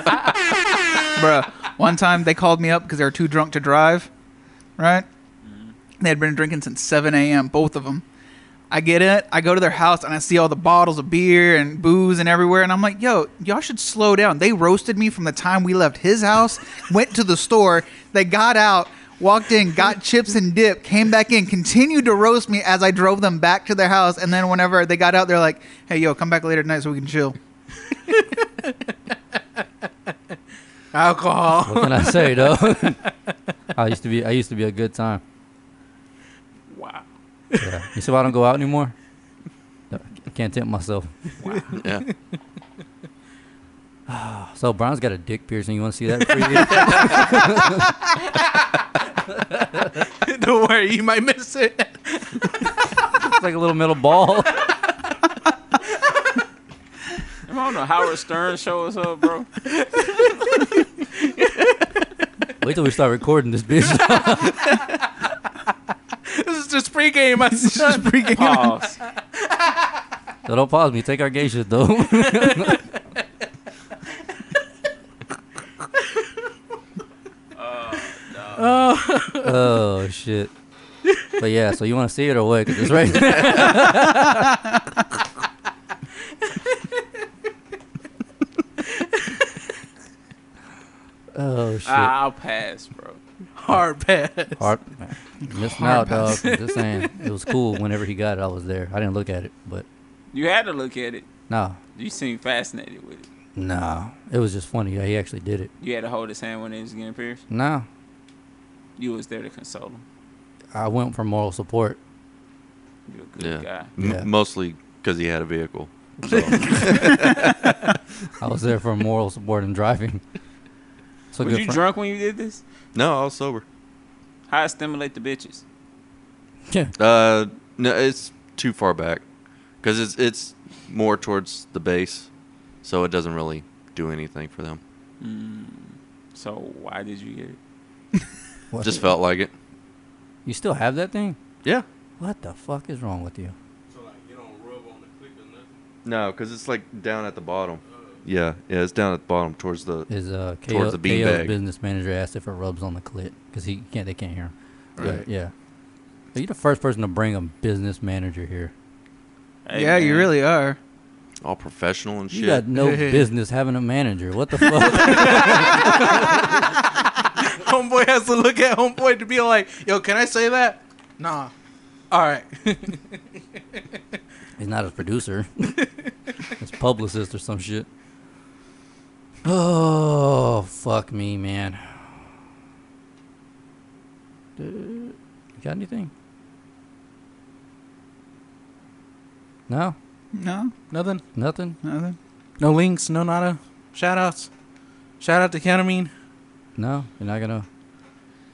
S3: Bruh, one time they called me up because they were too drunk to
S4: Mm-hmm.
S3: drive, right? They had been drinking since 7 a.m., both of them. I get it. I go to their house and I see all the bottles of beer and booze and everywhere, and I'm like, yo, y'all should slow down. They roasted me from the time we left his house, went to the store, they got out. Walked in, got chips and dip, came back in, continued to roast me as I drove them back to their house. And then, whenever they got out, they're like, hey, yo, come back later tonight so we can chill.
S7: Alcohol.
S1: What can I say, though? I used to be I used to be a good time.
S4: Wow.
S1: Yeah. You see why I don't go out anymore? No, I can't tempt myself.
S2: Yeah.
S1: So Brown's got a dick piercing. You want to see that? preview?
S7: Don't worry, you might miss it.
S1: it's like a little metal ball.
S4: Am I on the Howard Stern show or something, bro?
S1: Wait till we start recording this bitch.
S7: This is just pregame. My son.
S4: Pause.
S1: so don't pause me. Take our gay shit though. oh shit. But yeah, so you want to see it or what? 'Cause it's right there. oh shit.
S4: I'll pass, bro.
S7: Hard pass.
S1: Hard, missing out, dog. Just saying, it was cool. Whenever he got it, I was there. I didn't look at it, but
S4: You had to look at it.
S1: no,
S4: You seemed fascinated with it.
S1: no, it was just funny. that He actually did it.
S4: You had to hold his hand when he was getting pierced.
S1: No,
S4: You was there to console him.
S1: I went for moral support.
S4: You're a
S2: Yeah.
S4: good guy.
S2: M-
S1: Yeah.
S2: mostly because he had a vehicle.
S1: I was there for moral support and driving. So
S4: Was you
S1: friend-
S4: drunk when you did this?
S2: No, I was sober.
S4: How it stimulate the bitches?
S1: Yeah.
S2: Uh, no, it's too far back because it's it's more towards the base, so it doesn't really do anything for them.
S4: So why did you get it?
S1: What?
S2: Just felt like it.
S1: you still have that thing?
S2: Yeah.
S1: What the fuck is wrong with you?
S2: No, because it's like down at the bottom. Yeah, yeah, it's down at the bottom towards the.
S1: Is uh KO,
S2: Towards the bean
S1: KO's
S2: bag.
S1: business manager asked if it rubs on the clit because he can't. They can't hear him. But, yeah. So you're the first person to bring a business manager here.
S4: Hey,
S3: yeah, you
S4: man.
S3: really are.
S2: All professional and
S1: You
S2: shit.
S1: got no business having a manager. What the fuck?
S7: Homeboy has to look at homeboy to be like, yo, can I say that? Nah. All right.
S1: He's not a producer. He's a publicist or some shit. Oh fuck me, man. Uh, You got anything? No,
S3: No,
S7: Nothing.
S1: nothing.
S3: nothing.
S7: No links. No nada. Shout outs. Shout out to Ketamine.
S1: No, you're not gonna.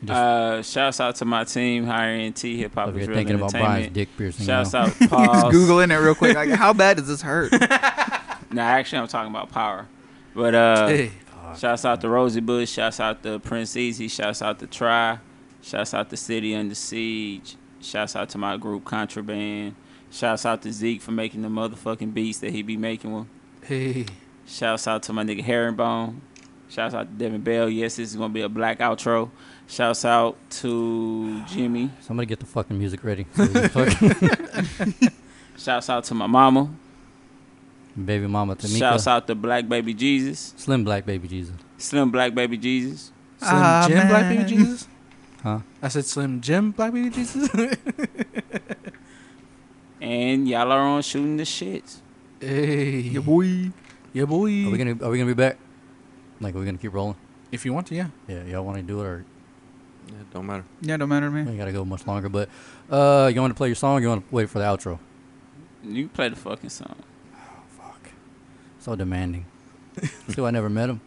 S1: Just-
S4: Uh, shouts out to my team, Higher NT Hip Hop
S1: If
S4: is
S1: you're
S4: Real
S1: thinking about Brian's
S4: Entertainment.
S1: dick piercing, you
S4: Shouts
S1: know.
S4: out
S3: Just
S4: Pause.
S3: googling it real quick. Like, how bad does this hurt?
S4: Nah, actually, I'm talking about power. But uh,
S7: Hey.
S4: shouts out to Rosie Bush. Shouts out to Prince Easy. Shouts out to Try. Shouts out to City Under Siege. Shouts out to my group Contraband. Shouts out to Zeke for making the motherfucking beats that he be making with.
S7: Hey.
S4: Shouts out to my nigga Herringbone. Shouts out to Devin Bell. Yes, this is gonna be a black outro. Shouts out to Jimmy.
S1: Somebody get the fucking music ready. So we can fuck-
S4: Shouts out to my mama.
S1: baby mama Tamika.
S4: Shouts out to Black Baby Jesus.
S1: Slim Black Baby Jesus.
S4: Slim Black Baby Jesus.
S7: Slim
S3: Ah,
S7: Jim Black Baby
S3: man.
S7: Jesus?
S1: Huh?
S7: I said Slim Jim Black Baby Jesus?
S4: And y'all are on shooting the shit.
S7: hey. Yeah, boy. Yeah, boy.
S1: Are we gonna Are we gonna be back? Like, are we gonna keep rolling?
S7: if you want to, yeah.
S1: Yeah, y'all want to do it or
S2: Yeah, don't matter.
S3: Yeah, don't matter to
S1: we
S3: me.
S1: ain't gotta go much longer? But uh, you want to play your song? Or you want to wait for the outro?
S4: You play the fucking song.
S1: Fuck, so demanding. See, why I never met him.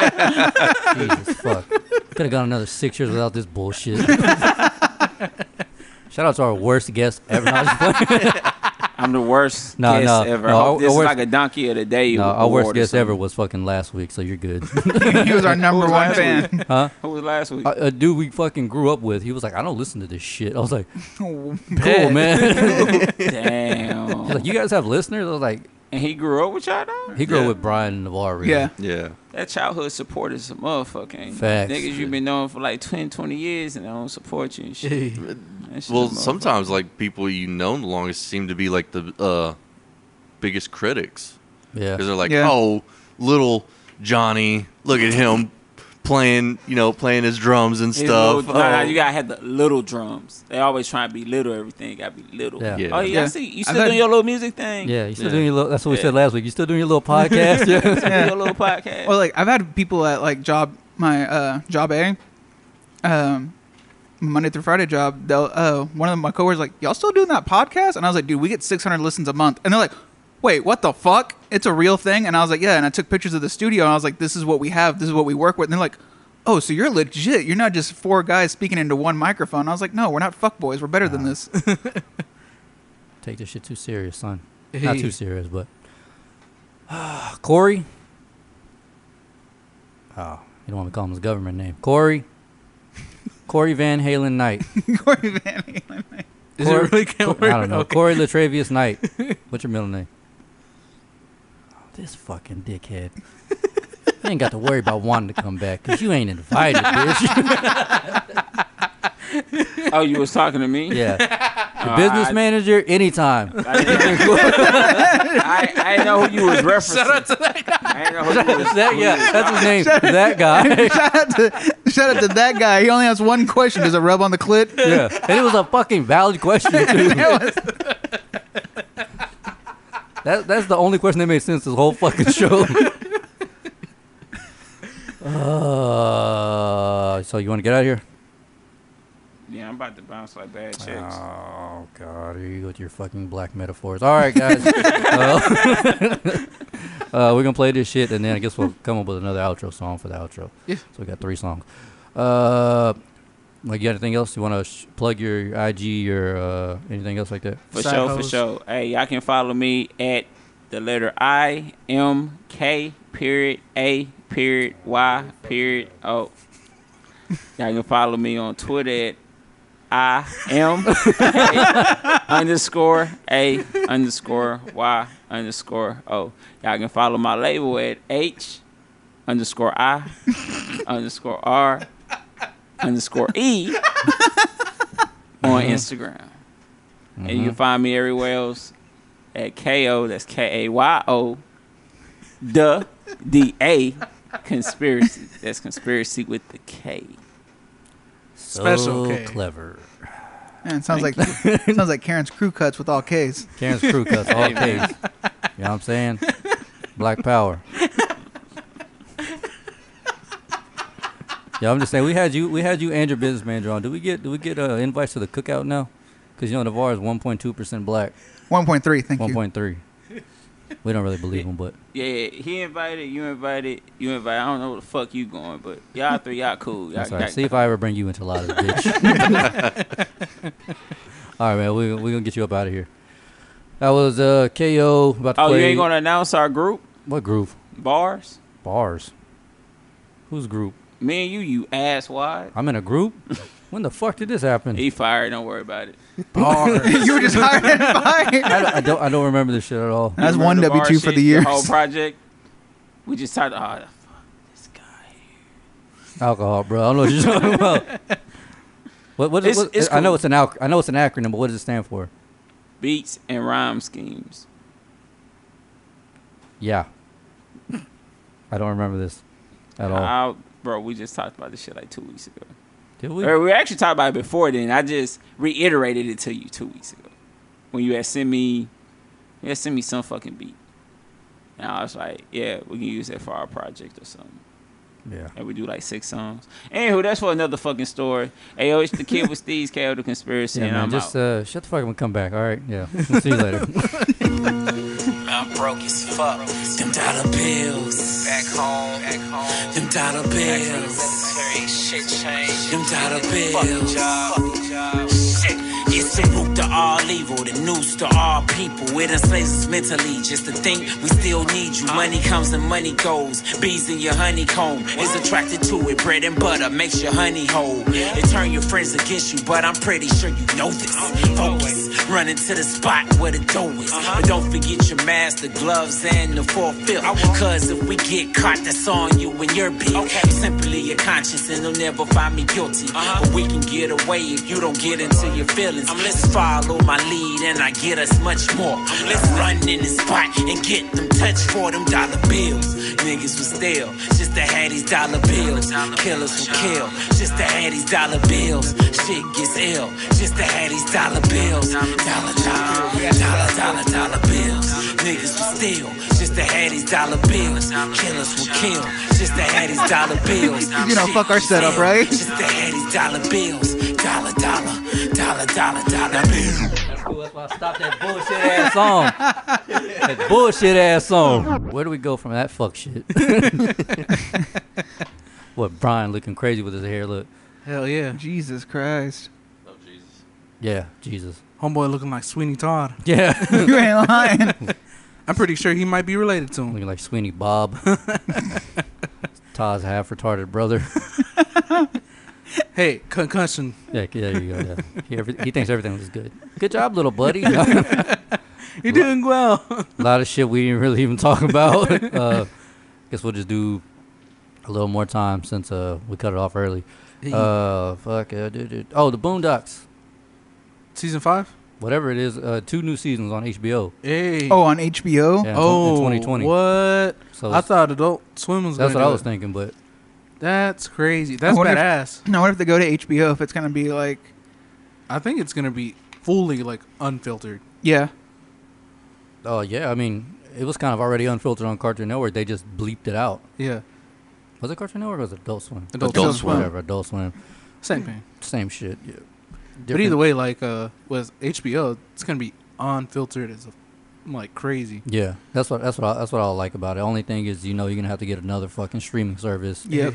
S1: Jesus fuck. Could have gone another six years without this bullshit. Shout out to our worst guest ever. No, I'm just playing.
S4: I'm the worst
S1: No,
S4: guest
S1: no,
S4: ever.
S1: no,
S4: I
S1: our-
S4: hope this
S1: our
S4: is
S1: worst-
S4: like a donkey of the day.
S1: No, our
S4: award
S1: worst
S4: or
S1: guest
S4: something.
S1: ever was fucking last week, so you're good.
S3: He was our number one
S4: last
S3: fan.
S1: huh?
S4: Who was last week?
S1: A, Uh, a dude we fucking grew up with, he was like, I don't listen to this shit. I was like,
S3: Oh,
S1: cool, man.
S4: Damn.
S1: He's like, you guys have listeners? I was like,
S4: and he grew up with y'all now?
S1: he grew up
S2: Yeah.
S1: with Brian and Navarre.
S3: Yeah.
S2: Yeah.
S4: That childhood support is a motherfucking
S1: Facts.
S4: niggas you've been knowing for like 20, 20 years and I don't support you and shit.
S7: Hey.
S4: That shit a
S2: Well,
S4: motherfucker.
S2: sometimes like people you know the longest seem to be like the uh, biggest critics because
S1: Yeah.
S2: they're like,
S3: Yeah.
S2: oh, little Johnny, look at him playing, you know, playing his drums and
S4: His
S2: stuff.
S4: little- no, no,
S2: Oh.
S4: you gotta have the little drums. They always trying to be little. Everything gotta be little.
S1: Yeah.
S2: Yeah.
S4: Oh yeah,
S3: Yeah.
S4: I see. You
S3: I
S4: still
S3: thought-
S4: doing your little music thing?
S1: Yeah, you still
S2: Yeah.
S1: doing your little, that's what we
S4: Yeah.
S1: said last week. You still doing your little podcast? yeah.
S4: Still doing your little podcast.
S3: Well, like I've had people at like job my uh job A, um, Monday through Friday job. They'll uh one of my coworkers like y'all still doing that podcast? And I was like, dude, we get 600 listens a month. And they're like, wait, what the fuck? It's a real thing. And I was like, yeah. And I took pictures of the studio. And I was like, this is what we have. This is what we work with. And they're like. Oh, so you're legit. You're not just four guys speaking into one microphone. I was like, no, we're not fuckboys. We're better than this.
S1: Take this shit too serious, son.
S7: Hey.
S1: Not too serious, but Corey. Oh, you don't want me calling his government name, Corey. Corey Van Halen Knight.
S3: Corey Van Halen.
S7: Is it
S1: Corey-
S7: really can't
S1: I
S7: work?
S1: don't know.
S7: Okay.
S1: Corey Latravius Knight. What's your middle name? Oh, this fucking dickhead. You ain't got to worry about wanting to come back because you ain't invited, bitch.
S4: oh, you was talking to me?
S1: yeah. Your
S4: Uh,
S1: business
S4: I-
S1: manager, anytime.
S4: I didn't know, I, I didn't know who you was referencing. Shout out to that guy. I didn't know who you was.
S1: That, yeah, that's his name. That guy.
S3: shout, out to, shout out to that guy. He only has one question. Does it rub on the clit?
S1: yeah. And it was a fucking valid question, too. that, that's the only question that made sense this whole fucking show. uh, so you want to get out of here?
S4: Yeah, I'm about to bounce like bad chicks.
S1: Oh God! Here you go with your fucking black metaphors. All right, guys. uh, uh, we're gonna play this shit, and then I guess we'll come up with another outro song for the outro.
S3: Yeah.
S1: So we got three songs. Uh, like you got anything else? You want to sh- plug your IG or uh, anything else like that?
S4: For
S7: Side
S4: sure, for
S7: hoes.
S4: sure. Hey, y'all can follow me at the letter I M K period A period Y period O. Y'all can follow me on Twitter at I M K underscore A underscore Y underscore O. Y'all can follow my label at H underscore I underscore R underscore E on Instagram. And
S1: Mm-hmm.
S4: you can find me everywhere else at KO, that's K A Y O, the D A conspiracy. That's conspiracy with the K.
S7: Special
S1: so
S7: K.
S1: clever.
S3: Man, it sounds like sounds like Karen's crew cuts with all K's.
S1: Karen's crew cuts all
S4: Hey, man.
S1: K's. You know what I'm saying? Black power. yeah, I'm just saying we had you we had you and your business manager on. Do we get do we get uh, invites to the cookout now? Because you know Navarre is 1.2 percent black,
S3: 1.3, thank you.
S1: 1.3. We don't really believe him, but
S4: Yeah, he invited, you invited, you invited. I don't know where the fuck you going, but y'all three, y'all cool. Y'all,
S1: that's all
S4: y'all-
S1: right. See if I ever bring you into Lotto's, bitch. all right, man. We we gonna get you up out of here. That was uh, KO about to
S4: oh,
S1: play.
S4: you ain't gonna announce our group
S1: what groove?
S4: bars?
S1: Bars. Whose group?
S4: Me and you, you ass wide.
S1: I'm in a group. When the fuck did this happen?
S4: He fired. Don't worry about it.
S3: you were just hired and fired.
S1: I don't. I don't remember this shit at all.
S3: That's
S4: You
S3: one
S4: remember
S3: W
S4: bar
S3: two for
S4: shit,
S3: the year.
S4: whole project. We just talked. Oh, fuck this guy.
S1: Alcohol, bro. I don't know what you're talking about. What? What?
S4: It's-
S1: what-
S4: it's
S1: I know
S4: cool.
S1: it's an al- I know it's an acronym, but what does it stand for?
S4: Beats and rhyme schemes.
S1: Yeah. I don't remember this at all.
S4: I'll- bro, we just talked about this shit like two weeks ago.
S1: Did we?
S4: We, or we actually talked about it before then. I just reiterated it to you two weeks ago when you had sent me, you had sent me some fucking beat, and I was like, yeah, we can use that for our project or something.
S1: Yeah.
S4: And we do like six songs. Anywho, that's for another fucking story. Hey, yo, it's the kid with Steve's KO the conspiracy,
S1: Yeah,
S4: and
S1: man.
S4: I'm
S1: Just
S4: out.
S1: uh, shut the fuck up and come back. All right. Yeah. We'll see you later.
S6: I'm broke as fuck. Them dollar bills. Back home. Back home. Them dollar bills. Shit change. Them dollar bills. Shit. It's the root to all evil, the news to all people. It enslaves us mentally just to think we still need you. Money comes and money goes. Bees in your honeycomb is attracted to it. Bread and butter makes your honey whole. It turn your friends against you, but I'm pretty sure you know this. Focus. Running to the spot where the dough is. But don't forget your mask, the gloves, and the four fifth. Cause if we get caught, that's on you and your bitch. Simply your conscience, and they'll never find me guilty. But we can get away if you don't get into your feelings. I'm Just follow my lead, and I get us much more. Let's run in the spot and get them touch for them dollar bills. Niggas was stale, just to have these dollar bills. Killers will kill, just to have these dollar bills. Shit gets ill, just to have these dollar bills. Dollar, dollar, dollar, dollar, dollar bills. Niggas will steal, just to have these dollar bills. Killers will kill, just to have these dollar bills.
S3: You know, fuck our setup, right?
S6: Just to have these dollar bills. Dollar, dollar, dollar, dollar, dollar bills.
S1: That's cool. That's why I stopped that bullshit ass song. That bullshit ass song. Where do we go from that fuck shit? what Brian looking crazy with his hair? Look,
S7: Hell yeah.
S3: Jesus Christ.
S2: Oh Jesus.
S1: yeah, Jesus,
S7: Homeboy looking like Sweeney Todd.
S1: yeah,
S3: You ain't lying.
S7: I'm pretty sure he might be related to him.
S1: looking like Sweeney Bob. Todd's half retarded brother.
S7: Hey, concussion.
S1: Yeah, yeah, there you go. Yeah. He, every, he thinks everything was good. Good job, little buddy.
S7: You're doing well.
S1: a lot of shit we didn't really even talk about. Uh, guess we'll just do a little more time since uh, we cut it off early. Uh, fuck. Uh, dude, dude. Oh, the Boondocks.
S7: Season five.
S1: Whatever it is, uh, two new seasons on HBO.
S7: Hey.
S3: Oh, on HBO.
S1: Yeah, in tw- in
S7: Oh,
S1: 2020.
S7: What?
S1: So
S7: I thought Adult Swim was.
S1: that's
S7: gonna
S1: what I
S7: do
S1: was
S7: it.
S1: thinking. But
S7: That's crazy. That's
S3: wonder if-
S7: badass.
S3: Now, what if they go to HBO? If it's gonna be like,
S7: I think it's gonna be fully like unfiltered.
S3: yeah,
S1: oh yeah, I mean, it was kind of already unfiltered on Cartoon Network. They just bleeped it out.
S7: Yeah.
S1: Was it Cartoon Network or was it Adult Swim?
S7: Adult,
S2: Adult
S7: Swim.
S2: Swim.
S1: Whatever, Adult Swim.
S7: Same thing.
S1: Same shit. Yeah.
S7: But either
S1: Different-
S7: way, like uh, with HBO, it's gonna be unfiltered as a, like crazy.
S1: Yeah, that's what that's what I, that's what I like about it. Only thing is, you know, you're gonna have to get another fucking streaming service
S3: yep.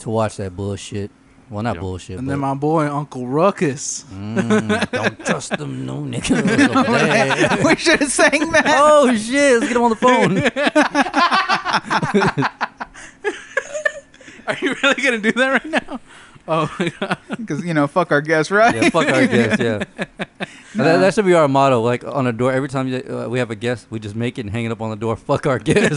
S1: to watch that bullshit. Well, not
S2: Yep.
S1: bullshit.
S7: And
S1: but,
S7: then my boy Uncle Ruckus.
S1: Mm, don't trust them, no nigga. Bad.
S3: we should have sang that.
S1: oh shit! Let's get him on the phone.
S7: Are you really gonna do that right now? Oh,
S3: Because you know, fuck our guest, right?
S1: yeah, fuck our guest. Yeah, that, that should be our motto. Like on a door, every time you, uh, we have a guest, we just make it and hang it up on the door. Fuck our guest.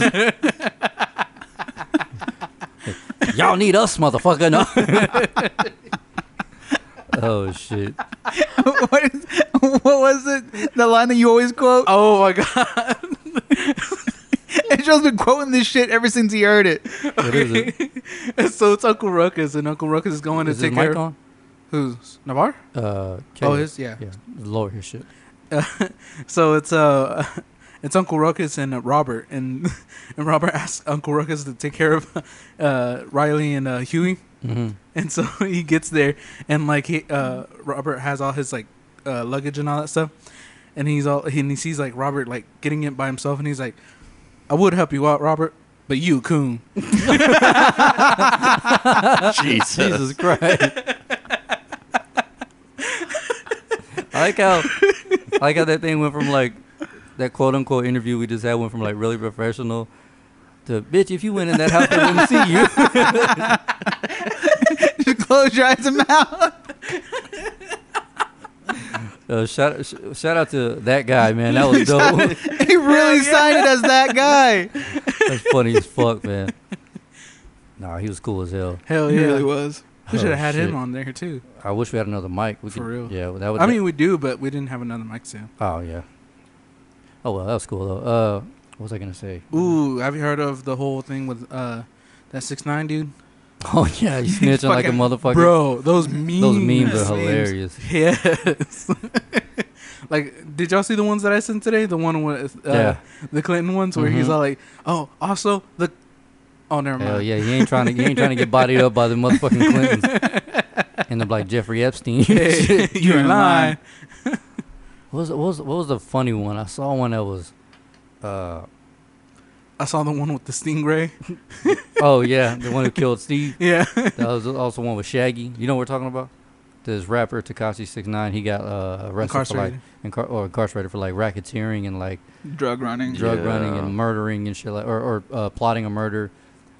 S1: Y'all need us, motherfucker. No. oh shit.
S3: what, is, what was it? The line that you always quote?
S7: oh my god.
S3: And Joe's been quoting this shit ever since he heard it.
S1: What is it?
S7: so it's Uncle Ruckus, and Uncle Ruckus is going
S1: Is
S7: to
S1: his
S7: take care.
S1: mic
S7: of
S1: on?
S7: Who's Navarre?
S1: Uh,
S7: Oh,
S1: Caleb.
S7: his yeah.
S1: Yeah, lower his shit.
S7: So it's uh, it's Uncle Ruckus and uh, Robert, and and Robert asks Uncle Ruckus to take care of uh, Riley and uh, Huey,
S1: Mm-hmm.
S7: and so he gets there, and like he uh, Robert has all his like uh, luggage and all that stuff, and he's all and he sees like Robert like getting it by himself, and he's like, I would help you out, Robert, but you a coon.
S2: Oh, Jesus.
S1: Jesus Christ. I like how I like how that thing went from like that quote unquote interview we just had went from like really professional to bitch if you went in that house I wouldn't see you.
S3: Just close your eyes and mouth.
S1: Uh, shout sh- shout out to that guy man that was dope.
S3: He really signed it as that guy.
S1: That's funny as fuck man. Nah, he was cool as hell.
S7: Hell yeah,
S3: He really was.
S7: we should
S1: Oh,
S7: have had him
S1: shit.
S7: on there too.
S1: I wish we had another mic. We
S7: For
S1: could-
S7: real.
S1: Yeah, that would.
S7: I mean, we do, but we didn't have another mic soon.
S1: oh yeah. Oh well, that was cool though. Uh, what was I gonna say?
S7: Ooh, have you heard of the whole thing with uh that six nine dude?
S1: Oh yeah, you snitching like a
S3: fucking-
S1: motherfucker.
S7: Bro, Mm, those memes.
S1: Those memes are hilarious.
S7: Yes. like, did y'all see the ones that I sent today? The one with uh,
S1: Yeah.
S7: the Clinton ones where he's
S1: Mhm.
S7: all like, "Oh, also the." Oh, never mind.
S1: Hell yeah, he ain't trying to he ain't trying to get bodied up by the motherfucking Clintons. and the like Jeffrey Epstein.
S7: Hey,
S3: You're
S7: you're
S3: in
S7: in
S3: line.
S7: line.
S1: what was what was what was the funny one? I saw one that was, uh,
S7: I saw the one with the stingray.
S1: oh yeah, the one who killed Steve.
S7: Yeah.
S1: That was also one with Shaggy. You know what we're talking about? This rapper Takashi Six Nine. He got uh, arrested for like
S7: Incarcerated.
S1: incar- or incarcerated for like racketeering and like
S3: Drug running.
S1: drug running
S2: Yeah.
S1: and murdering and shit like or, or uh, plotting a murder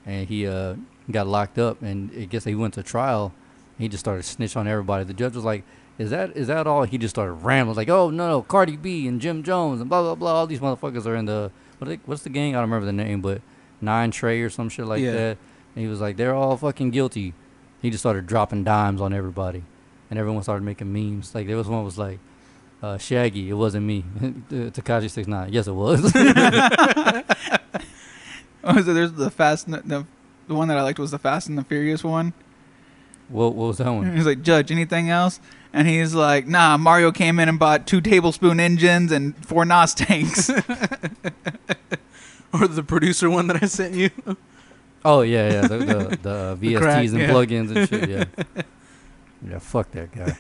S1: and he uh, got locked up and I guess he went to trial He just started snitch on everybody. The judge was like, "Is that is that all?" He just started rambling like, "Oh no, no, Cardi B and Jim Jones and blah blah blah. All these motherfuckers are in the what they, what's the gang? I don't remember the name, but Nine Trey or some shit like
S7: Yeah.
S1: that." And he was like, "They're all fucking guilty." He just started dropping dimes on everybody, and everyone started making memes. Like there was one that was like, uh, "Shaggy, it wasn't me." Takashi Six Nine, yes, it was.
S3: Oh, so there's the Fast, and the, the one that I liked was the Fast and the Furious one.
S1: what, what was that one?
S3: He's like, Judge, anything else? And he's like, Nah, Mario came in and bought two tablespoon engines and four NOS tanks.
S7: or the producer one that I sent you.
S1: Oh yeah, yeah, the the, the uh, VSTs
S7: crack,
S1: and
S7: yeah.
S1: plugins and shit. Yeah, yeah, fuck that guy.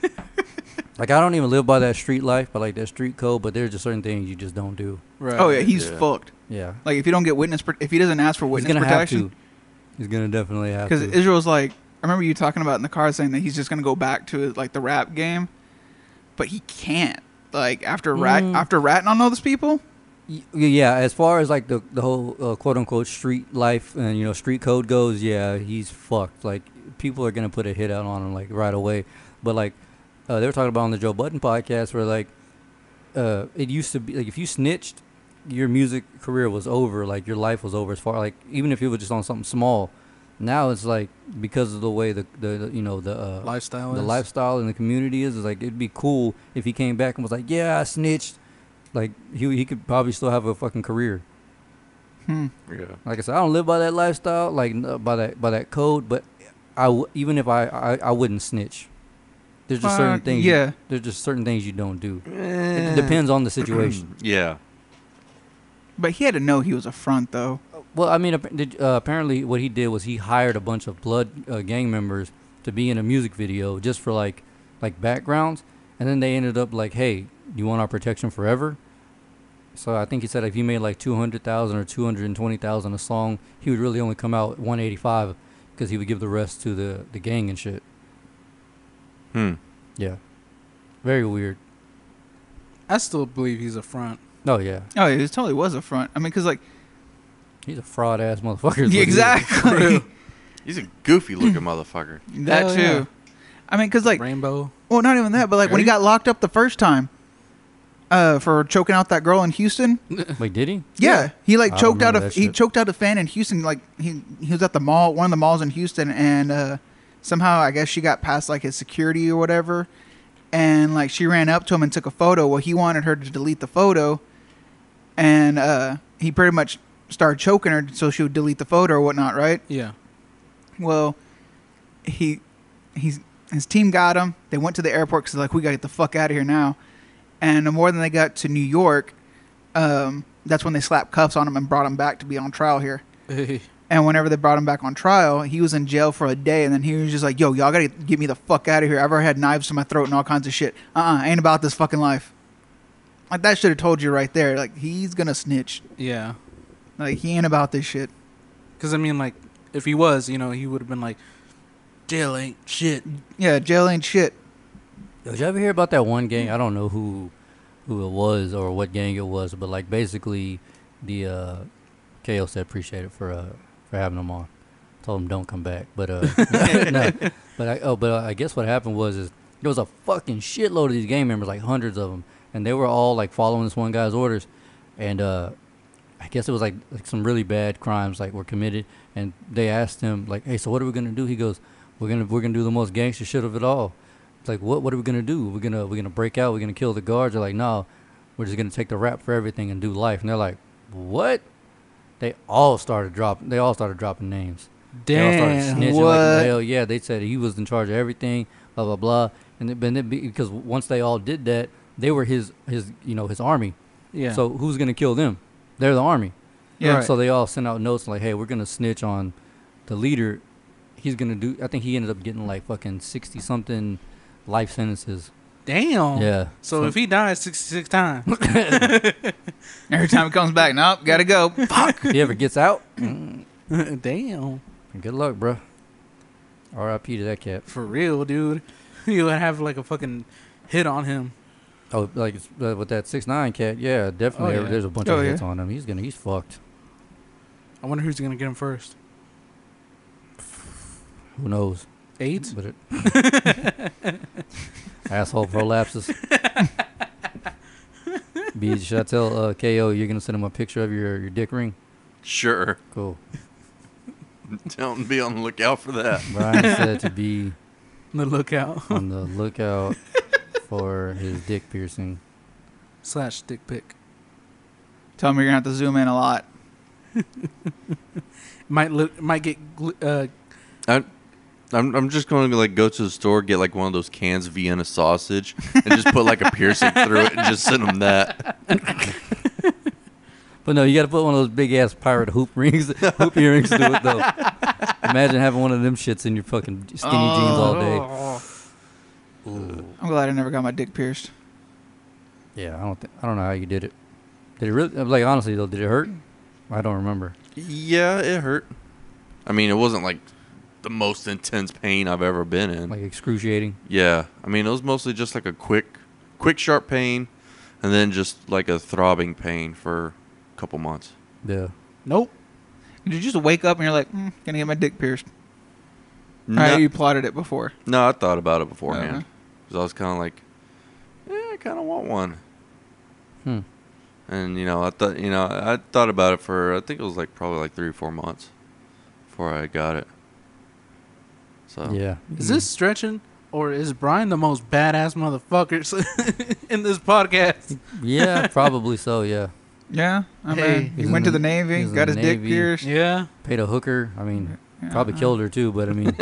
S1: like I don't even live by that street life, but like that street code. But there's just certain things you just don't do.
S7: Right.
S3: oh yeah, he's
S2: Yeah.
S3: fucked.
S1: Yeah,
S3: Like if you don't get witness, pro- if he doesn't ask for
S1: he's
S3: witness
S1: gonna have
S3: protection,
S1: to. He's gonna definitely have
S3: because
S1: to.
S3: Israel's like, I remember you talking about in the car saying that he's just gonna go back to his, like the rap game, but he can't. Like after rat
S1: Mm.
S3: after ratting on all those people,
S1: Y- yeah, as far as like the the whole uh, quote unquote street life and you know street code goes, yeah, he's fucked. Like people are gonna put a hit out on him like right away. But like uh, they were talking about on the Joe Budden podcast, where like uh, it used to be like if you snitched, your music career was over. Like your life was over as far like even if you were just on something small. Now it's like because of the way the, the, the you know the uh,
S7: Lifestyle.
S3: Oh,
S1: the
S7: is-
S1: lifestyle and the community is, is like it'd be cool if he came back and was like, "Yeah, I snitched." Like he he could probably still have a fucking career.
S2: Yeah.
S1: Like I said, I don't live by that lifestyle, like n- by that by that code. But I w- even if I, I I wouldn't snitch. There's just certain
S3: Fuck,
S1: things. you-
S3: yeah. Eh.
S1: there's just certain things you don't do. It depends on the situation.
S2: Yeah.
S3: but he had to know he was a front though.
S1: well, I mean, ap- did, uh, apparently what he did was he hired a bunch of Blood uh, gang members to be in a music video just for like like backgrounds, and then they ended up like, hey, you want our protection forever? So I think he said if he made like two hundred thousand or two hundred and twenty thousand a song, he would really only come out one eighty five because he would give the rest to the the gang and shit.
S2: Hmm.
S1: Yeah, very weird.
S7: I still believe he's a front.
S1: Oh yeah,
S3: Oh, he was, totally was a front. I mean, because like
S1: he's a fraud ass motherfucker. is what he is.
S3: yeah, exactly
S2: He's a goofy looking motherfucker.
S3: that
S7: Oh,
S3: too.
S7: yeah.
S3: I mean, because like
S7: Rainbow.
S3: Well, not even that, but like when he got locked up the first time uh, for choking out that girl in Houston.
S1: Wait, did he?
S3: Yeah, he like
S1: I
S3: choked out
S1: remember
S3: a
S1: that
S3: he
S1: shit.
S3: choked out a fan in Houston. Like he he was at the mall, one of the malls in Houston, and uh, somehow I guess she got past like his security or whatever, and like she ran up to him and took a photo. Well, he wanted her to delete the photo, and uh, he pretty much started choking her so she would delete the photo or whatnot, right?
S7: Yeah.
S3: Well, he he's his team got him. They went to the airport because like we gotta get the fuck out of here now. And the more than they got to New York, um, that's when they slapped cuffs on him and brought him back to be on trial here. And whenever they brought him back on trial, he was in jail for a day. And then he was just like, "Yo, y'all gotta get me the fuck out of here. I've already had knives to my throat and all kinds of shit. Uh, uh I ain't about this fucking life." Like that should have told you right there. Like he's gonna snitch.
S7: yeah.
S3: Like he ain't about this shit.
S7: Because I mean, like, if he was, you know, he would have been like, jail ain't shit.
S3: Yeah, jail ain't shit.
S1: Yo, Did you ever hear about that one gang? I don't know who who it was or what gang it was, but like basically the uh KO said appreciate it for uh for having them on. Told him don't come back. But uh no, but I oh but I guess what happened was is there was a fucking shitload of these gang members, like hundreds of them, and they were all like following this one guy's orders and uh I guess it was like, like some really bad crimes like were committed, and they asked him like, "Hey, so what are we gonna do?" He goes, "We're gonna we're gonna do the most gangster shit of it all." It's like, "What what are we gonna do? We're gonna we're gonna break out. We're gonna kill the guards." They're like, "No, we're just gonna take the rap for everything and do life." And they're like, "What?" They all started dropping. They all started dropping names. they all
S7: Damn.
S1: started snitching
S3: what?
S1: like hell yeah. They said he was in charge of everything. Blah blah blah. And then, but then be- because once they all did that, they were his his you know his army.
S7: Yeah.
S1: So who's gonna kill them? They're the army.
S7: Yeah. Right.
S1: So they all sent out notes like, "Hey, we're gonna snitch on the leader. He's gonna do." I think he ended up getting like fucking sixty something life sentences.
S7: damn.
S1: Yeah.
S7: Oh. So, if he dies 66 times,
S3: Every time he comes back, nope, gotta go. Fuck.
S1: he ever gets out,
S7: damn.
S1: good luck, bro. R.I.P. to that cat.
S7: For real, dude. You would have like a fucking hit on him.
S1: Oh, like it's, uh, with that six nine cat. Yeah, definitely.
S7: yeah.
S1: There's a bunch
S3: Oh,
S1: of
S3: yeah.
S1: hits on him. He's gonna. He's fucked.
S7: I wonder who's going to get him first.
S1: Who knows?
S7: AIDS?
S1: But it, asshole prolapses. B, should I tell uh, KO you're gonna send him a picture of your, your dick ring?
S2: Sure.
S1: Cool.
S2: Don't be on the lookout for that.
S1: Brian said to be
S7: The lookout.
S1: on the lookout for his dick piercing.
S7: Slash dick pic.
S3: Tell me you're gonna have to zoom in a lot.
S7: Might li- might get gl- uh,
S2: I, I'm I'm just going to like go to the store, get like one of those cans of Vienna sausage, and just put like a piercing through it, and just send them that.
S1: But no, you gotta put one of those big ass pirate hoop rings, hoop earrings to it though. Imagine having one of them shits in your fucking skinny jeans all day.
S3: I'm glad I never got my dick pierced.
S1: Yeah, I don't think I don't know how you did it. Did it really? Like honestly though, did it hurt? I don't remember.
S2: Yeah, it hurt. I mean, it wasn't like the most intense pain I've ever been in.
S1: Like excruciating.
S2: Yeah, I mean it was mostly just like a quick, quick sharp pain, and then just like a throbbing pain for a couple months.
S1: Yeah.
S3: Nope. Did you just wake up and you're like, mm, gonna get my dick pierced?
S2: No,
S3: Alright, you plotted it before.
S2: no, I thought about it beforehand
S3: Uh-huh.
S2: because I was kind of like, yeah, I kind of want one.
S1: Hmm.
S2: And you know, I thought you know I thought about it for I think it was like probably like three or four months before I got it. So
S1: Yeah.
S7: Oh. Is this stretching or is Brian the most badass motherfuckers in this podcast?
S1: Yeah, probably so. Yeah.
S3: Yeah, I
S7: Hey.
S3: mean, he
S1: He's
S3: went to
S1: in
S3: the
S1: the-
S3: Navy,
S1: he's in
S3: got
S1: the
S3: his dick
S1: Navy.
S3: pierced.
S7: Yeah.
S1: Paid a hooker. I mean,
S3: Yeah.
S1: probably killed her too. But I mean,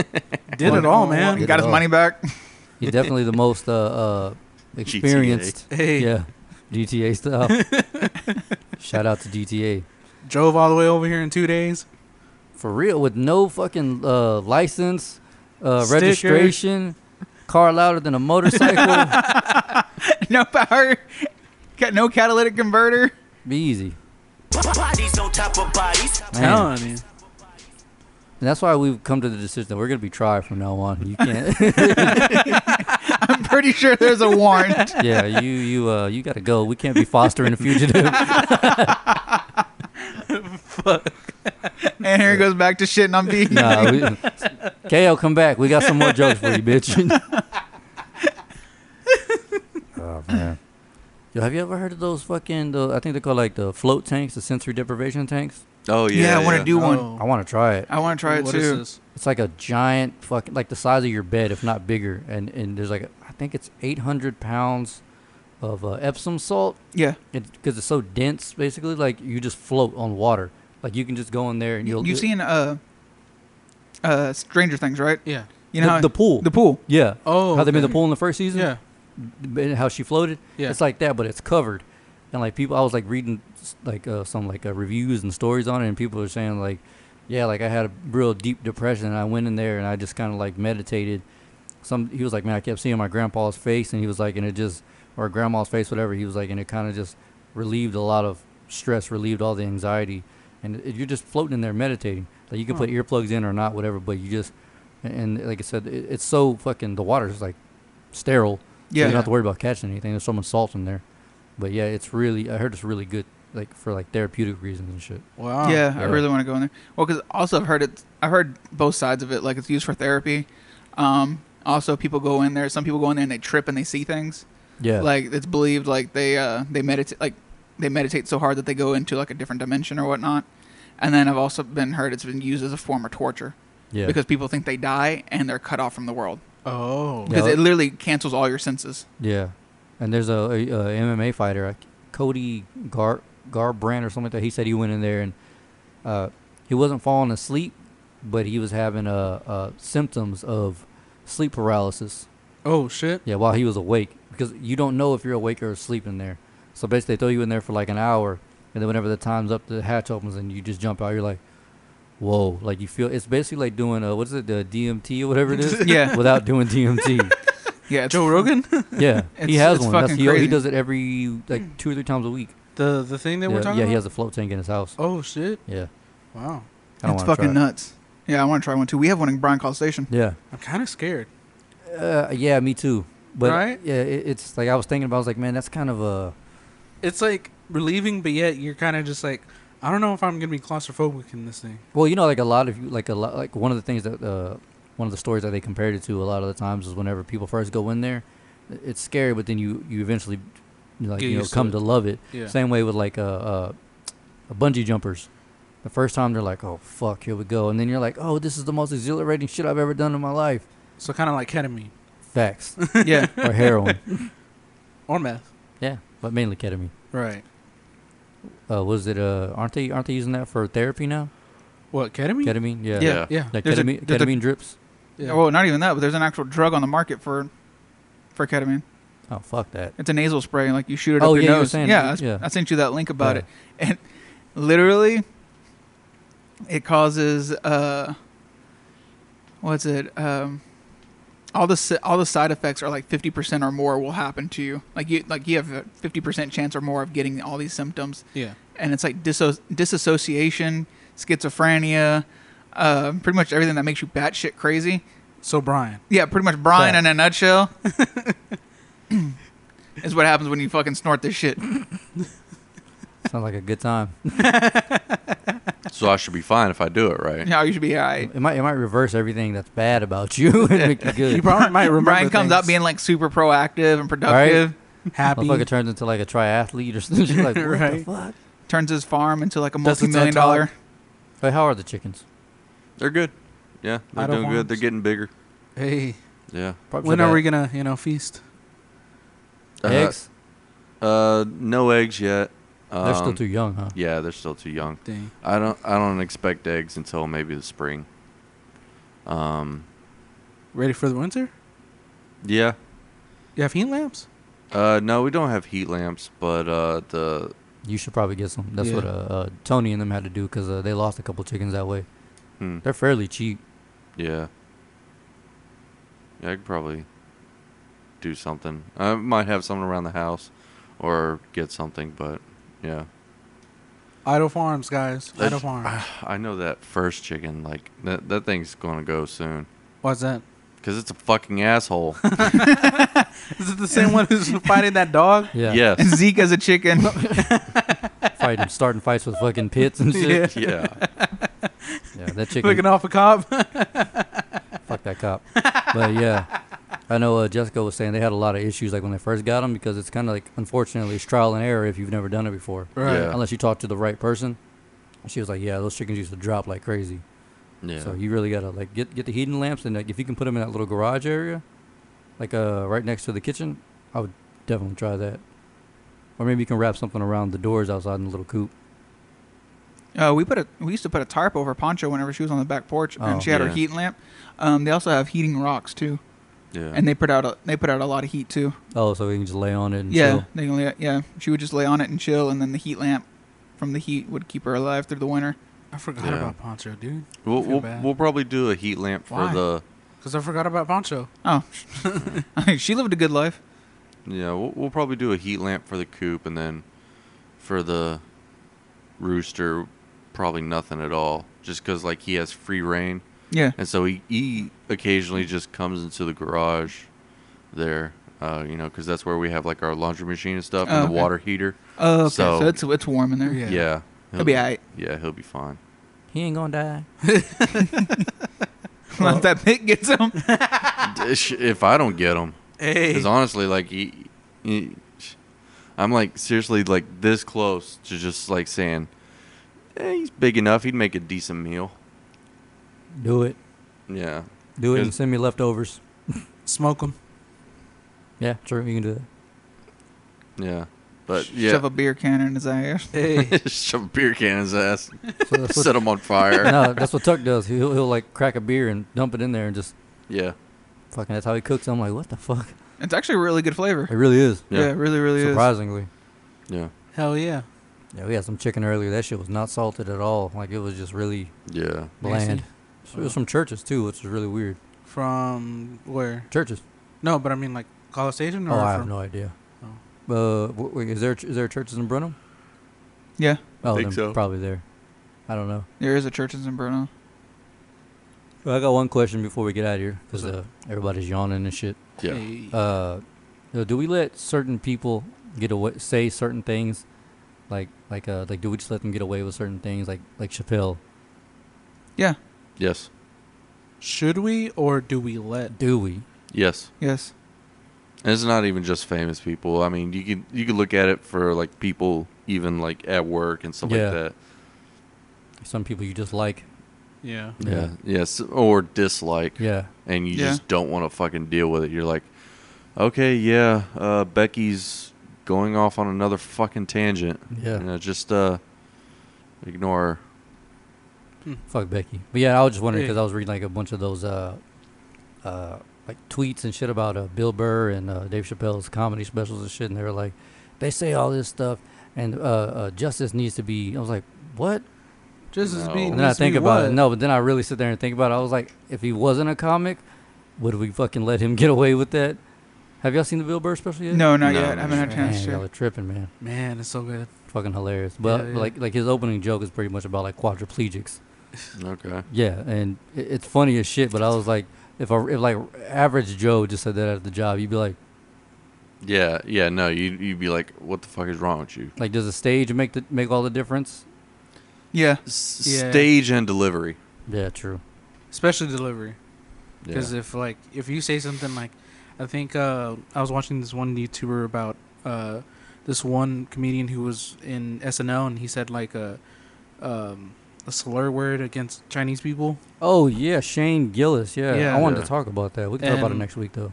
S7: Did it all, man.
S1: Did
S3: Got
S1: it
S3: his
S1: all.
S3: money back.
S1: he's definitely the most uh, uh experienced.
S7: Hey,
S1: Yeah. GTA stuff. Shout out to GTA.
S7: drove all the way over here in two days.
S1: For real, with no fucking uh, license, uh,
S7: Sticker.
S1: registration, car louder than a motorcycle.
S3: no power. Got no catalytic converter.
S1: Be easy.
S6: Bodies on top of bodies.
S1: Man.
S7: Telling you.
S1: And that's why we've come to the decision that we're gonna be tried from now on. You can't.
S3: I'm pretty sure there's a warrant.
S1: yeah, you you uh you gotta go. We can't be fostering a fugitive.
S3: And here he goes back to shitting on B.
S1: nah, we, KO, come back. We got some more jokes for you, bitch. oh man. Yo, have you ever heard of those fucking? The, I think they're called like the float tanks, the sensory deprivation tanks.
S2: Oh yeah.
S3: yeah, I want to do one.
S1: I want to try it.
S3: I want to try it
S7: Oh, What is
S3: too.
S7: this?
S1: It's like a giant fucking, like the size of your bed, if not bigger. And and there's like, a, I think it's 800 pounds of uh, Epsom salt.
S3: Yeah,
S1: It because it's so dense, basically, like you just float on water. Like you can just go in there and you'll.
S3: you've seen uh, uh, Stranger Things, right?
S7: Yeah.
S3: You know
S1: The-
S3: how-
S1: the pool.
S3: The pool.
S1: Yeah.
S7: Oh,
S1: How they made the
S7: okay.
S1: pool in the first season.
S7: Yeah.
S1: and how she floated.
S7: Yeah.
S1: It's like that, but it's covered. And like people, I was like reading s- like uh, some like uh, reviews and stories on it, and people were saying like, yeah, like I had a real deep depression, and I went in there and I just kind of like meditated. Some he was like, man, I kept seeing my grandpa's face, and he was like, and it just or grandma's face, whatever. He was like, and it kind of just relieved a lot of stress, relieved all the anxiety, and it, you're just floating in there meditating. Like you can
S3: Hmm.
S1: put earplugs in or not, whatever, but you just and, and like I said, it, it's so fucking the water's like sterile. Yeah.
S3: Yeah.
S1: you don't have to worry about catching anything. There's so much salt in there. But yeah, it's really I heard it's really good like for like therapeutic reasons and shit.
S7: Wow.
S3: yeah, I
S1: yeah.
S3: really want to go in there. Well, because also I've heard it. I've heard both sides of it. Like it's used for therapy. Um, also, people go in there. Some people go in there and they trip and they see things.
S1: Yeah.
S3: Like it's believed like they uh they meditate like they meditate so hard that they go into like a different dimension or whatnot. And then I've also been heard it's been used as a form of torture
S1: yeah.
S3: because people think they die and they're cut off from the world
S7: Oh.
S1: Yeah.
S3: because it literally cancels all your senses.
S1: yeah. And there's a, a, a MMA fighter, uh, Cody Gar Garbrandt or something like that. He said he went in there and uh, he wasn't falling asleep, but he was having uh, uh, symptoms of sleep paralysis.
S7: Oh shit.
S1: Yeah, while he was awake, because you don't know if you're awake or asleep in there. So basically, they throw you in there for like an hour, and then whenever the time's up, the hatch opens and you just jump out. You're like, whoa! Like you feel it's basically like doing uh, what is it, the DMT or whatever it is,
S3: Yeah.
S1: without doing DMT.
S3: Yeah, it's
S7: Joe Rogan.
S1: yeah, he
S3: It's-
S1: has
S3: it's
S1: one. That's,
S3: fucking
S1: he, he
S3: crazy.
S1: does it every like two or three times a week.
S7: the the thing that
S1: yeah,
S7: we're talking
S1: yeah,
S7: about.
S1: he has a float tank in his house.
S7: Oh shit.
S1: Yeah,
S7: Wow.
S1: I don't
S3: it's
S1: wanna try
S3: fucking
S1: it.
S3: nuts. Yeah, I want to try one too. We have one in Bryan Call Station.
S1: Yeah,
S7: I'm kind of scared.
S1: uh, yeah, me too. But
S7: Right?
S1: yeah, it, it's like I was thinking about. I was like, man, that's kind of a
S7: It's like relieving, but yet you're kind of just like, I don't know if I'm gonna be claustrophobic in this thing.
S1: Well, you know, like a lot of you, like a lot, like one of the things that uh, one of the stories that they compared it to a lot of the times is whenever people first go in there, i- it's scary, but then you you eventually like
S7: Get
S1: you know
S7: used to
S1: come
S7: it.
S1: to love it.
S7: Yeah.
S1: Same way with like uh, uh, uh, bungee jumpers. The first time they're like, oh fuck, here we go, and then you're like, oh, this is the most exhilarating shit I've ever done in my life.
S7: So kind of like ketamine
S1: Facts
S3: yeah.
S1: or heroin.
S7: or meth.
S1: yeah, but mainly ketamine.
S7: Right.
S1: Uh, was it uh? Aren't they aren't they using that for therapy now?
S7: What ketamine?
S1: Ketamine, yeah,
S2: Yeah.
S7: Yeah.
S1: Like
S3: There's a-
S1: ketamine,
S3: there's a-
S1: ketamine drips.
S7: Yeah.
S3: Well, not even that, but there's an actual drug on the market for for ketamine.
S1: Oh fuck that.
S3: It's a nasal spray, like you shoot it
S1: Oh,
S3: up your
S1: yeah, you were
S3: nose.
S1: saying-
S3: yeah,
S1: yeah.
S3: I sent you that link about
S1: Yeah.
S3: it, and literally, it causes uh, what's it? Um, all the si- all the side effects are like fifty percent or more will happen to you. Like you like you have a fifty percent chance or more of getting all these symptoms,
S7: Yeah.
S3: and it's like disso- disassociation, schizophrenia, uh, pretty much everything that makes you batshit crazy.
S7: So Brian.
S3: Yeah, pretty much Brian in a nutshell. is what happens when you fucking snort this shit.
S1: Sounds like a good time.
S2: So I should be fine if I do it right.
S3: No, you should be alright.
S1: It might it might reverse everything that's bad about you and make you
S7: You
S1: good.
S7: probably might remember.
S3: Brian comes up
S7: things.
S3: being like super proactive and productive.
S7: happy.
S1: Motherfucker turns into like a triathlete or something. You're like, what the
S7: Right.
S1: fuck?
S3: Turns his farm into like a
S7: Does the
S3: multi-million
S7: TED Talk.
S3: dollar.
S1: Hey, how are the chickens?
S2: They're good. Yeah, they're
S7: Idle
S2: doing good. They're
S7: farms.
S2: getting bigger.
S7: Hey,
S2: Yeah.
S1: Probably
S7: when
S1: should
S7: are we
S1: have
S7: gonna you know feast?
S1: eggs?
S2: Uh, uh, no eggs yet.
S1: They're still
S2: Um,
S1: too young, huh?
S2: Yeah, they're still too young.
S7: Dang.
S2: I don't. I don't expect eggs until maybe the spring. Um.
S7: Ready for the winter?
S2: Yeah.
S7: You have heat lamps.
S2: Uh. No, we don't have heat lamps, but uh, the
S1: You should probably get some. That's
S7: Yeah.
S1: what uh, uh, Tony and them had to do because uh, they lost a couple chickens that way.
S2: hmm,
S1: They're fairly cheap.
S2: yeah. Yeah, I could probably do something. I might have something around the house, or get something. But yeah.
S7: Idle farms, guys.
S2: That's-
S7: Idle farms.
S2: I know that first chicken, like that, that thing's gonna go soon,
S7: What's that?
S2: cause it's a fucking asshole.
S7: Is it the same one who's fighting that dog?
S1: Yeah.
S2: Yes.
S3: Zeke as a chicken.
S1: Fighting, starting fights with fucking pits and shit.
S2: yeah.
S1: Yeah. that chicken.
S7: Looking off a cop.
S1: Fuck that cop. but yeah, I know uh, Jessica was saying they had a lot of issues like when they first got them because it's kind of like unfortunately it's trial and error if you've never done it before,
S2: Yeah.
S1: unless you talk to the right person. She was like, "Yeah, those chickens used to drop like crazy."
S2: Yeah.
S1: So you really gotta like get get the heating lamps and like, if you can put them in that little garage area, like uh right next to the kitchen, I would definitely try that. Or maybe you can wrap something around the doors outside in the little coop.
S3: Uh, we put a we used to put a tarp over Poncho whenever she was on the back porch,
S1: Oh.
S3: and she had her
S2: Yeah.
S3: heat lamp. Um, they also have heating rocks too,
S2: yeah.
S3: and they put out a, they put out a lot of heat too.
S1: Oh, so you can just lay on it and
S3: yeah,
S1: chill.
S3: they can lay, yeah. She would just lay on it and chill, and then the heat lamp from the heat would keep her alive through the winter.
S7: I forgot
S2: Yeah.
S7: about Poncho, dude.
S2: we'll,
S7: I feel
S2: we'll,
S7: bad.
S2: we'll probably do a heat lamp for
S7: Why?
S2: the.
S7: Because I forgot about Poncho.
S3: Oh, she lived a good life.
S2: Yeah, we'll, we'll probably do a heat lamp for the coop, and then for the rooster, probably nothing at all, just cause like he has free reign,
S3: Yeah,
S2: and so he, he occasionally just comes into the garage there. Uh, you know, because that's where we have like our laundry machine and stuff,
S3: Oh,
S2: and the
S3: okay.
S2: water heater.
S3: Oh, okay.
S2: So-
S3: So, it's it's warm in there.
S7: Yeah.
S2: Yeah, yeah
S3: He'll be alright.
S2: Yeah, he'll be fine.
S1: He ain't gonna die.
S3: Once that pit gets him.
S2: Dish- if I don't get him, because honestly, like he, he- I'm like seriously like this close to just like saying, eh, he's big enough. He'd make a decent meal.
S1: Do it.
S2: Yeah,
S1: Do it and
S2: Good.
S1: send me leftovers.
S7: Smoke him.
S1: Yeah, true. You can do that.
S2: yeah, but
S3: Shove
S2: yeah,
S3: a beer can in his ass.
S7: Hey.
S2: shove a beer can in his ass,
S1: So that's what,
S2: set him on fire.
S1: no, that's what Tuck does. He'll, he'll like crack a beer and dump it in there and just
S2: Yeah,
S1: fucking. That's how he cooks. I'm like, what the fuck?
S3: It's actually a really good flavor.
S1: It really is.
S3: Yeah,
S2: yeah,
S3: it really, really is.
S1: surprisingly.
S2: yeah,
S7: Hell yeah.
S1: Yeah, we had some chicken earlier. That shit was not salted at all. Like it was just really
S2: yeah.
S1: bland.
S7: Nasty.
S1: So it was from churches too, which is really weird.
S7: From where?
S1: Churches.
S7: No, but I mean like College Station or
S1: Oh, I have
S7: from
S1: no idea. Uh, wh- wait, is there is there churches in Brenham?
S3: Yeah,
S1: Oh,
S2: think
S1: then
S2: so.
S1: probably there. I don't know.
S3: there is a church in Bruno.
S1: Well, I got one question before we get out of here because uh, everybody's yawning and shit.
S2: Yeah,
S7: Hey.
S1: uh, you know, do we let certain people get away say certain things like like uh like do we just let them get away with certain things like like chappelle
S3: Yeah,
S2: yes.
S7: Should we or do we let?
S1: Do we?
S2: Yes.
S3: Yes.
S2: And it's not even just famous people. I mean, you could you could look at it for like people even like at work and stuff
S1: Yeah.
S2: like that.
S1: Some people you just like.
S7: Yeah.
S1: Yeah.
S2: Yeah. Yes. Or dislike.
S1: Yeah.
S2: And you
S3: Yeah.
S2: just don't want to fucking deal with it. You're like, okay, yeah, uh, Becky's going off on another fucking tangent.
S1: Yeah.
S2: You know, just uh, ignore her.
S1: Fuck Becky. But yeah, I was just wondering
S7: Yeah.
S1: because I was reading like a bunch of those uh, uh, like tweets and shit about uh, Bill Burr and uh, Dave Chappelle's comedy specials and shit, and they were like, they say all this stuff, and uh, uh, justice needs to be. I was like, what?
S7: Just as
S2: No. And
S7: being.
S1: And then I think about
S7: what?
S1: it. No, but then I really sit there and think about it. I was like, if he wasn't a comic, would we fucking let him get away with that? Have y'all seen the Bill Burr special yet?
S3: No, not
S2: No,
S3: yet. I haven't had a
S1: Man,
S3: chance
S1: y'all are
S3: to.
S1: tripping, man.
S7: Man, it's so good.
S1: Fucking hilarious. But
S7: Yeah, yeah.
S1: like, like his opening joke is pretty much about like quadriplegics.
S2: Okay.
S1: Yeah, and it, it's funny as shit. But I was like, if I, if like average Joe just said that at the job, you'd be like,
S2: Yeah. Yeah. No, you you'd be like, what the fuck is wrong with you?
S1: like, does the stage make the make all the difference?
S3: Yeah.
S2: S-
S7: Yeah.
S2: Stage and delivery.
S1: Yeah, true.
S7: Especially delivery.
S2: Yeah.
S7: Because if like if you say something like, I think uh, I was watching this one YouTuber about uh, this one comedian who was in SNL and he said like a um, a slur word against Chinese people.
S1: Oh yeah, Shane Gillis. Yeah,
S7: Yeah.
S1: I wanted
S2: Yeah.
S1: to talk about that. We can talk about it
S7: And-
S1: next week though.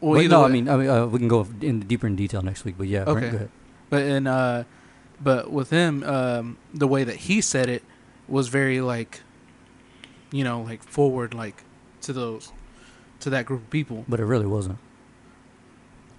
S7: Well,
S1: Wait,
S7: either
S1: no, I
S7: way-
S1: mean, I mean, uh, we can go in deeper in detail next week. But yeah, Brent,
S7: Okay.
S1: go ahead.
S7: But in uh, but with him, um, the way that he said it was very like, you know, like forward, like to those, to that group of people.
S1: But it really wasn't.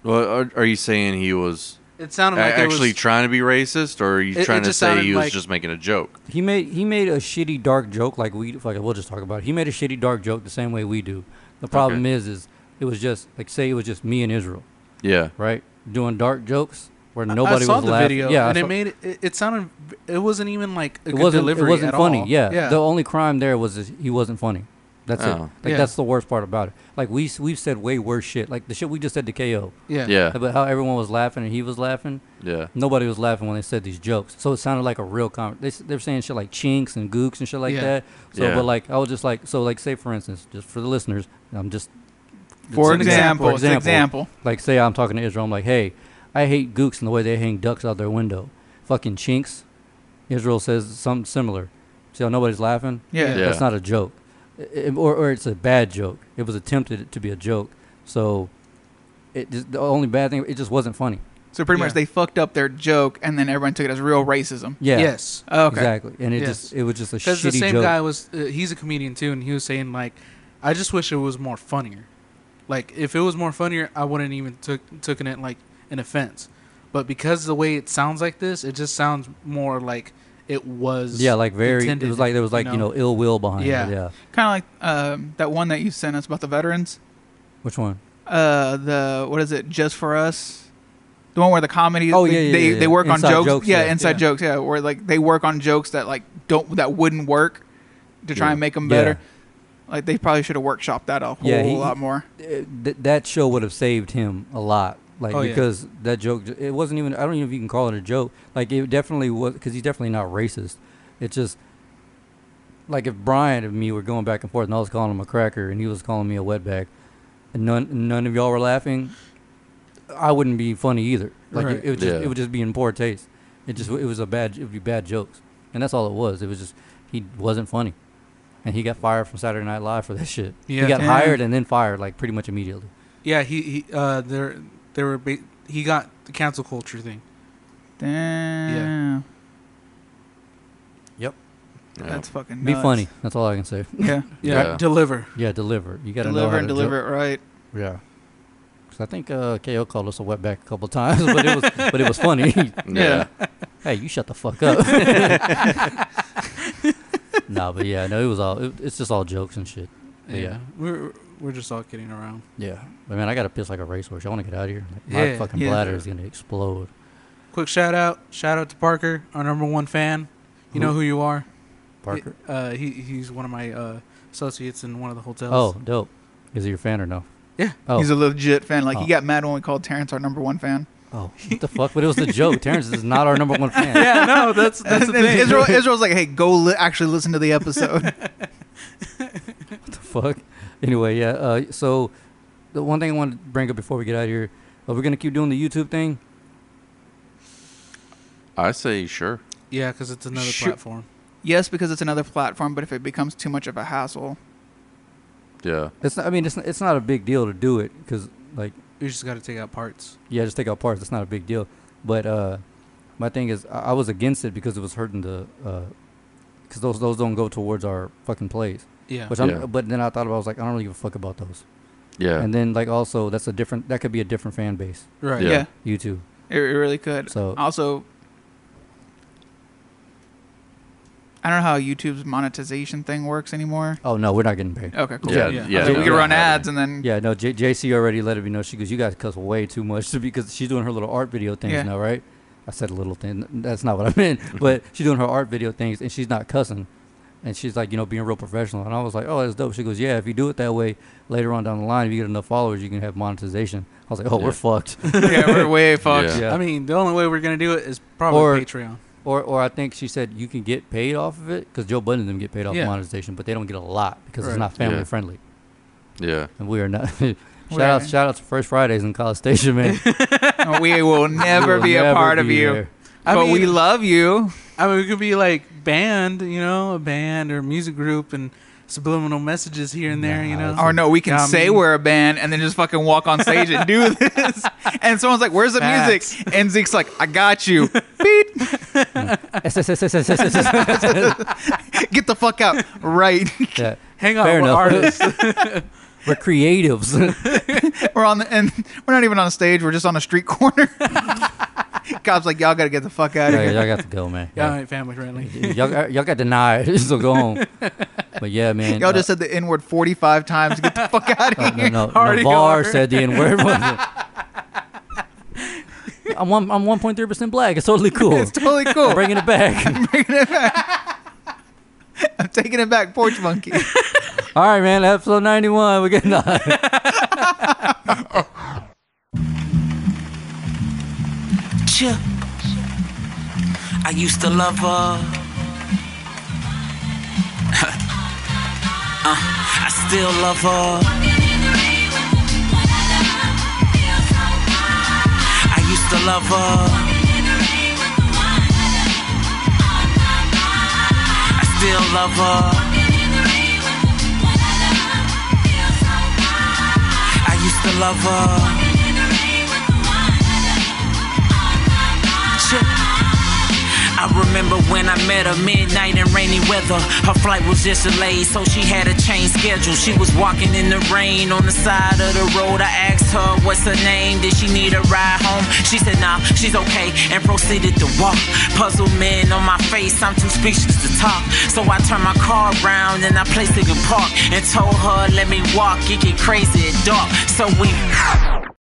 S2: Well, are, are you saying he was
S7: It sounded
S2: a-
S7: like
S2: actually
S7: it was,
S2: trying to be racist, or are you
S7: It- it
S2: trying to
S7: just
S2: say he
S7: sounded
S2: was
S7: like-
S2: just making a joke?
S1: He made he made a shitty dark joke like we like we'll just talk about. It. He made a shitty dark joke the same way we do. The problem is is it was just like say it was just me and Israel,
S2: Yeah.
S1: right? Doing dark jokes where
S7: I-
S1: nobody
S7: I saw
S1: was
S7: the
S1: laughing.
S7: video,
S1: yeah, I
S7: and
S1: saw-
S7: it made it, it. It sounded. It wasn't even like a
S1: it
S7: good
S1: wasn't
S7: delivery.
S1: it wasn't
S7: at
S1: funny.
S7: all.
S1: Yeah.
S7: yeah.
S1: the only crime there was is he wasn't funny. That's it.
S2: Oh.
S1: Like
S7: Yeah.
S1: that's the worst part about it. Like we s- we've said way worse shit. Like the shit we just said to KO.
S7: yeah,
S2: Yeah.
S1: About how everyone was laughing and he was laughing.
S2: Yeah.
S1: Nobody was laughing when they said these jokes, so it sounded like a real comment. They s- they were saying shit like chinks and gooks and shit like
S7: Yeah.
S1: that. So,
S2: Yeah.
S1: but like I was just like, so like say for instance, just for the listeners, I'm just
S3: For
S1: it's an
S3: example,
S1: for
S3: it's an example.
S1: like say I'm talking to Israel, I'm like, hey, I hate gooks and the way they hang ducks out their window. Fucking chinks. Israel says something similar. See how nobody's laughing?
S3: Yeah.
S2: Yeah.
S1: That's not a joke, I- I- or or it's a bad joke. It was attempted to be a joke, so it just, the only bad thing it just wasn't funny.
S3: So pretty
S7: Yeah.
S3: much they fucked up their joke, and then everyone took it as real racism.
S1: Yeah.
S7: Yes.
S3: Okay.
S1: Exactly, and it
S7: Yes.
S1: just it was just a
S7: Because
S1: shitty
S7: the same
S1: joke.
S7: guy was. Uh, he's a comedian too, and he was saying like, I just wish it was more funnier. Like if it was more funnier, I wouldn't even took taken it like an offense. But because the way it sounds like this, it just sounds more like it was.
S1: yeah, like very.
S7: intended,
S1: it was like there was like you know, ill will behind
S7: Yeah.
S1: it. Yeah.
S3: Kind of like um, that one that you sent us about the veterans.
S1: Which one?
S3: Uh, the what is it? Just for us. The one where the comedy,
S1: Oh,
S3: they,
S1: yeah, yeah,
S3: they,
S1: yeah,
S3: they
S1: yeah.
S3: work
S1: Inside
S3: on jokes,
S1: jokes,
S3: yeah,
S1: yeah.
S3: inside
S7: Yeah.
S3: jokes, yeah, where like they work on jokes that like don't that wouldn't work to try
S2: Yeah.
S3: and make them
S1: Yeah.
S3: better. Like they probably should have workshopped that a whole
S1: Yeah, he-
S3: lot more.
S1: Th- that show would have saved him a lot. Like
S7: Oh, yeah.
S1: because that joke, j- it wasn't even. I don't even know if you can call it a joke. Like it definitely was because he's definitely not racist. It's just like if Brian and me were going back and forth, and I was calling him a cracker, and he was calling me a wetback, and none none of y'all were laughing, I wouldn't be funny either. Like
S7: Right.
S1: it, it would just
S2: Yeah.
S1: it would just be in poor taste. It just it was a bad it would be bad jokes, and that's all it was. It was just he wasn't funny, and he got fired from Saturday Night Live for that shit.
S7: Yeah.
S1: He got
S3: Yeah.
S1: hired and then fired like pretty much immediately.
S7: Yeah, he he uh there there were ba- he got the cancel culture thing.
S3: Damn.
S1: Yep.
S2: Yeah.
S3: That's fucking
S1: Be
S3: nuts.
S1: funny. That's all I can say.
S3: Yeah.
S7: Yeah,
S2: Yeah.
S7: deliver.
S1: Yeah, deliver. You gotta know
S3: deliver
S1: how
S3: and
S1: to
S3: deliver it right.
S1: Deliver. Yeah. Cause I think uh, KO called us a wetback a couple times, but it was but it was funny.
S2: Yeah.
S1: hey, you shut the fuck up. nah, but yeah, no, it was all. It, it's just all jokes and shit.
S7: Yeah.
S1: Yeah.
S7: We're we're just all kidding around.
S1: Yeah, but man, I gotta piss like a racehorse. I want to get out of here. Like,
S7: Yeah.
S1: my fucking
S3: Yeah.
S1: bladder is gonna explode.
S7: Quick shout out, shout out to Parker, our number one fan. You know who you are.
S1: Parker.
S7: Uh, he he's one of my uh, associates in one of the hotels.
S1: Oh, dope. Is he your fan or no?
S7: Yeah.
S1: Oh.
S3: He's a legit fan. Like
S1: Oh.
S3: he got mad when we called Terrence our number one fan.
S1: oh, what the fuck? But it was the joke. Terrence is not our number one fan.
S7: yeah, no, that's that's the
S3: And
S7: thing.
S3: Israel, Israel's like, hey, go li- actually listen to the episode.
S1: fuck. Anyway, yeah. Uh, so the one thing I wanted to bring up before we get out of here, are we gonna keep doing the YouTube thing?
S2: I say sure.
S7: Yeah, because it's another
S3: Shoot.
S7: platform.
S3: Yes, because it's another platform, but if it becomes too much of a hassle,
S2: Yeah.
S1: It's not, I mean, it's not, it's not a big deal to do it because like
S7: You just got to take out parts.
S1: yeah, just take out parts. It's not a big deal. But uh, my thing is, I, I was against it because it was hurting the because those those don't go towards our fucking plays.
S7: Yeah.
S1: Which I'm,
S2: Yeah.
S1: but then I thought about, I was like, I don't really give a fuck about those.
S2: Yeah.
S1: And then like also that's a different that could be a different fan base.
S7: right.
S2: Yeah.
S3: yeah,
S1: YouTube.
S3: it, it really could.
S1: So-
S3: also, I don't know how YouTube's monetization thing works anymore.
S1: Oh no, we're not getting paid.
S3: Okay, cool.
S2: yeah.
S7: Yeah.
S2: Yeah.
S3: So we
S2: no,
S3: could
S2: no,
S3: run
S2: no.
S3: ads and then
S1: Yeah, no, J- JC already let it be known. She goes, you guys cuss way too much because she's doing her little art video things
S3: Yeah.
S1: now, right? I said little thing. That's not what I meant. but she's doing her art video things and she's not cussing. And she's like, you know, being real professional. And I was like, oh, that's dope. She goes, yeah, if you do it that way, later on down the line, if you get enough followers, you can have monetization. I was like, oh,
S2: Yeah.
S1: we're fucked.
S3: yeah, we're way fucked.
S2: Yeah.
S1: Yeah.
S7: I mean, the only way we're gonna do it is probably
S1: Or-
S7: Patreon.
S1: Or, or I think she said you can get paid off of it because Joe Budden and them get paid off
S7: Yeah.
S1: monetization, but they don't get a lot because
S7: Right.
S1: it's not family
S2: Yeah.
S1: friendly.
S2: Yeah.
S1: And we are not. shout
S3: We're-
S1: out, shout out to First Fridays in College Station, man.
S3: we will never
S1: We'll
S3: be a
S1: never
S3: part of
S1: be
S3: you,
S1: there.
S7: I
S3: but
S7: mean-
S3: we love you.
S7: I mean, we could be like band, you know, a band or a music group, and subliminal messages here and there, you know.
S1: Nah,
S3: Or no, we can
S7: Yeah, I
S3: say
S7: mean-
S3: we're a band and then just fucking walk on stage and do this. And someone's like, "Where's the
S7: Facts.
S3: music?" And Zeke's like, "I got you." Beep. Get the fuck out. Right.
S1: Yeah.
S7: Hang on,
S1: Fair
S7: we're
S1: enough.
S7: artists.
S1: We're creatives.
S3: We're on the and we're not even on stage. We're just on a street corner. Cops like, "Y'all got to get the fuck out of
S1: yeah,
S3: here."
S1: y'all got to go, man.
S7: yeah,
S1: Yeah.
S7: I ain't family friendly.
S1: y'all, y'all got denied, so go home. But yeah, man.
S3: Y'all
S1: uh,
S3: just said the N word 45 times. Get the fuck out
S1: uh,
S3: of
S1: no,
S3: here.
S1: no,
S7: Already
S1: Navar
S7: gone.
S1: said the N word. I'm one. I'm 1.3 percent black. It's totally cool.
S3: It's totally cool.
S1: I'm bringing it back.
S3: I'm taking it back, porch monkey.
S1: All right, man. Episode 91. We're getting on.
S6: Ch- I used to love her. Uh, I still love her. I used to love her. I still love her. I used to love her. Ch- I remember when I met her, midnight and rainy weather. Her flight was just delayed, so she had a change schedule. She was walking in the rain on the side of the road. I asked her what's her name, did she need a ride home? She said nah, she's okay, and proceeded to walk. Puzzlement on my face, I'm too speechless to talk. So I turned my car around and I placed it in park and told her let me walk. It get crazy at dark, so we.